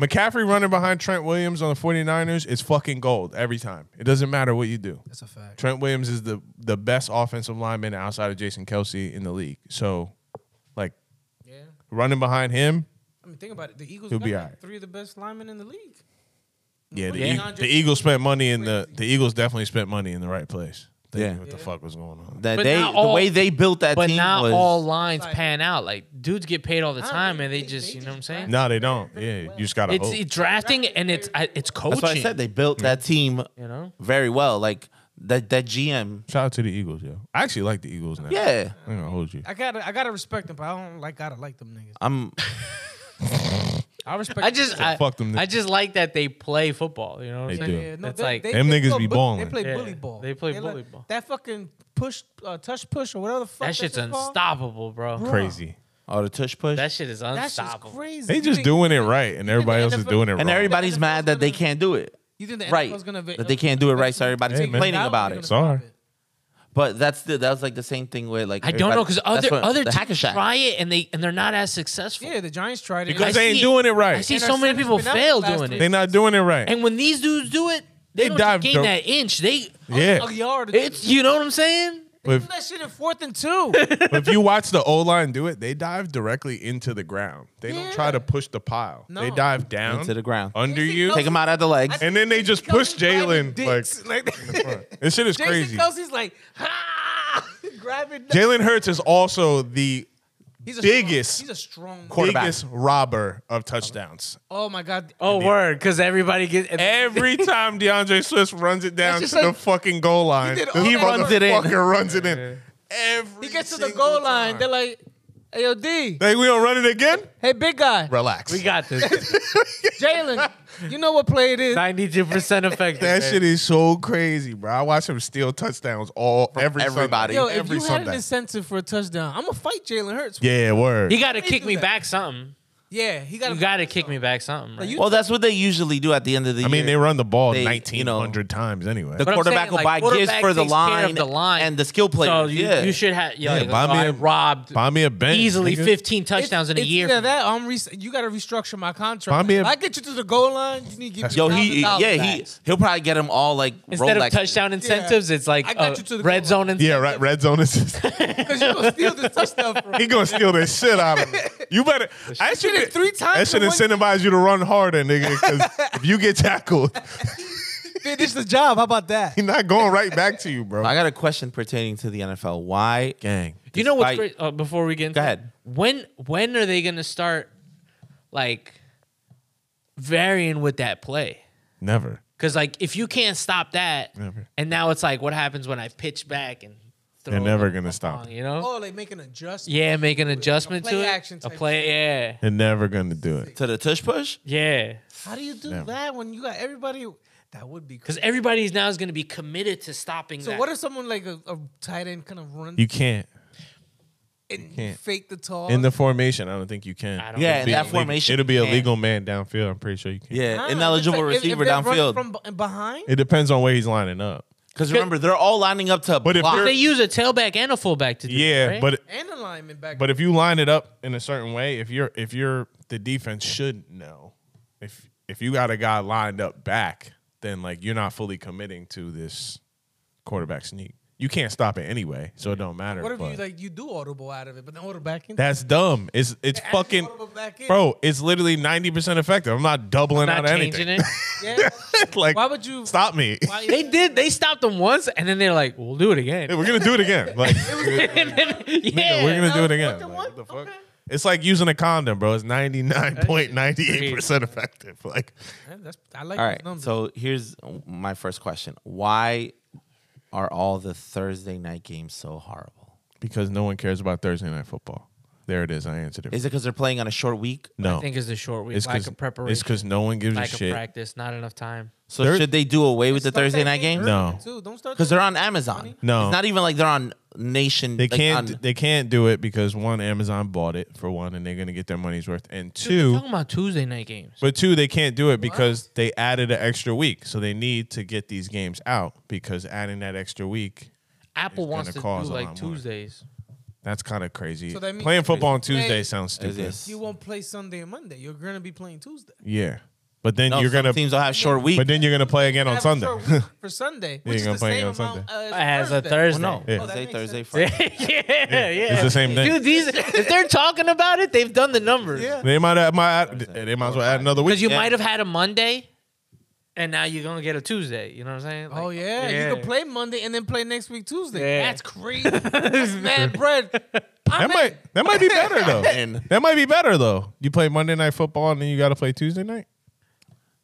B: McCaffrey running behind Trent Williams on the 49ers is fucking gold every time. It doesn't matter what you do.
F: That's a fact.
B: Trent Williams is the, the best offensive lineman outside of Jason Kelsey in the league. So, like,
F: Yeah.
B: running behind him,
F: I mean, think about it. The Eagles
B: He'll
F: got
B: be
F: like,
B: alright.
F: three of the best linemen in the league.
B: yeah, the,
F: Yeah.
B: Eag- the Eagles spent money in the the Eagles definitely spent money in the right place. They
C: Yeah.
B: knew what the fuck was going on.
C: That
D: But
C: they
D: not
C: the
D: all-
C: way they built that
D: But
C: team
D: not
C: was
D: all lines pan out. Like dudes get paid all the time,
F: they-
D: and they
F: they-
D: just
F: they
D: you know what I'm
F: just
D: saying.
B: No, they don't. Yeah, you just gotta
D: It's,
B: hope.
D: it's drafting and it's I- it's coaching.
C: That's why I said they built that team
D: you know,
C: very well. Like that that GM.
B: Shout out to the Eagles, yo. I actually like the Eagles now.
C: Yeah.
B: I'm gonna hold you.
F: I gotta I gotta respect them, but I don't like gotta like them niggas.
C: I'm
F: I respect.
D: I just I,
B: fuck them
D: I
B: niggas.
D: just like that they play football. You know what I'm
B: They
D: saying?
B: do.
F: Yeah, no,
D: It's
F: they,
D: like-
F: they,
B: Them
F: they
B: niggas
F: play
B: be
F: bu-
B: balling.
F: They play
D: Yeah,
F: bully ball.
D: they play
F: like-
D: bully ball.
F: That fucking push, uh, touch push, or whatever the fuck.
D: That shit's
F: shit's called.
D: unstoppable, bro.
B: Crazy.
C: Oh, the tush push.
D: That shit is
A: That's just
D: unstoppable.
A: crazy.
B: They
A: You
B: just
A: think-
B: doing it right, and everybody else is
A: NFL
B: doing it wrong.
C: and everybody's mad that they can't do it.
A: You think the
C: Right.
A: NFL's gonna
C: That they can't do it right, so everybody's
B: Hey, man.
C: complaining about it.
B: Sorry.
C: But that's the that was like the same thing with like
D: I don't know because
C: everybody- that's
D: other
C: what-
D: other
C: the
D: teams
C: Hacker Shack.
D: try it and they and they're not as successful.
A: Yeah, the Giants tried it.
B: because
D: I
B: they ain't
D: see-
B: doing it right.
D: I see
A: And
D: so
A: our
D: many
A: center's
D: people
A: been out
D: fail
A: the last
D: doing
A: three
D: it.
B: They're not doing it right.
D: And when these dudes do it, they,
B: They
D: don't
B: dive
D: just gain
B: dope.
D: that inch. They
B: yeah,
A: A yard.
D: it's you know what I'm saying?
B: But
A: that shit in fourth and two.
B: but if you watch the O line do it, they dive directly into the ground. They don't try to push the pile. They
A: No.
B: dive down
C: Into the ground.
B: under
A: Jason
B: you,
C: Take him out at the legs.
B: and then they just push
A: Kelsey's
B: Jalen.
A: grabbing
B: Like
A: dicks, like
B: this shit is
A: Jason
B: crazy.
A: Kelsey's like, ah, grabbing.
B: Jalen Hurts is also the
A: he's a
B: biggest
A: Strong, he's a strong.
C: Quarterback.
B: biggest robber of touchdowns.
A: Oh my god.
D: Oh word, because everybody gets
B: Every time DeAndre Swift runs it down to
A: just
B: the
A: like-
B: fucking goal line,
A: did all
B: he
A: that
B: runs
C: work.
B: it in. Fucking runs it in. Every
A: He gets to the
B: single
A: goal line.
B: time.
A: They're like, hey, yo, D.
B: Like, we don't run it again?
A: Hey, big guy.
B: Relax.
D: we got this.
A: Jalen, you know what play it is.
D: Ninety-two percent effective.
B: that
D: man.
B: shit is so crazy, bro. I watch him steal touchdowns all every
C: everybody.
B: Sunday.
A: Yo, if
B: every
A: you had an
B: Sunday.
A: incentive for a touchdown, I'm gonna fight Jalen Hurts. Yeah,
B: yeah, word.
D: You got to
A: do
D: kick me
A: that?
D: back something.
A: he got.
D: You got to kick me back something. Right?
A: you-
C: Well, that's what they usually do at the end of the
B: I
C: year.
B: mean, they run the ball
C: They, you
B: 1900
C: know,
B: times anyway.
C: the
D: But I'm
C: quarterback
D: saying,
C: will
D: like,
C: buy gifts
D: quarterback
C: for the
D: takes care of
C: line,
D: the line.
C: and the skill players.
D: so you,
C: yeah.
D: you should have. Yeah,
B: Yeah,
D: like,
B: buy
D: oh,
B: me
D: I
B: a-
D: robbed
B: Buy me a bench.
D: easily
B: nigga.
D: fifteen touchdowns in a year.
A: Yeah, that I'm. Re- you got to restructure my
B: Buy
A: contract.
B: me a-
A: If I get you to the goal line. You need to get
C: Yo,
A: you
C: he
A: $1,000
C: yeah
A: back.
C: he he'll probably get them all like
D: Instead
C: Rolex.
D: of touchdown incentives, it's like
A: I got
D: uh,
A: you to the
D: red
A: goal
D: zone and
B: Yeah, right. Red zone is.
A: because you're gonna steal this touchdown from me.
B: He gonna steal this shit out of me. You better. I should
A: did it three times
B: That should
A: in one-
B: incentivize you to run harder, nigga. Because if you get tackled,
A: Finish the job. How about that?
B: he's not going right back to you, bro.
C: I got a question pertaining to the NFL. Why?
B: Gang.
D: You know what's
C: despite-
D: great? Uh, before we get into
C: Go
D: it,
C: ahead.
D: when when are they gonna start like varying with that play?
B: Never.
D: Because like if you can't stop that,
B: Never.
D: and now it's like what happens when I pitch back and throw
B: They're never
D: it
B: gonna
D: up
B: stop.
D: on, you know?
A: Oh, like making adjustments.
D: Yeah, make an adjustment
A: play
D: to it.
A: action
D: a
A: type
D: play, yeah,
B: They're never gonna do it.
C: To the tush push?
D: yeah.
A: How do you do
B: Never.
A: that when you got everybody? That would be.
D: Because
A: Crazy.
D: everybody's now is gonna be committed to stopping.
A: So
D: that.
A: what if someone like a, a tight end kind of runs
B: You can't
A: and
B: can't.
A: fake the toss?
B: in the formation. I don't think you can.
D: I don't
C: Yeah,
D: know.
C: in that formation.
B: It'll be a
D: Yeah.
B: legal man downfield. I'm pretty sure you can.
C: Yeah,
D: Ah,
A: Huh?
C: ineligible
A: If- if- if
C: receiver
A: they're running
C: downfield.
A: from b- behind.
B: It depends on where he's lining up.
C: Because remember, they're all lining up to
B: But if
C: block.
B: you're-
D: they use a tailback and a fullback to do.
B: Yeah,
D: that, right?
B: but
A: and a lineman back.
B: but if you line it up in a certain way, if you're if you're the defense should know if if you got a guy lined up back, then like you're not fully committing to this quarterback sneak. You can't stop it anyway, so it don't matter.
A: what if you
B: but-
A: like you do audible out of it, but then audible back in?
B: That's dumb. It's it's
A: Ask
B: fucking
A: audible back in.
B: bro. It's literally ninety percent effective. I'm not doubling
D: not
B: out
D: changing
B: anything.
D: it.
A: Yeah.
B: like
A: Why would you?
B: stop me?
A: Why,
D: they did. They stopped them once, and then they're like, "We'll do it again."
B: We're gonna do it again. Like
D: yeah.
B: we're gonna do it
A: That
B: again.
A: was
B: Like,
A: one
B: what the fuck?
A: Okay.
B: It's like using a condom, bro. It's ninety nine point ninety eight percent effective. Like
A: Yeah, that's, I like
C: all
A: those
C: right,
A: numbers.
C: so here's my first question. Why are all the Thursday night games so horrible?
B: because no one cares about Thursday night football. There it is. I answered it.
C: Is it because they're playing on a short week?
B: no,
D: I think it's the short week,
B: it's
D: lack of preparation,
B: It's because no one gives
D: lack
B: a
D: of
B: shit.
D: practice, not enough time.
C: So
B: Thir-
C: should they do away with the
A: Start
C: Thursday
A: that
C: night
A: game
C: games?
B: No.
A: earlier, too. Don't start
C: Because
A: that
C: they're on Amazon.
B: No.
C: It's not even like they're on Nation.
B: They
C: like,
B: can't.
C: on-
B: they can't do it because one, Amazon bought it for one, and they're gonna get their money's worth. And
D: We're
B: two,
D: talking about Tuesday night games.
B: But two, they can't do it because they added an extra week, so they need to get these games out because adding that extra week,
D: Apple
B: it's
D: wants
B: gonna
D: to do
B: cause a
D: like
B: lot more.
D: Tuesdays.
B: that's kind of crazy.
A: So that means-
B: Playing football on Tuesday
A: Hey,
B: sounds
C: Is
B: stupid.
C: this-
A: You won't play Sunday and Monday. You're gonna be playing Tuesday.
B: Yeah, but then
C: no,
B: you're
C: some
B: gonna,
C: teams will have short week.
B: but then you're gonna play again on
A: Have a
B: Sunday.
A: short week for Sunday, which is
B: gonna
A: the
B: play
A: same
B: on
A: amount
D: As a
C: Well,
D: Thursday.
C: no,
B: Yeah.
C: Wednesday,
A: Oh, that
C: Thursday,
A: makes
C: Friday.
D: yeah, yeah.
B: It's the same thing.
D: Dude, these if they're talking about it, they've done the numbers.
A: Yeah.
B: They might add, might add, they might as well add another week.
D: Because you
C: Yeah.
D: might have had a Monday, and now you're gonna get a Tuesday. You know what I'm saying?
A: Oh yeah. you can play Monday and then play next week Tuesday.
D: Yeah.
A: That's crazy. That's mad bread.
B: that
A: I'm in.
B: might that might be better though.
C: Man.
B: that might be better though. You play Monday night football and then you got to play Tuesday night.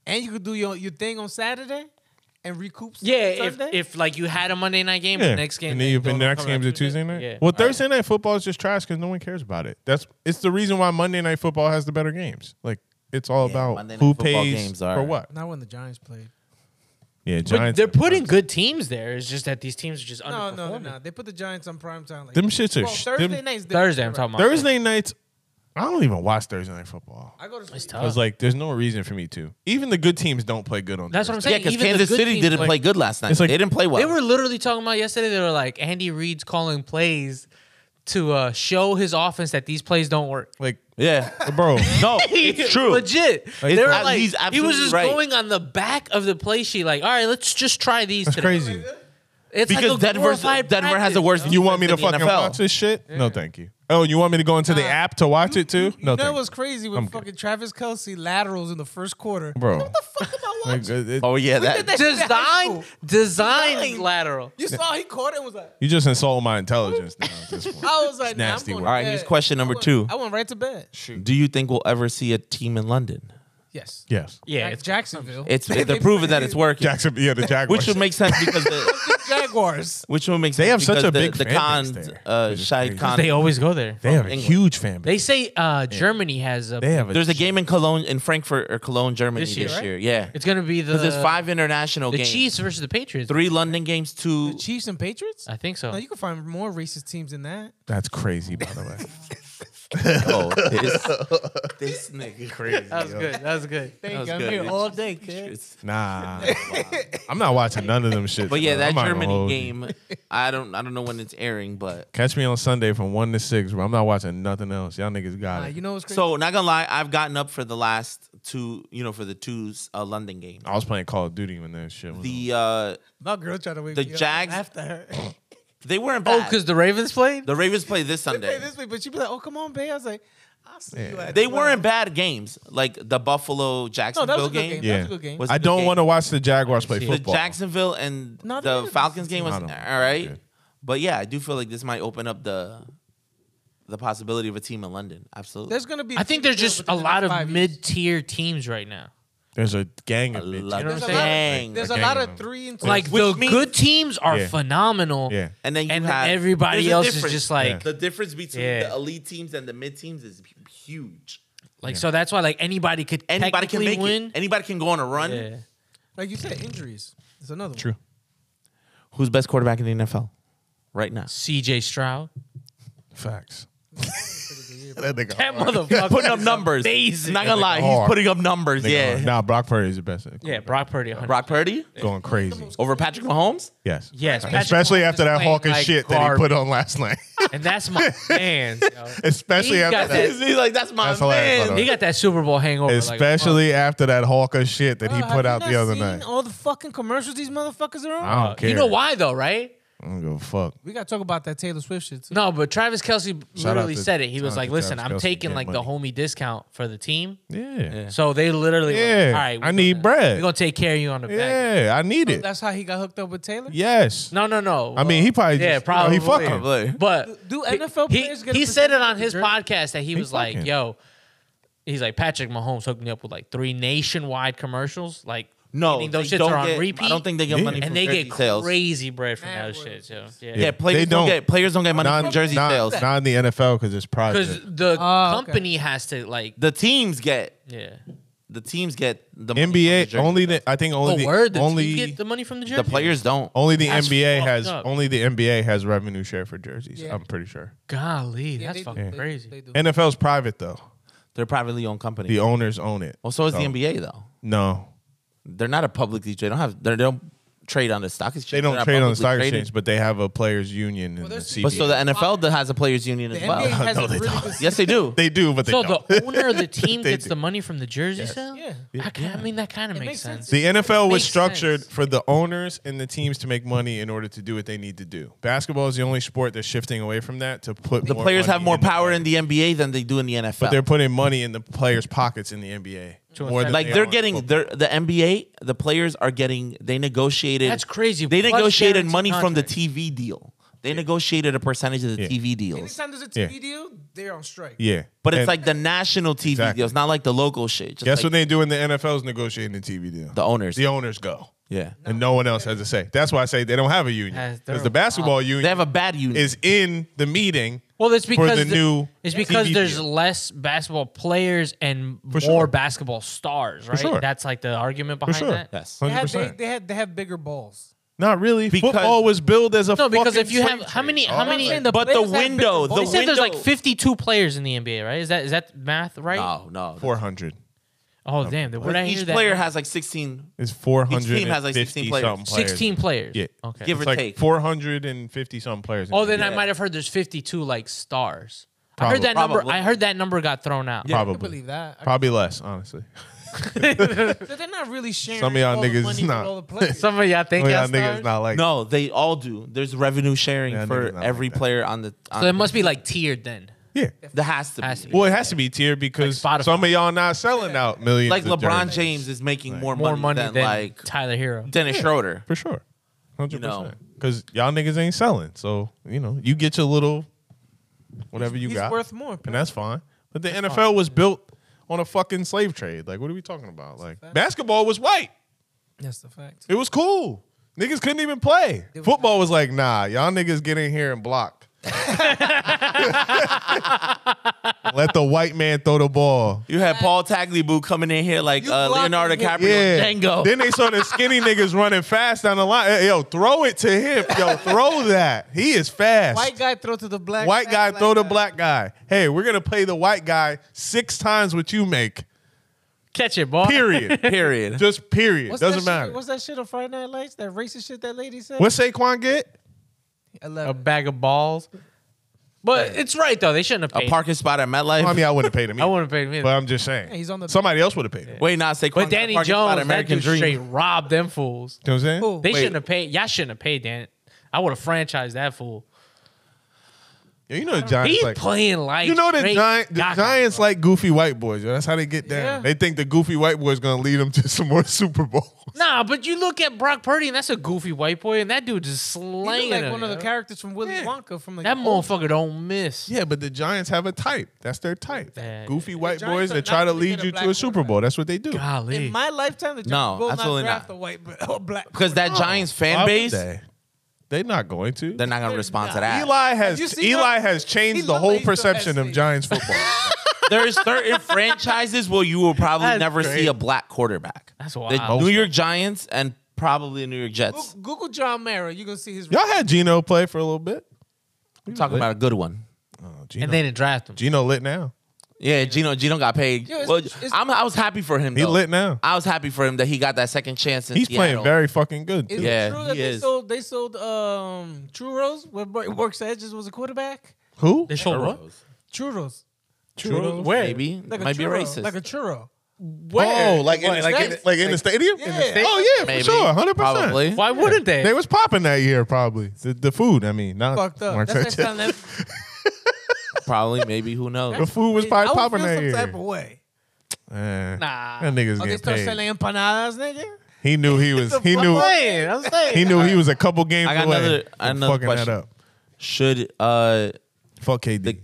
A: And you could do your, your thing on Saturday and recoup s-
D: Yeah, if,
A: Sunday.
D: if like you had a Monday night game,
B: Yeah.
D: the next game,
B: and then you the
D: don't
B: next
D: come
B: game's
D: out
B: a Tuesday night.
D: Yeah.
B: Well, Thursday night football is just trash because no one cares about it. That's it's the reason why Monday night football has the better games. Like it's all
C: Yeah,
B: about
C: Monday night
B: who
C: football
B: pays
C: games
B: for
C: are-
B: what.
A: not when the Giants played.
B: Yeah,
D: But
B: Giants.
D: they're putting good teams there. It's just that these teams are just
A: No,
D: underperforming.
A: no, no, no. They put the Giants on prime time. Like,
B: Them shits are
A: Bro,
B: sh-
A: Thursday
B: them-
A: nights.
D: Thursday, I'm talking about.
B: Thursday nights I don't even watch Thursday night football.
A: I go to
D: It's
A: sleep.
B: I
D: tough.
B: was like, there's no reason for me to. Even the good teams don't play good on.
D: That's what
B: Thursday.
C: Yeah,
D: I'm saying.
C: because
D: even the
C: Kansas
D: good
C: City
D: teams
C: didn't
D: play-
C: play good last night.
B: It's like-
C: they didn't play well.
D: They were literally talking about yesterday. They were like Andy Reid's calling plays to uh, show his offense that these plays don't work.
B: like,
C: yeah.
B: bro, no,
C: It's true.
D: Legit. they were
C: I-
D: like,
C: he's
D: he was
C: absolutely
D: just
C: right.
D: going on the back of the play sheet, like, all right, let's just try these.
B: it's
D: today.
B: crazy.
D: It's like
C: Because
D: a
C: Denver's,
D: glorified
C: Denver has
D: practice.
C: the worst.
B: You want me to
C: defense in the
B: fucking
C: NFL.
B: watch this shit? No, thank you. Oh, you want me to go into the app to watch it too? No,
A: That
B: thank you.
A: was crazy with
B: I'm good.
A: fucking Travis Kelsey laterals in the first quarter.
B: Bro.
A: What the fuck am I
B: Like,
A: watching?
B: it- it-
C: Oh yeah, that,
A: that shit in high
D: Design,
A: school.
D: design
A: Design.
D: lateral.
A: You saw he caught it and was like,
B: you just insult my intelligence now. At this point.
A: I was like, nah,
B: nasty
A: I'm going
B: work.
A: to
C: All right,
A: bed.
C: here's question number
A: I went-
C: two.
A: I went right to bed.
C: Do you think we'll ever see a team in London?
A: Yes.
B: Yes,
A: Yeah, it's Jacksonville.
C: It's they're proving that it's working,
B: Jackson. Yeah, the Jaguars.
C: which would make sense because the,
A: Jaguars.
C: which would make
B: They
C: sense
B: have such
C: because
B: a big
C: the, the
B: fan
C: Khan,
B: base there,
C: uh,
B: which is
C: Shai
B: crazy.
C: Khan.
D: They always go there.
B: they have a
C: England.
B: huge fan base.
D: They say uh, Germany has a.
B: They have a.
C: There's a game in Cologne, in Frankfurt or Cologne, Germany this
D: This year,
C: year. uh,
D: right?
C: Yeah,
D: It's gonna be the.
C: because there's five international
D: The
C: games,
D: Chiefs versus the Patriots.
C: three London games, two.
A: The Chiefs and Patriots?
D: I think so.
A: No, you can find more racist teams than that.
B: That's crazy, by the way.
C: Oh, this, this nigga crazy.
D: That was good. That was good.
A: Thank
C: was
A: you. I'm
C: good.
A: here all day, kid.
B: Nah, I'm not watching none of them shit.
C: But yeah,
B: bro. I'm
C: that
B: not gonna
C: Germany
B: hold you.
C: game, I don't, I don't know when it's airing, but
B: Catch me on Sunday from one to six, bro. I'm not watching nothing else. Y'all niggas got
A: Uh,
B: it.
A: you know what's crazy?
C: so not gonna lie, I've gotten up for the last two, you know, for the two uh, London games.
B: I was playing Call of Duty when that shit was.
C: The uh,
A: my girl tried to wake
C: The
A: me
C: Jags-
A: up after her.
C: they weren't
D: Oh,
C: bad.
D: because the Ravens played.
C: the Ravens play this
A: Hey,
C: Sunday.
A: this week, but she be like, "Oh, come on, babe." I was like, "I'll see you." At
C: They
A: 12."
C: weren't bad games, like the Buffalo
A: No, that was
C: Jacksonville
A: a good game. That
C: game.
A: was
B: Yeah.
A: a good game.
C: Was-
B: I
C: the
B: don't
C: game.
B: want to watch the Jaguars play
C: The
B: football.
C: Jacksonville and
A: No, they
C: the
A: didn't.
C: Falcons game was
B: I
C: all
B: don't know.
C: right,
B: Okay.
C: but yeah, I do feel like this might open up the the possibility of a team in London. Absolutely,
A: There's gonna be.
D: I think there's just a lot of
A: mid.
D: mid-tier teams right now.
B: There's a gang
C: I
B: of bitches.
C: love
D: You know
C: it.
D: what
C: Dang.
D: I'm saying?
A: There's
B: A
A: a
B: gang
A: lot
B: of them.
A: of three and two.
D: Like
C: Which
D: the
C: means-
D: good teams are
B: Yeah.
D: phenomenal.
B: Yeah.
C: and then you
D: and
C: have there's
D: everybody
C: a
D: else is
C: difference.
D: just like
C: the difference between
D: Yeah.
C: the elite teams and the mid teams is huge.
D: like so that's why like anybody could
C: Anybody can
D: technically
C: make
D: win.
C: it. Anybody can go on a run.
D: Yeah.
A: like you said, injuries. There's another one.
B: True.
C: Who's best quarterback in the NFL right now?
D: CJ Stroud.
B: Facts. that nigga
D: That
B: hard.
D: motherfucker
C: Putting up
D: is
C: numbers.
D: Amazing.
C: Not gonna lie, he's
B: Hard.
C: putting up numbers.
B: Nigga
C: yeah.
B: hard. Nah, Brock Purdy is the best.
D: yeah, Brock Purdy 100.
C: Brock Purdy
B: Going crazy.
C: over Patrick Mahomes.
B: Yes.
D: Yes, Patrick
B: Especially
D: Mahomes
B: after
D: is
B: that
D: playing
B: Hawkins
D: like
B: shit that
D: garbage.
B: he put on last night.
D: And that's my man. yo.
B: Especially
D: He
B: after
D: got
B: that.
D: that-
C: He's like, that's my
B: That's hilarious, by
C: man.
B: the way.
D: He got that Super Bowl hangover. like,
B: Especially after that Hawker shit that he
A: Bro,
B: put
A: Uh, have
B: out
A: you
B: the
A: not
B: other
A: seen
B: night.
A: All the fucking commercials these motherfuckers are on.
B: I
D: fuck.
B: don't care.
D: You know why though, right?
B: I don't give a fuck.
A: We gotta talk about that Taylor Swift shit too.
D: No, but Travis Kelsey
B: Shout out
D: literally
B: to-
D: said it. He
B: shout
D: was
B: out
D: like,
B: to
D: "Listen,
B: Travis
D: I'm
B: Kelsey,
D: taking
B: get
D: like the homie discount for the team."
B: Yeah.
D: So they literally, were like,
B: Yeah,
D: all right,
B: I need bread.
D: We're gonna take care of you on the back. end."
B: Yeah, I need it.
A: That's how he got hooked up with Taylor.
B: Yes.
D: No, no, no.
B: I mean, he probably
D: yeah,
B: just- you know,
D: probably.
B: he fucking.
C: Probably.
D: But
A: Do NFL
D: he,
A: players get? a
D: he said it on his
A: percentage
D: podcast that he was like,
B: fucking.
D: "Yo, he's like Patrick Mahomes hooked me up with like three nationwide commercials, like
C: No,
D: meaning those
C: they
D: shits
C: don't
D: are on
C: get-
D: repeat.
C: I don't think they get
B: Yeah.
C: money from
D: and they
C: jersey
D: get
C: sales.
D: crazy bread from
A: Mad
D: those
A: words.
D: shits. Yo.
C: Yeah,
D: Yeah,
C: players
B: They
C: don't.
B: don't.
C: get players don't get money
B: Not,
C: from jersey
B: not,
C: sales.
B: not in the NFL because it's
D: because
B: project.
D: the
A: Oh, okay.
D: company has to like,
C: The teams get
D: yeah.
C: the teams get the money from the
B: NBA
C: jersey
B: only.
C: sales.
B: The, I think only
D: Oh,
B: the
D: word, the
B: only
D: only get the money from the jersey.
C: the players don't.
B: Only the
D: That's
B: NBA
D: fucked
B: has
D: up.
B: only the NBA has revenue share for jerseys.
A: Yeah.
B: I'm pretty sure.
D: golly,
A: Yeah,
D: that's
A: they do.
D: fucking
A: They-
D: crazy.
A: they do.
B: NFL's private though.
C: They're privately owned company.
B: The Oh. owners own it.
C: well, Oh, so is
B: So-
C: the NBA though.
B: No,
C: They're not a publicly trade. They don't have. They don't trade on the stock exchange.
B: they
C: They're
B: don't
C: not
B: trade on the
C: publicly
B: stock
C: traded.
B: exchange, but they have a players union and the
A: there's-
B: CBA.
C: But so the NFL that has a players union
A: The
C: as
A: NBA
C: well.
A: has a really good
C: yes, they do.
B: they do, but they
D: So
B: don't.
D: the owner of the team
B: They
D: gets
B: do.
D: the money from the jersey sale.
A: Yeah.
D: I, ca- I mean that kind of makes,
A: makes
D: sense.
A: sense.
B: The NFL was
D: Makes
B: structured
D: sense.
B: for the owners and the teams to make money in order to do what they need to do. Basketball is the only sport that's shifting away from that to put
C: The
B: more
C: players
B: money
C: have more
B: in the
C: power
B: play.
C: in the NBA than they do in the NFL.
B: But they're putting money in the players' pockets in the NBA. More than
C: like
B: they
C: they're
B: are in
C: getting
B: football.
C: they're, the NBA. The players are getting they negotiated.
D: That's crazy.
C: They
D: Plus
C: negotiated
D: guaranteed
C: money from the
D: contracts.
C: TV deal. They negotiated a percentage of the
B: Yeah.
C: TV deals.
A: Anytime there's a
B: Yeah.
A: TV deal, they're on strike.
B: yeah.
C: But it's
B: And
C: like the national TV
B: Exactly.
C: deal. It's not like the local shit. Just
B: guess
C: like
B: what they do in the NFL is negotiating the TV deal.
C: the owners.
B: the owners go.
C: yeah,
B: and no one else has a say. That's why I say they don't have a union
D: Has-
B: because the basketball union
C: they have a bad union.
B: is in the meeting.
D: Well, it's because
B: the new
D: it's because
B: TV
D: there's
B: deal.
D: less basketball players and more
B: sure.
D: basketball stars, right?
B: sure.
D: That's like the argument behind
B: sure.
D: that.
C: yes.
A: They have, they,
B: 100%.
A: they, have, they have bigger balls.
B: Not really.
J: Because-
B: Football was billed as a
D: No, because
B: fucking
D: if you have
B: slave
D: how
B: trade.
D: many how many
A: saying the
J: But the
A: players have been-
J: window, the
D: they
J: window.
D: said there's like 52 players in the NBA, right? Is that is that math right?
C: No, no.
B: Four hundred.
D: Oh damn! Did, where did I hear
C: Each
D: that?
C: player has like 16.
B: It's four hundred.
C: Each team has, like, 16 players.
D: sixteen players.
B: Yeah.
D: Okay.
C: Give
B: It's
C: or
B: like
C: take.
B: four hundred and fifty some players. in
D: oh,
B: the
D: then
B: league.
D: I might have heard there's 52 like stars. I
B: Probably.
D: heard that number.
C: Probably.
D: I heard that number got thrown out.
A: I
B: probably
A: can believe that. I
B: probably less. Honestly,
A: can- they're not really sharing.
B: Some of y'all
A: all the
B: niggas
A: money
B: is
A: with
B: not.
A: all the players.
D: Some of y'all think
B: Oh, yeah,
D: y'all
B: niggas
D: stars.
B: not like
C: No, they all do. There's revenue sharing
B: Yeah, niggas
C: for
B: not
C: every
B: like that.
C: player on the. On
D: So it must be like tiered then.
B: Yeah.
C: There has to
D: Has to
C: be.
D: be.
B: Well, it has to be tiered because
D: Spotify.
B: some of y'all not selling out millions.
C: Like
B: of
C: LeBron
B: jerseys.
C: James is making more,
D: More
C: money,
D: money
C: than,
D: than,
C: like
D: Tyler Hero.
C: Dennis Schroeder.
B: for sure, hundred
C: know.
B: percent. Because y'all niggas ain't selling, so you know you get your little whatever you
A: He's
B: got,
A: worth more.
B: and that's fine. But the NFL was built on a fucking slave trade. Like, what are we talking about? Like, basketball was white.
A: That's the fact.
B: It was cool. Niggas couldn't even play. Football was like, nah, y'all niggas get in here and block. Let the white man throw the ball.
C: You had Paul Tagliabue coming in here like
A: You
C: uh,
A: block-
C: Leonardo
A: Yeah.
C: DiCaprio.
B: Yeah.
D: Dango.
B: Then they saw the skinny niggas running fast down the line. Hey, Yo, throw it to him. Yo, throw that. He is fast.
A: White guy throw to the black.
B: White guy
A: black
B: throw the
A: guy.
B: black guy. Hey, we're gonna play the white guy six times what you make.
D: Catch it, boy.
B: Period.
C: Period.
B: Just period.
A: What's
B: Doesn't
A: that
B: matter.
A: Shit, what's that shit on Friday Night Lights? That racist shit that lady said.
B: What's Saquon get?
D: A
A: Eleven.
D: bag of balls. But it's right though. They shouldn't have
C: A
D: paid.
C: parking spot at MetLife.
B: I mean, I wouldn't have paid him.
D: I
B: either.
D: wouldn't have paid me.
B: But I'm just saying.
A: he's on the-
B: Somebody else would have paid him.
C: Wait, not Saquon.
D: But Danny
C: Parking spot at
D: Jones, that
C: American
D: dude straight
C: Dream.
D: robbed them fools.
B: You know what I'm saying?
A: Who?
D: They
C: Wait.
D: shouldn't have paid. Y'all shouldn't have paid Dan. I would have franchised that fool.
B: Yeah, you know the Giants
D: He's
B: like
D: playing like
B: you know the,
D: straight
B: Giant, the
D: Gaga.
B: Giants like goofy white boys. Yo. That's how they get down.
A: Yeah.
B: They think the goofy white boy is gonna lead them to some more Super Bowls.
D: Nah, but you look at Brock Purdy, and that's a goofy white boy, and that dude just
A: He look
D: slaying
A: like
D: him,
A: one of the
D: yo.
A: characters from Willy Wonka from like
D: That
A: the old-
D: motherfucker don't miss.
B: Yeah, but the Giants have a type. That's their type.
D: Yeah.
B: Goofy white boys
A: Giants
B: that
A: are
B: try
A: not
B: to
A: gonna
B: lead
A: get a
B: you
A: black
B: to a Super Bowl. That's what they do.
D: Golly.
A: In my lifetime, the
C: No,
A: Giants will
C: absolutely
A: not draft
C: not.
A: a white or black.
C: Because that Giants fan
B: Why would
C: base,
B: they? They're not going to.
C: they're not going to respond
A: not.
C: to that.
B: Eli
A: Have you
B: has
A: seen
B: Eli
A: him?
B: has
A: He
B: changed the
A: look
B: whole
A: like he's the
B: perception of
A: SC.
B: Giants football.
C: There's certain franchises where you will probably
D: That's
C: never see
D: great.
C: a black quarterback.
D: That's
C: The
D: wild.
C: New York Giants and probably the New York Jets.
A: Google, Google John Mara. You're gonna see his.
B: Y'all had Gino play for a little bit.
C: I'm talking about a good one.
B: Oh, Gino.
D: and they didn't draft him.
B: Gino lit now.
C: Yeah, Gino. Gino got paid.
A: Yo, it's-
C: well,
A: it's-
C: I'm, I was happy for him.
B: He
C: though.
B: lit now.
C: I was happy for him that he got that second chance. In
B: He's
C: Seattle.
B: playing very fucking good.
A: Is
B: too.
C: Yeah,
A: it true that
C: he
A: they
C: is.
A: sold they sold um churros where Bro- Works Edges was a quarterback?
B: Who?
D: They sold what?
A: Churros.
B: Churros?
D: Where?
C: Maybe
A: Like
C: might
A: a
C: be
A: churro.
C: racist.
A: Like a churro.
B: Oh, like in, like in, like in the stadium?
A: Yeah. In the stadium?
B: Oh yeah, for
C: Maybe.
B: sure, hundred
C: Probably.
B: percent.
D: Why wouldn't they?
B: They was popping that year, probably the, the food. I mean, not
A: Fucked up.
B: weren't
A: That's next
B: that-
A: time that
C: Probably. Maybe. Who
B: the
C: knows?
B: food was
A: I
B: probably
A: would
B: popping
A: feel
B: that
A: some
B: year.
A: type of way.
B: Eh,
D: Nah.
B: that niggas
A: Oh, they
B: get
A: start
B: paid.
A: selling empanadas, nigga.
B: he knew he was.
A: The
B: He
A: fuck?
B: knew.
D: Man, I'm saying.
B: He knew he was a couple games
C: I got
B: away
C: another-
B: from
C: another
B: fucking
C: question.
B: that up.
C: Should uh
B: Fuck KD.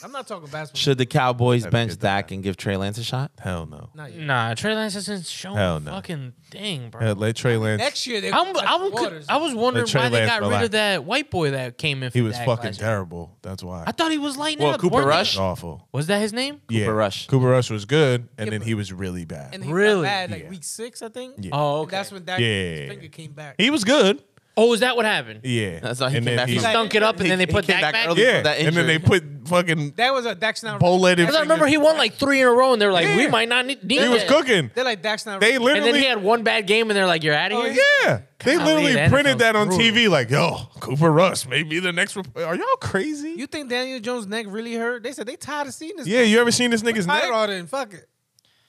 A: I'm not talking basketball.
C: should the Cowboys
B: That'd be
C: bench
B: good,
C: Dak and give Trey Lance a shot?
B: Hell no.
A: Not yet.
D: Nah, Trey Lance hasn't shown
B: Hell no.
D: fucking thing, bro.
B: Hell, let Trey Lance.
A: Next year they.
D: I'm, I'm,
A: waters.
D: I was wondering
B: Trey
D: why they
B: Lance
D: got rid
B: relax.
D: of that white boy that came in. For
B: he was
D: Dak
B: fucking
D: last year.
B: terrible. That's why.
D: I thought he was lighting
C: Well,
D: up.
C: Cooper
D: weren't they?
C: Rush?
B: awful.
D: Was that his name?
B: Yeah.
C: Cooper Rush.
B: Cooper Rush was good, and
A: Yeah,
B: then
A: but-
B: he was really bad.
A: and he got
D: Really?
A: bad, like
B: Yeah.
A: week six, I think.
B: Yeah.
D: Oh,
A: And
D: okay.
A: That's when that
B: Yeah.
A: finger came back.
B: he was good.
D: Oh, is that what happened?
B: Yeah.
C: That's how he
B: and
C: came
B: then
C: back
B: he-
C: from that.
D: Stunk it up, and
C: He-
D: then they
C: he
D: put
C: came
D: Dak
C: back
D: back.
C: early.
B: Yeah.
C: that
B: And then
C: injury.
B: they put fucking
A: that was a Dax not.
B: bow-legged.
D: Because I remember he won like three in a row, and they're like, "We
B: Yeah.
D: might not need." need
B: He was
D: that.
B: cooking.
A: They're like Dax not. ready.
B: They
D: And then he
B: literally,
D: had one bad game, and they're like, "You're out of here."
B: yeah, they
D: Golly,
B: literally
D: the
B: printed
D: NFL's
B: that on
D: brutal.
B: TV. Like, yo, Cooper Rush may be the next. Rep- Are y'all crazy?
A: You think Daniel Jones' neck really hurt? They said they tired of seeing this.
B: yeah, you ever seen this nigga's
A: tired
B: neck?
A: all then. Fuck it.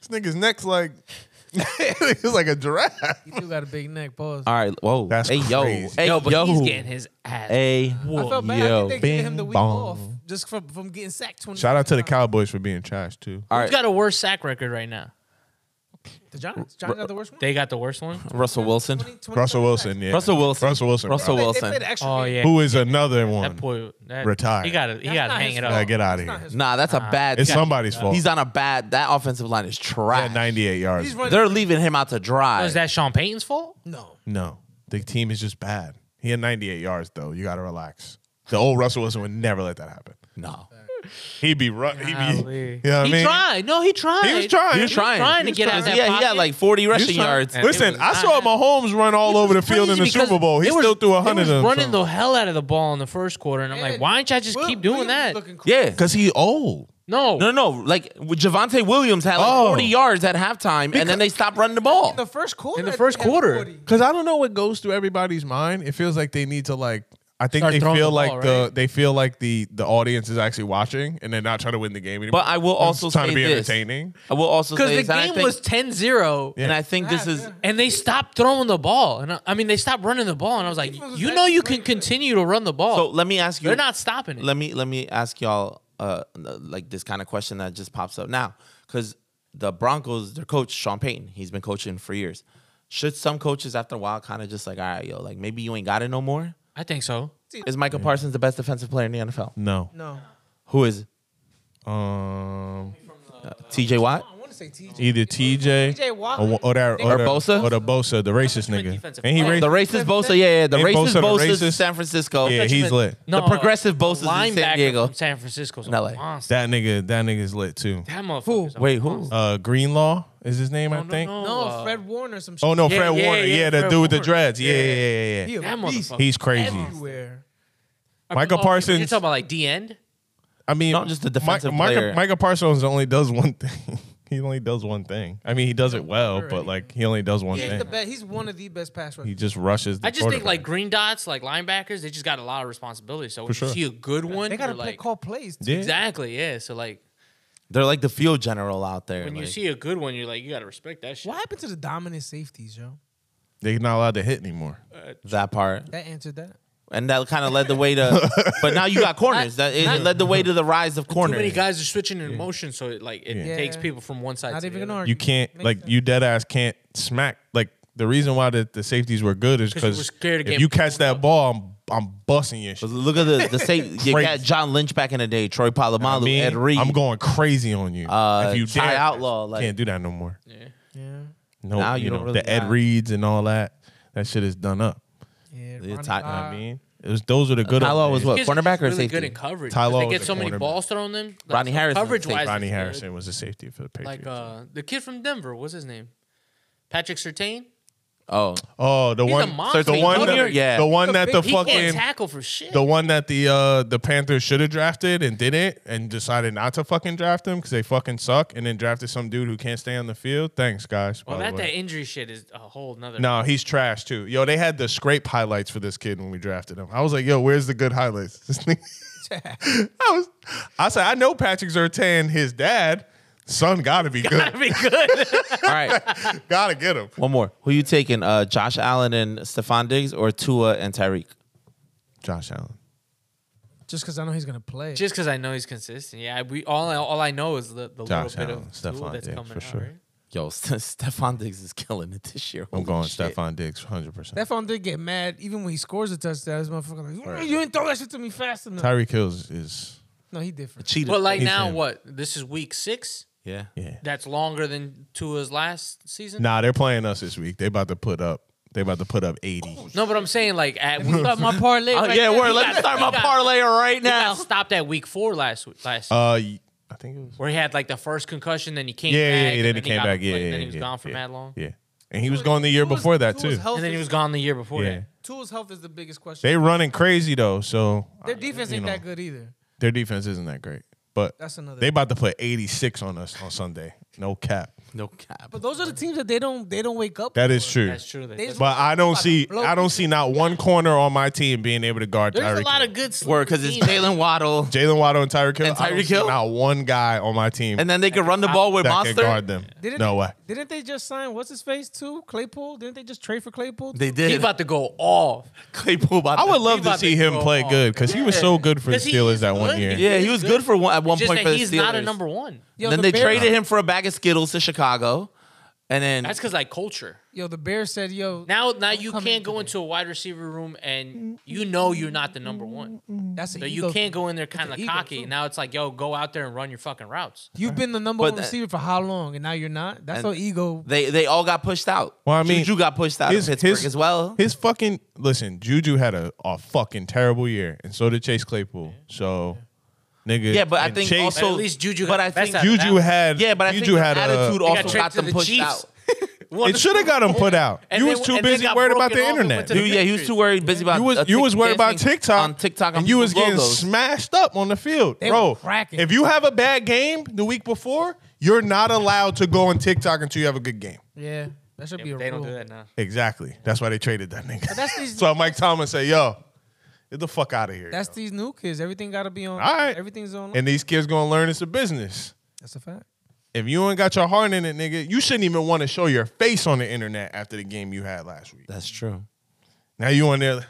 B: This nigga's neck's like, it's like a giraffe.
A: You got a big neck, pause.
C: All right. Whoa.
B: That's
C: hey yo.
B: crazy.
C: Hey
D: Yo, but
C: yo.
D: he's getting his ass.
C: Hey
A: I felt bad. I
C: yo.
A: think they gave him the
B: bing
A: week
B: bong.
A: off just from, from getting sacked. 20
B: Shout out to the Cowboys for being trash too.
C: All
D: He's
C: right.
D: got a worse sack record right now.
A: The Giants. Giants got the worst one.
D: They got the worst one.
C: Russell Wilson.
A: 20 20
B: Russell Wilson, yeah.
C: Russell Wilson.
B: Russell Wilson. bro.
C: Russell
A: They-
C: Wilson.
A: They played extra
D: Oh
A: game.
D: yeah,
B: Who is another
D: that
B: one?
D: boy that,
B: Retired.
D: He got to he
A: That's
D: got to
A: not
D: hang
A: his
D: it
A: fault.
B: Nah,
D: up.
B: get out of
A: That's not
B: here.
A: his fault.
C: Nah, that's a bad.
B: It's somebody's fault.
C: He's on a bad. That offensive line is
B: He
C: trash.
B: had 98 yards.
A: He's running.
C: They're leaving him out to dry.
D: Was that Sean Payton's fault?
A: No.
B: No, the team is just bad. He had 98 yards though. You got to relax. The old Russell Wilson would never let that happen.
C: No.
B: He'd be, ru- he'd be,
A: Golly.
B: you know what I
D: he
B: mean?
D: tried. No, he tried.
B: He was trying.
C: He was trying.
D: trying to
C: He was
D: get out
C: trying.
D: of that
C: Yeah, he
D: pocket.
C: had like 40 rushing
B: trying.
C: yards.
A: And it
B: Listen,
A: was
B: I saw Mahomes run all over the field in the
D: Crazy
B: Super Bowl. He
D: because
B: still threw
D: they
B: a hundred of
D: was
B: them.
D: running the hell out of the ball in the first quarter, and I'm like,
A: And
D: why don't y'all just
A: Will-
D: keep
A: Williams
D: doing that?
A: looking crazy.
C: Yeah.
B: because he old.
D: No,
C: No, no, no. Like Javante Williams had like
B: Oh.
C: 40 yards at halftime, and then they stopped running the ball.
A: In the first quarter.
D: In the
A: I
D: first
A: think he had
D: quarter.
A: 40.
B: Because I don't know what goes through everybody's mind. It feels like they need to like. I think
D: Start
B: they
D: throwing
B: feel
D: the
B: like
D: ball,
B: the
D: right?
B: they feel like the the audience is actually watching, and they're not trying to win the game anymore.
C: But I will
B: They're
C: also
B: just trying to
C: say
B: be
C: this.
B: entertaining.
C: I will also
D: because
C: say
D: the
C: this, and I
D: game
C: think-
D: was 10-0.
C: and I think this
A: Yeah,
C: is
A: yeah.
D: And they stopped throwing the ball, and I, I mean they stopped running the ball, and I was like,
A: Defense was
D: you know, you
A: actually
D: can continue to run the ball.
C: So let me ask you.
D: They're not stopping it.
C: Let me let me ask y'all uh like this kind of question that just pops up now because the Broncos, their coach Sean Payton, he's been coaching for years. Should some coaches after a while kind of just like, all right, yo, like maybe you ain't got it no more?
D: I think so.
C: Is Michael Parsons the best defensive player in the NFL?
B: No.
A: No.
C: Who is it?
B: Um.
C: T.J. Watt?
A: I want to say TJ.
B: Either TJ,
A: T.J. Watt.
B: or, or that
C: Or
B: the-
C: Bosa?
B: or the Bosa, the racist nigga,
D: defensive
B: and he
D: player.
B: racist.
C: The racist Bosa, yeah, yeah. The
B: Ain't
C: racist
B: Bosa the
C: Bosa is
B: racist?
C: San Francisco.
B: Yeah, he's lit.
C: The progressive Bosa's in San
D: linebacker
C: Diego.
D: from San Francisco's a
C: LA.
D: monster.
B: That nigga, that nigga's lit too.
D: That motherfucker's a
C: Wait, who?
B: Uh, Greenlaw is his name, I think.
D: No,
A: No,
D: uh,
A: Fred Warner, some shit.
B: Oh no,
D: Yeah,
B: Fred
D: yeah,
B: Warner.
D: yeah,
B: Yeah, the
D: Fred
B: dude with the
D: Warner.
B: dreads. Yeah, yeah, yeah. yeah,
A: He a
D: That
A: beast
D: motherfucker.
B: He's crazy.
A: everywhere.
B: Micah
D: Oh,
B: Parsons.
D: You're talking about like D end.
B: I mean,
C: Not just a defensive
B: Micah,
C: player.
B: Micah Parsons only does one thing. he only does one thing. I mean, he does it well, but like he only does one
A: He's the
B: thing.
A: best. He's one of the best pass rushers.
B: He just rushes. The
D: I just think
B: quarterback.
D: like green dots, like linebackers, they just got a lot of responsibility. So when
B: sure.
D: you see a good one,
A: They got to
D: you're like,
A: call plays. too.
B: Yeah.
D: exactly, yeah. So like
C: They're like the field general out there.
D: when you
C: like-
D: see a good one, you're like, you gotta respect that shit.
A: What happened to the dominant safeties, yo?
B: they're not allowed to hit anymore.
C: that part.
A: That answered that.
C: and that kind of led the way to. but now you got corners. That it led the way to the rise of
D: Too
C: corners.
D: many guys are switching in motion, so it like it
B: Yeah.
D: takes
A: Yeah.
D: people from one side
A: Not
D: to
A: even
D: the
A: gonna
D: other.
A: argue.
B: You can't
A: Makes
B: like
A: sense.
B: you dead ass can't smack. Like the reason why the, the safeties were good is
D: 'Cause you
B: because
D: were scared of
B: if
D: getting
B: you catch that ball, I'm I'm busting your shit.
C: Look at the the same. You
B: Crazy.
C: got John Lynch back in the day, Troy Polamalu,
B: I mean,
C: Ed Reed.
B: I'm going crazy on you.
C: Uh,
B: if you
C: Ty
B: dare.
C: Outlaw, like-
B: can't do that no more.
A: Yeah.
B: No,
C: Now
B: you,
C: you don't
B: know
C: really
B: the Ed
C: got-
B: Reeds and all that. That shit is done up.
A: Yeah.
C: Yeah,
A: Ronnie
C: tight- I
B: I
D: Uh,
A: Todd.
B: mean, it was those are the good.
C: Outlaw
B: old
C: was
B: days.
C: what
D: These kids are
C: cornerback
D: just
C: or
D: really
C: safety?
D: good in coverage. 'cause
B: Tyler
D: They
B: was
D: get
B: a
D: so many
B: cornerback.
D: balls thrown them. Like,
C: Rodney
D: so
C: Harrison was
D: Coverage
C: safety.
D: wise,
B: Ronnie Harrison was a safety for the Patriots.
D: Like uh, the kid from Denver, what's his name? Patrick Sertain.
C: Oh,
B: oh, the
D: he's
B: one,
D: a monster.
B: the
D: He
B: one,
D: covered.
B: that,
C: Yeah.
B: the one
A: He's a
B: that the
A: big-
D: He
B: fucking,
D: can't tackle for shit.
B: the one that the uh the Panthers should have drafted and didn't, and decided not to fucking draft him because they fucking suck, and then drafted some dude who can't stay on the field. Thanks, guys.
D: well,
B: by the
D: that
B: way.
D: that injury shit is a whole nother.
B: No, he's trash too. Yo, they had the scrape highlights for this kid when we drafted him. I was like, yo, where's the good highlights? This nigga- I was, I said, I know Patrick Sertan, his dad, son, gotta be
D: That'd
B: good.
D: be good.
C: all right.
B: gotta get him.
C: One more. Who you taking? Uh, Josh Allen and Stephon Diggs, or Tua and Tyreek?
B: Josh Allen.
A: Just because I know he's gonna play.
D: Just because I know he's consistent. Yeah, we all I, all I know is the, the little
B: Josh
D: bit
B: Allen,
D: of tool
B: Stephon
D: that's
B: Diggs,
D: coming
B: for
D: out.
B: sure.
D: right?
C: Yo, Stephon Diggs is killing it this year.
B: I'm
C: Holy
B: going
C: shit.
B: Stephon Diggs, 100%.
A: that phone did get mad even when he scores a touchdown. This motherfucker like, you didn't throw that shit to me fast enough.
B: Tyreek Hills is,
A: no, he different.
C: Cheated.
D: But like
B: He's
D: now,
B: him.
D: what? This is week six.
C: yeah.
B: yeah.
D: That's longer than Tua's last season.
B: Nah, they're playing us this week. They about to put up, they about to put up 80.
D: No, but I'm saying like at we
B: Uh,
A: Stop my parlay.
C: Oh,
A: right
C: yeah,
A: there.
C: word. Let's start my parlay right now.
D: got stopped at week four last week, last
B: Uh, I think it was.
D: where he had like the first concussion, then he came
B: Yeah, yeah,
D: back.
B: yeah.
D: and
B: Then he
D: he
B: came
D: got
B: back. Yeah,
D: replaced,
B: yeah.
D: Then he was
B: yeah,
D: gone for
B: yeah,
D: mad long.
B: Yeah. And he was gone the year before that,
A: Tua's
B: too.
A: health
D: And then he
A: is-
D: was gone the year before
B: Yeah.
D: that.
A: Tua's health is the biggest question.
B: They running crazy, though. So
A: Their defense
B: you
A: ain't
B: know.
A: that good either.
B: Their defense isn't that great, but
A: That's another.
B: they about to put 86 on us on Sunday. No cap.
C: No cap.
A: but those are the teams that they don't they don't wake up.
B: That is
A: for.
B: true.
D: That's true. They-
A: They just-
B: But I don't see I don't see not one corner on my team being able to guard
D: There's
B: Tyreek.
D: a lot
B: Hill.
D: of good
C: Word, because it's
D: teams.
C: Jalen Waddle,
B: Jalen Waddle and Tyreek Hill.
C: And
B: I don't
C: Tyreek
B: see
C: Hill?
B: Not one guy on my team
C: and then they could run the ball with
B: that can
C: Monster.
B: guard them.
A: Didn't
B: No
A: they,
B: way.
A: Didn't they just sign what's his face too? Claypool? Didn't they just trade for Claypool?
C: They
D: He
C: did.
D: about to go off.
C: Claypool about
B: I
C: to-
B: would love
D: He
B: to
D: about
B: see
D: to
B: him
D: go
B: play
D: off.
B: good because he was so good for the
D: 'Cause he
B: Steelers
D: is
B: that one
D: good.
B: year.
C: Yeah, he was good for one at one
D: Just
C: point
D: that
C: for the
D: he's
C: Steelers.
D: not a number one.
A: Yo,
C: then
A: the
C: they
A: Bears-
C: traded him for a bag of Skittles to Chicago. And then
F: That's because like culture.
A: Yo, the bear said, "Yo,
F: Now, now you
A: come in
F: can't go
A: today.
F: into a wide receiver room and you know you're not the number one.
A: that's a
F: So
A: ego
F: you can't
A: thing.
F: go in there kind
A: an
F: of
A: ego,
F: cocky.
A: too.
F: Now it's like, yo, go out there and run your fucking routes.
A: You've been the number
C: But
A: one
C: that-
A: receiver for how long, and now you're not. That's
C: And-
A: so ego.
C: they they all got pushed out.
B: Well, I mean,
C: Juju got pushed out of Pittsburgh as well.
B: His fucking listen, Juju had a, a fucking terrible year, and so did Chase Claypool. So, nigga,
C: Yeah, but I
B: and
C: think
B: Chase,
C: also-
F: At least Juju
C: But
F: got
C: I
F: the best
C: think
F: out of
B: Juju
F: that.
B: had
C: yeah, but I
B: Juju
C: think
B: had
C: the attitude
B: a,
C: also
F: got
C: got,
F: traded to
C: them
F: the
C: pushed
F: Chiefs.
C: out.
F: Won
B: It
F: the
B: should have
F: Super
B: got him
F: Bowl.
B: put out.
F: And
B: you
F: they-
B: was too
F: and they
B: busy
F: got
B: worried about the
F: broken off and
B: internet.
F: went to the
C: Dude, yeah, he was
F: Patriots.
C: too worried, busy about
B: You was
C: uh,
B: you was worried about
C: dancing
B: TikTok
C: on TikTok,
B: and you was getting
C: logos.
B: smashed up on the field, bro.
A: were cracking.
B: If you have a bad game the week before, you're not allowed to go on TikTok until you have a good game.
A: Yeah, that should be a
F: They
A: rule.
F: don't do that now.
B: Exactly. That's why they traded that nigga.
A: that's these-
B: so Mike Thomas said, "Yo, get the fuck out of here."
A: That's
B: yo."
A: these new kids. Everything got to be on.
B: All right.
A: everything's on.
B: and these kids gonna learn it's a business.
A: that's a fact.
B: If you ain't got your heart in it, nigga, you shouldn't even want to show your face on the internet after the game you had last week.
C: That's true.
B: Now you on there.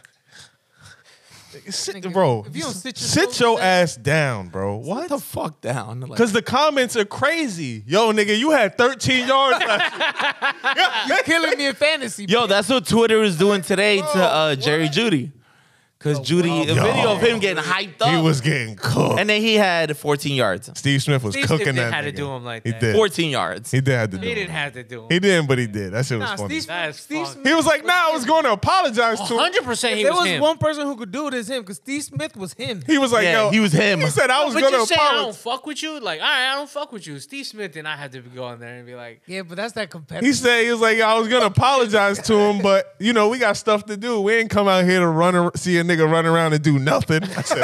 B: Nigga, Sit,
A: Nigga,
B: bro.
A: if you don't sit
B: sit
A: yourself
B: your
A: down-
B: ass down, bro. What?
C: What the fuck down? Like,
B: Cause the comments are crazy. Yo, nigga, you had 13 yards last
A: You're killing me in fantasy.
C: Yo, that's what Twitter is doing today to uh, Jerry Judy. Because Judy, a video of him getting hyped up.
B: He was getting cooked.
C: and then he had 14 yards.
B: Steve Smith was
F: Steve Smith
B: cooking that.
F: didn't have to
B: nigga.
F: do him like
B: he
F: that.
B: Did.
C: 14 yards.
B: He did have to do
F: They didn't
B: him.
F: have to do
B: He
F: him.
B: didn't, but he did. That shit was
A: nah,
B: funny.
A: Steve,
F: That
A: Smith-
F: is
A: Steve
F: fucked.
A: Smith.
B: he was like, nah, I was going to apologize to him.
F: Hundred percent, he
A: there
F: was,
A: was,
F: him.
A: one person who could do it, it's him. Because Steve Smith was him.
B: He was like,
C: Yeah,
B: yo,
C: he was him.
B: He said I was
F: But
B: going to
F: you say I don't
B: apologize.
F: fuck with you? Like, all right, I don't fuck with you. Steve Smith did not have to go in there and be like,
A: yeah, but that's that
B: He
A: competitive.
B: said he was like, I was gonna apologize to him, but you know, we got stuff to do. We ain't come out here to run ar- see a nigga run around and do nothing. I said,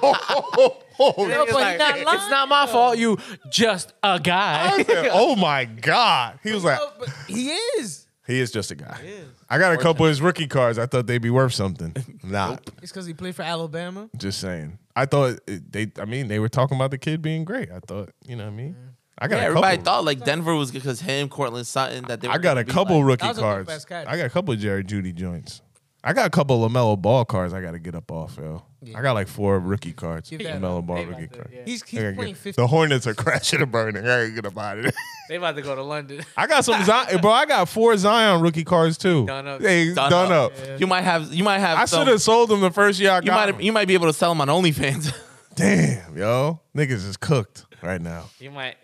A: Yo, but he not lying.
F: "It's not my fault. You just a guy."
B: I said, oh my God. He was like,
A: Yo, but he is.
B: He is just a guy. I got a couple of his rookie cards. I thought they'd be worth something. Nah,
A: It's because he played for Alabama.
B: just saying. I thought it- they. I mean, they were talking about the kid being great. I thought, you know what I mean. I got
C: Yeah,
B: a couple.
C: everybody thought like Denver was because him, Cortland Sutton, that they were
B: I got
C: gonna
B: a
C: be,
B: couple
C: like-
A: That
B: rookie
A: was a dope-ass
B: cards.
A: catch.
B: I got a couple Jerry Judy joints. I got a couple Lamelo Ball cards. I got to get up off, yo. I got like four rookie cards.
A: Give that
B: Lamelo Ball rookie cards.
A: He's,
B: I
A: he's
B: gotta
A: playing
B: get-
A: 15.
B: the Hornets are crashing and burning. I ain't gonna buy it.
F: they about to go to London.
B: I got some Zion, bro. I got four Zion rookie cards too.
F: Done up.
B: They
C: Done
B: done,
C: up.
B: up.
C: You might have, you might have.
B: I
C: some-
B: should have sold them the first year I
C: You
B: got
C: might,
B: them.
C: have- you might be able to sell them on OnlyFans.
B: Damn, yo, niggas is cooked right now.
F: You might.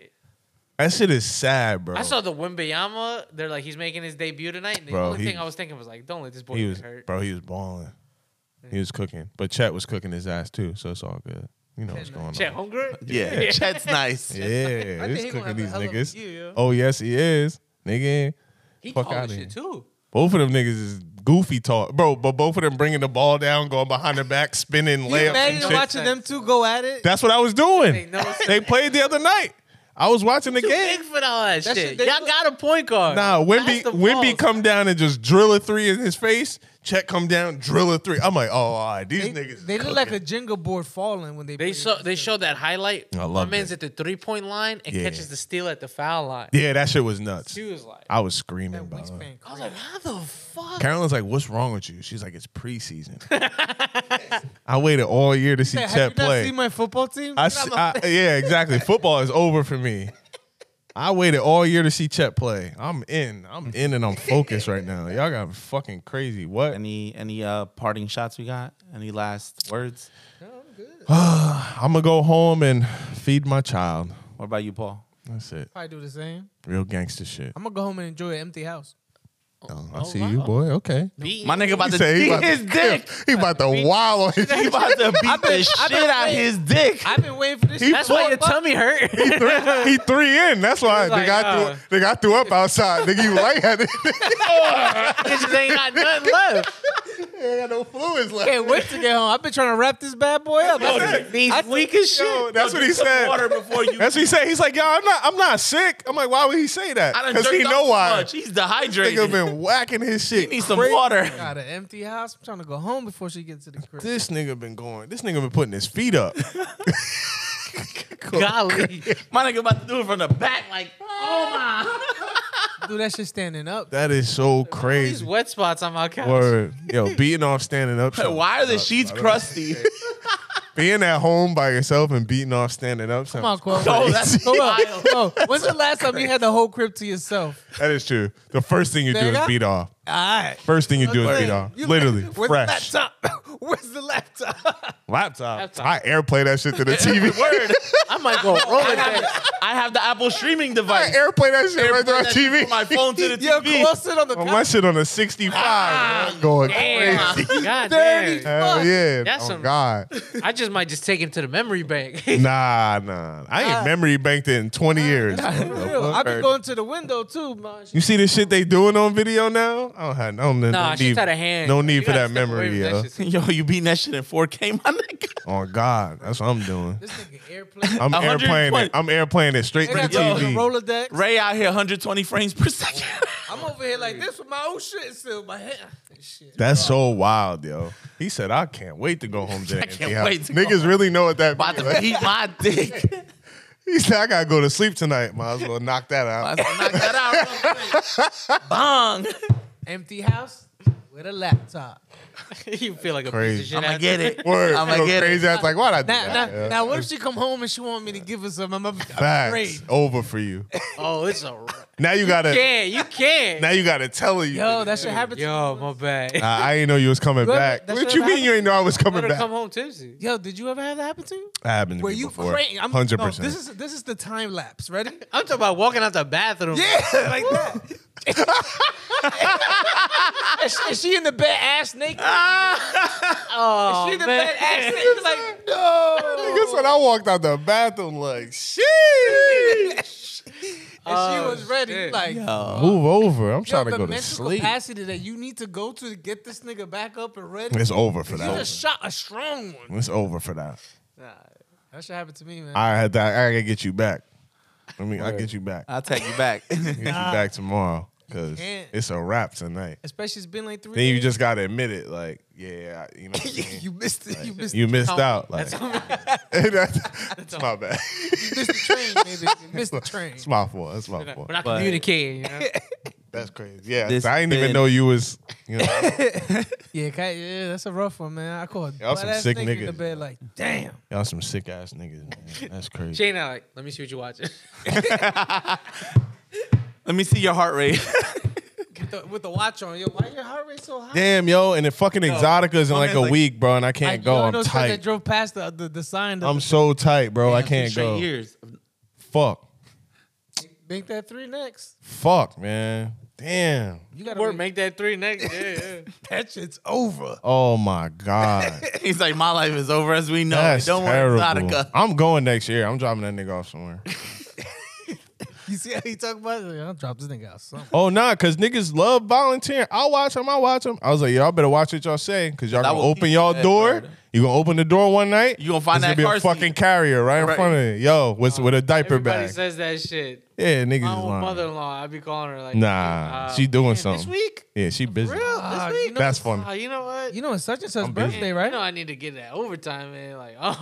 B: That shit is sad, bro.
F: I saw the Wimbayama. They're like, he's making his debut tonight. And the
B: Bro,
F: only
B: he
F: thing I
B: was-
F: was thinking was like, don't let this boy
B: he
F: get
B: was,
F: hurt.
B: bro. He was balling. He was cooking, but Chet was cooking his ass too. So it's all good. You know what's going
F: Chet
B: on.
F: Hunger?
C: yeah, Chet's nice.
B: Yeah,
A: think
B: he's
A: he gonna
B: cooking
A: have a
B: these
A: hell of a
B: niggas.
A: year, yo.
B: oh yes, he is, nigga.
F: He
B: Fuck
F: tall as
B: outta
F: shit
B: here.
F: too.
B: Both of them niggas is goofy talk, bro. But both of them bringing the ball down, going behind the back, spinning
A: Can you
B: layups and
A: imagine
B: shit.
A: watching them two go at it?
B: That's what I was doing.
F: Ain't no-
B: they played the other night. I was watching the
F: Too
B: game.
F: big for all that,
A: That shit,
F: shit.
A: they
F: Y'all
A: look-
F: got a point guard.
B: Nah, Wimby
F: That's the
B: Wimby
F: balls.
B: come down and just drill a three in his face. Check come down, drill a three. I'm like, oh, all right, these
A: They,
B: niggas. is
A: they look like a
B: cooking.
A: Jenga board falling when they.
F: They saw they showed that highlight.
B: I
F: My
B: love
F: man's
B: that.
F: at the three point line and
B: Yeah.
F: catches the steal at the foul line.
B: yeah, that shit was nuts.
F: She was like,
B: I was screaming.
A: that
B: About it.
A: wingspan.
F: I was like, how the fuck?
B: Carolyn's like, what's wrong with you? She's like, it's preseason. I waited all year to see
A: Have
B: Chet
A: you
B: play.
A: not seen my football team?
B: I s- I- yeah, exactly. Football is over for me. I waited all year to see Chet play. I'm in. I'm in and I'm focused right now. Y'all got fucking crazy. What?
C: Any any uh parting shots we got? Any last words?
B: I'm gonna go home and feed my child.
C: What about you, Paul?
B: That's it.
A: Probably do the same.
B: Real gangster shit.
A: I'm gonna go home and enjoy an empty house.
B: Oh, I see you, boy. Okay.
F: Beat
C: My nigga about
B: He
C: to
B: said he
C: beat
B: about
C: his dick.
B: to, he about to wild on his.
C: He about to beat the
A: I've
C: shit
A: been
C: out
A: waiting.
C: his dick.
A: I've been waiting for this.
B: He
A: shit.
F: That's why your tummy hurt.
B: He three in. That's why
F: like,
B: the guy
F: uh,
B: threw the guy threw up outside. Nigga, you light had it.
F: Bitches ain't got nothing left.
B: got no fluids left.
A: Can't wait to get home. I've been trying to wrap this bad boy up.
F: These weak as shit.
B: Yo, that's what he said.
C: before you.
B: That's what he said. He's like, yo, I'm not, I'm not sick. I'm like, why would he say that?
C: I done
B: Because he
C: jerked
B: know
C: off too
B: why.
C: much. He's
B: Nigga
C: dehydrated.
B: been whacking his shit.
C: He needs some water.
A: Got an empty house. I'm trying to go home before she gets to the crib.
B: This nigga been going. This nigga been putting his feet up.
F: Golly.
C: My nigga about to do it from the back, like, oh my.
A: Dude, that shit standing up.
B: That is so
F: These
B: crazy.
F: wet spots on my couch.
B: Word. Yo, beating off standing up.
C: Why are the sheets crusty?
B: Being at home by yourself and beating off standing up
A: Come on,
B: sounds
A: Quo.
B: crazy.
A: Come on, Quo. When's the last time you had the whole crib to yourself?
B: That is true. The first thing you do is
A: Nigga.
B: beat off.
A: All right.
B: First thing you do is beat off.
A: You-
B: Literally,
A: Where's
B: fresh
A: the laptop? Where's the laptop?
B: laptop.
A: Laptop.
B: I airplay that shit to the TV. Word.
A: I might go roll it back.
C: I have the Apple streaming
B: I
C: device.
B: airplay that shit right there on
C: That shit
B: TV.
C: from my phone to the
A: Yo,
C: TV.
A: Quo sit on the
B: Oh, my
A: couch.
B: shit on a 65. man, going
D: Damn.
B: crazy.
D: God
A: Dirty.
D: damn.
B: Hell yeah.
D: That's
B: oh,
D: some-
B: God.
D: I just might just take him to the memory bank.
B: Nah, nah. I ain't memory banked it in 20 years.
A: Uh, For real. I've been going to the window too, man.
B: You see the shit they doing on video now? I don't have no, no,
D: Nah,
B: no
D: she's
B: need,
D: out of hand.
B: no need
D: You
B: for
D: gotta
B: that
D: step
B: memory.
D: away from that
B: Yo.
D: shit.
C: Yo, you beating that shit in 4K, my nigga.
B: Oh God, that's what I'm doing.
A: This nigga airplane.
B: I'm
C: 120.
B: airplaying it. I'm airplaying it straight
A: They
B: to the
A: got the
B: TV.
A: Rolodex.
C: Ray out here 120 frames per second.
A: I'm over here like this with my own shit still. in My head. Shit.
B: That's so wild, yo. He said, "I can't wait to go home to the
C: can't
B: empty house."
C: wait to go
B: Niggas really know what that
C: About
B: means.
C: to eat my dick.
B: He said, "I gotta go to sleep tonight. Might as well knock that out."
C: Might as well Knock that out. real quick. Bong.
A: Empty house with a laptop.
D: you feel like a
B: Crazy.
D: piece of shit.
C: I'ma
D: after-
C: get it.
B: Word,
C: I'ma
B: you know,
C: get
B: crazy.
C: it.
B: I was like, "Why'd I do
A: Now,
B: that?"
A: now,
B: yo?
A: now, what if she come home and she want me to give her some? I'm, I'm
B: Facts
A: afraid.
B: over for you.
D: Oh, it's a
B: Now you gotta.
D: can. You can.
B: Now you gotta tell her. You
A: Yo, that should happen. To
D: Yo, my bad.
B: Nah, I ain't know you was coming
A: Wait,
B: back.
A: that
B: What
A: should've
B: you mean
A: happened?
B: you ain't know I was coming
D: Better
B: back?
D: come home tipsy.
A: yo, did you ever have that happen to you?
B: That happened to
A: Where
B: me
A: you
B: before.
A: crazy? I'm
B: Hundred
A: no,
B: percent.
A: This is this is the time lapse. Ready?
D: I'm talking about walking out the bathroom.
A: Yeah, like that. is, she, is she in the bed ass naked?
D: Oh,
A: she in the
D: man.
A: bed ass naked. Like no.
B: Nigga said I walked out the bathroom like shit.
A: And she was ready.
D: shit.
A: Like yo,
B: Move over. I'm trying
A: the
B: to go to
A: mental
B: sleep.
A: capacity that you need to go to to get this nigga back up and ready.
B: It's over for
A: You
B: that.
A: just shot a strong one.
B: It's over for that.
A: Nah, that should happen to me, man.
B: I had that. I gotta get you back. I mean, I'll get you back. I'll
C: I'll take you back.
B: get you back tomorrow because
A: can't.
B: it's a wrap tonight.
A: Especially it's been like three.
B: Then you
A: days.
B: just gotta admit it. Like, yeah, I- you know, what I mean?
A: you missed it. You missed.
B: you
A: the
B: missed
A: count.
B: out. Like, that's, that's my bad.
A: You missed the train, baby. You missed the train.
B: It's my fault. That's my fault.
D: We're not
C: But-
D: communicating. You know?
B: That's crazy. Yeah,
C: This
B: I didn't even
C: been-
B: know you was. You know,
A: Yeah, ca- yeah, that's a rough one, man. I called
B: Y'all some sick
A: in the
B: niggas.
A: bed like, damn.
B: Y'all some sick ass niggas, man. That's crazy.
D: Jane, like, let me see what you watching.
C: Let me see your heart rate.
A: With the, with the watch on, yo, why your heart rate so high?
B: Damn, yo, and the fucking Exotica's in
C: my
B: like
C: man's
B: a
C: like-
B: week, bro, and I can't
A: Like,
B: go.
A: yo, I
B: I'm
A: know some That
B: tight.
A: drove past the the, the sign. That
B: I'm so tight, bro. I
C: Two
B: can't
C: straight
B: go.
C: Years.
B: Fuck,
A: make that three next.
B: fuck, man. Damn.
A: You gotta
D: Or
A: wait.
D: make that three next. Yeah, yeah.
A: that shit's over.
B: Oh my god.
C: He's like, my life is over as we know. it.
B: That's
C: Don't
B: terrible.
C: worry, Exotica.
B: I'm going next year. I'm dropping that nigga off somewhere.
A: You see how he talk about it? Like, I'll drop this nigga out. Something.
B: oh nah, cause niggas love volunteering. I'll watch him. I'll watch him. I was like, y'all better watch what y'all say, cause y'all
C: That
B: gonna
C: will
B: open
C: keep
B: y'all
C: that
B: door.
C: bird.
B: You gonna open the door one night.
C: You gonna find
B: there's
C: that
B: gonna be
C: car
B: a
C: seat.
B: fucking carrier right, in
C: Right.
B: front of it. Yo, with with a diaper
D: Everybody
B: bag.
D: says that shit.
B: yeah, niggas is
D: My own
B: lying.
D: mother-in-law, I'd be calling her like,
B: Nah,
D: uh,
B: she doing
D: man, This
B: something.
D: week,
B: Yeah, she busy.
D: real,
A: Ah,
D: this week.
A: you know-
B: That's funny.
D: Ah, you know what?
A: You know, it's such and such
B: I'm busy.
A: birthday,
D: You
A: right?
D: know I need to get that overtime, man. Like, oh,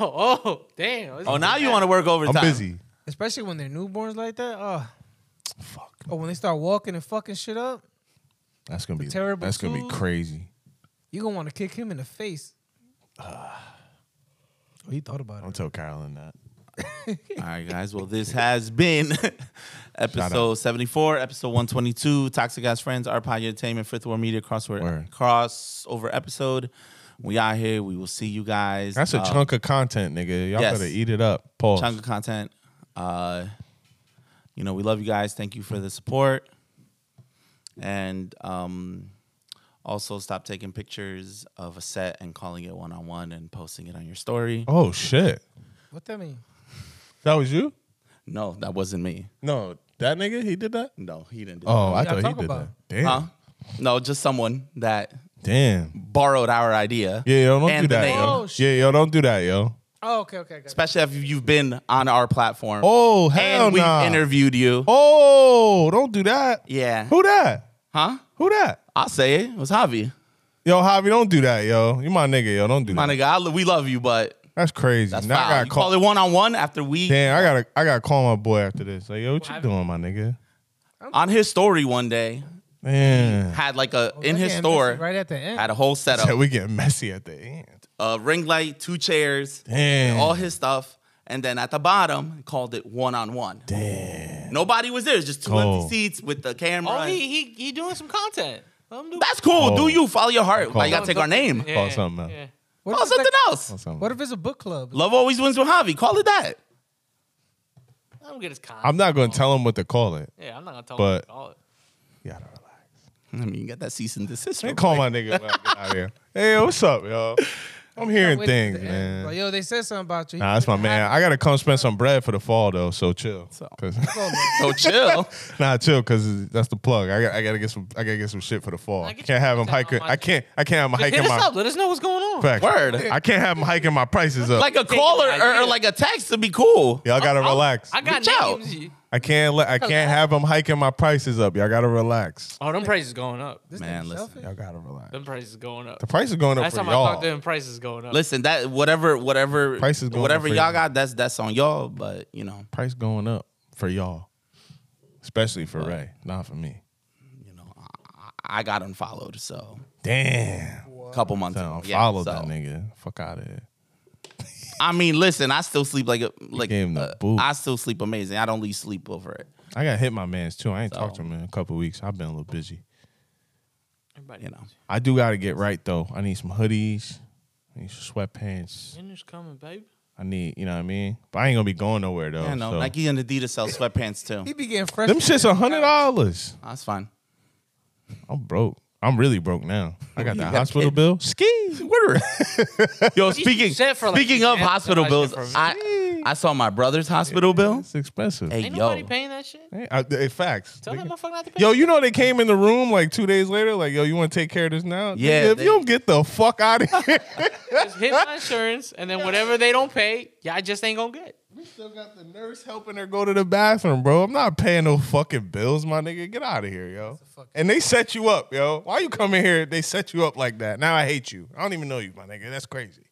D: oh, damn.
C: Oh, now you want to work
B: I'm
C: overtime.
B: busy.
A: Especially when they're newborns like that. Oh,
B: Fuck.
A: oh, when they start walking and fucking shit up,
B: That's gonna be
A: terrible
B: That's gonna be
A: food.
B: crazy.
A: you gonna want to kick him in the face.
B: Ah.
A: oh, he thought about it.
B: Don't tell Carolyn that.
C: All right, guys. Well, this has been episode 74, episode 122, Toxic Ass Friends, our Pod Entertainment, Fifth War Media crossword
B: Word.
C: crossover episode. We out here. We will see you guys.
B: That's a
C: Uh,
B: chunk of content, nigga. Y'all
C: yes.
B: better eat it up. Pause.
C: chunk of content. Uh, you know, we love you guys. Thank you for the support. And um, also, stop taking pictures of a set and calling it one on one and posting it on your story.
B: oh shit.
A: What that mean?
B: That was you?
C: No, that wasn't me.
B: No, that nigga, he did that?
C: No, he didn't. Do
B: Oh, I
A: y'all
B: thought he
A: talk
B: did
A: about?
B: that. Damn.
C: that. Huh? No, just someone that
B: Damn.
C: borrowed our idea.
B: Yeah, yo, don't
C: And
B: do
C: the
B: that,
C: name.
B: yo.
A: Oh, shit.
B: yeah, yo, don't do that, yo.
A: Oh, okay, okay, I got it.
C: Especially if you've been on our platform.
B: Oh, hell no.
C: and we've
B: Nah.
C: interviewed you.
B: oh, don't do that.
C: Yeah.
B: Who that?
C: Huh?
B: Who that?
C: I'll say it. It was Javi.
B: Yo, Javi, don't do that, yo. You my nigga, yo. Don't do
C: My
B: that.
C: nigga, I, we love you, but
B: That's crazy.
C: that's
B: now
C: foul.
B: I gotta
C: you
B: call.
C: call it one on one after we
B: Damn, I gotta, I gotta call my boy after this. Like, yo, what you doing, my nigga?
C: on his story one day
B: Man,
C: had like a in
A: That
C: his
A: damn
C: store
A: message Right at the end.
C: had a whole
B: yeah,
C: setup.
B: we get messy at the end.
C: a ring light, two chairs,
B: Damn.
C: all his stuff. And then at the bottom, called it one on one. Damn. Nobody was there. It was just two
B: Oh.
C: empty seats with the camera.
D: Oh,
C: and-
D: he he he doing some content. Let him do
C: That's cool.
B: Oh.
C: Do you follow your heart?
B: Call
C: Why you gotta
B: it.
C: take our name?
D: Yeah,
B: Call something else.
D: yeah.
A: What
C: Call
A: if it's
C: something
A: like-
C: else.
B: Or something.
A: What if it's a book club?
C: Love always wins with Javi. Call it that.
D: Let him get his content.
B: I'm not gonna tell him what to call it.
D: Yeah, I'm not gonna tell him.
B: But-
D: what to call it.
B: You gotta relax.
C: I mean, you got that cease and desist.
B: They call my nigga. when I get out here. Hey, yo, what's up, yo? I'm hearing
A: Wait till
B: things,
A: the end. Like,
B: man.
A: yo, they said something about you.
B: Nah, that's my man. I gotta come spend some bread for the fall though, so chill. 'Cause-
C: so chill.
B: nah, chill, cause that's the plug. I got, I gotta get some, I gotta get some shit for the fall.
D: I get
B: can't have him
D: you.
B: hiking. I can't, I can't have him
D: Hit
B: hiking
D: us
B: my
D: up. Let us know what's going on.
B: facts.
C: Word.
B: I can't have him hiking my prices up.
C: Like a caller or, or like a text would be cool.
B: Y'all gotta relax.
D: I got
C: Reach out.
D: names.
B: I can't let I can't have them hiking my prices up. Y'all gotta relax.
D: Oh, them prices going up.
A: This
C: Man,
A: nigga
C: listen.
A: selfish.
B: Y'all gotta relax.
D: Them prices going up.
B: The price is going up
D: Last
B: for
D: time I
B: y'all.
D: talked to them, prices going up.
C: Listen, that whatever whatever
B: Price is going
C: whatever
B: up for
C: y'all
B: y'all.
C: got, that's that's on y'all. But you know,
B: price going up for y'all, especially for Ray, not for me.
C: you know, I, I got unfollowed. So
B: Damn,
C: a couple months ago,
B: so I
C: Yeah,
B: followed
C: so-
B: that nigga. Fuck out of here.
C: I mean, listen, I still sleep like a like
B: gave him the
C: uh,
B: boot.
C: I still sleep amazing. I don't lose sleep over it.
B: I got hit my man's too. I ain't
C: So-
B: talked to him in a couple weeks. I've been a little busy.
D: Everybody
C: You know,
B: I do gotta get right though. I need some hoodies. I need some sweatpants.
D: Dinner's coming, babe.
B: I need, you know what I mean. But I ain't gonna be going nowhere though.
C: yeah, no,
B: so.
C: Nike and Adidas sell sweatpants
A: He
C: too.
A: be getting fresh.
B: Them shits a hundred dollars.
C: That's fine.
B: I'm broke. I'm really broke now. I got that hospital bill. Ski.
C: Word. Yo, speaking
D: said for, like,
C: speaking of
D: example,
C: hospital
D: that
C: bills,
D: shit for
C: I I saw my brother's hospital bill.
B: It's expensive.
C: Hey
D: Ain't
C: yo,
D: nobody paying that shit.
B: Hey, I- hey, facts.
D: Tell
B: Nigga.
D: that motherfucker not to pay.
B: Yo, you know they came in the room like two days later, like, yo, you want to take care of this now?
C: Yeah,
B: Nigga, if
C: they-
B: you don't get the fuck out of here.
D: Just hit my insurance, and then whatever they don't pay, yeah, I just ain't gonna get.
B: Still got the nurse helping her go to the bathroom, bro. I'm not paying no fucking bills, my nigga. Get out of here, yo. And they set you up, yo. Why you come in here? They set you up like that. Now I hate you. I don't even know you, my nigga. That's crazy.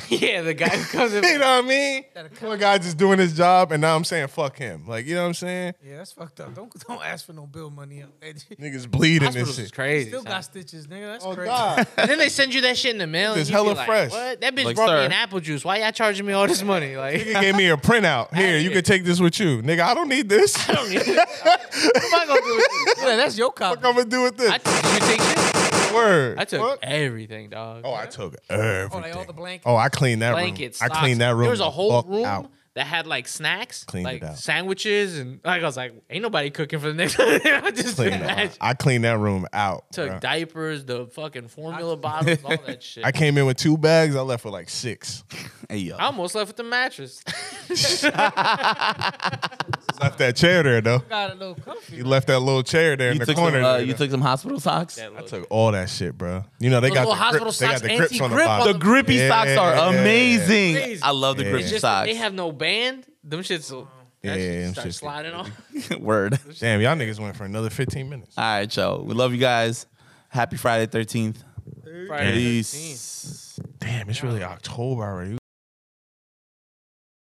D: yeah, the guy who comes in.
B: You know what I mean? One guy just doing his job, and now I'm saying fuck him. Like, you know what I'm saying?
A: Yeah, that's fucked up. Don't don't ask for no bill money. up. Hey,
B: Niggas bleeding and
D: Hospitals is
B: shit.
D: crazy.
A: Still
D: son.
A: got stitches, nigga. That's
B: Oh,
A: crazy.
B: God.
D: And then they send you that shit in the mail.
B: It's
D: and you be
B: hella
D: like,
B: fresh.
D: What? That bitch
C: Like,
D: brought
C: sir.
D: me an apple juice. Why y'all charging me all this money? Like,
B: Nigga gave me a printout. Here, you can take this with you. Nigga, I don't need this.
D: I don't need it. What am I gonna do with this?
A: Yeah, that's your cop.
B: What I'm gonna do with this
D: I took, you take this?
B: word.
D: I took
B: What?
D: everything, dog.
B: Oh, I took everything.
A: like all the blankets?
B: Oh, I cleaned that
D: blankets.
B: room. I
D: socks.
B: cleaned that room.
D: There was
B: the
D: a whole
B: fuck
D: room
B: out.
D: that had like snacks,
B: Cleaned
D: like
B: it out.
D: sandwiches, and like I was like, ain't nobody cooking for the next. I just
B: Cleaned
D: did
B: it
D: that
B: out.
D: shit.
B: I cleaned that room out.
D: took
B: bruh.
D: diapers, the fucking formula bottles, all that shit.
B: I
D: I,
B: came in with two bags. I left with like six.
C: hey yo,
D: almost left with the mattress.
B: left that chair there though.
A: Got a little comfy.
B: You left that little chair there
C: you
B: in the
C: took
B: corner.
C: some, uh,
B: there,
C: you
B: though.
C: took some hospital socks.
D: That
B: I
D: look.
B: took all that shit, bro. You know they
D: The
B: got
D: little
B: the grip,
D: hospital
B: they got
D: socks,
B: the grips on the
D: anti-grip
B: bottom.
D: on
C: The grippy
B: Yeah.
C: socks are amazing.
D: Crazy.
C: I love the
B: Yeah.
D: It's
C: grippy
D: just
C: socks.
D: they have no band. Them shits will that
B: Yeah,
D: shit
B: them
D: start
B: shits-
D: sliding off.
C: Word.
B: Damn, y'all niggas went for another 15 minutes.
C: All right, yo. We love you guys. Happy Friday 13th.
D: Friday the 13th.
C: Peace.
B: Damn, it's really October already.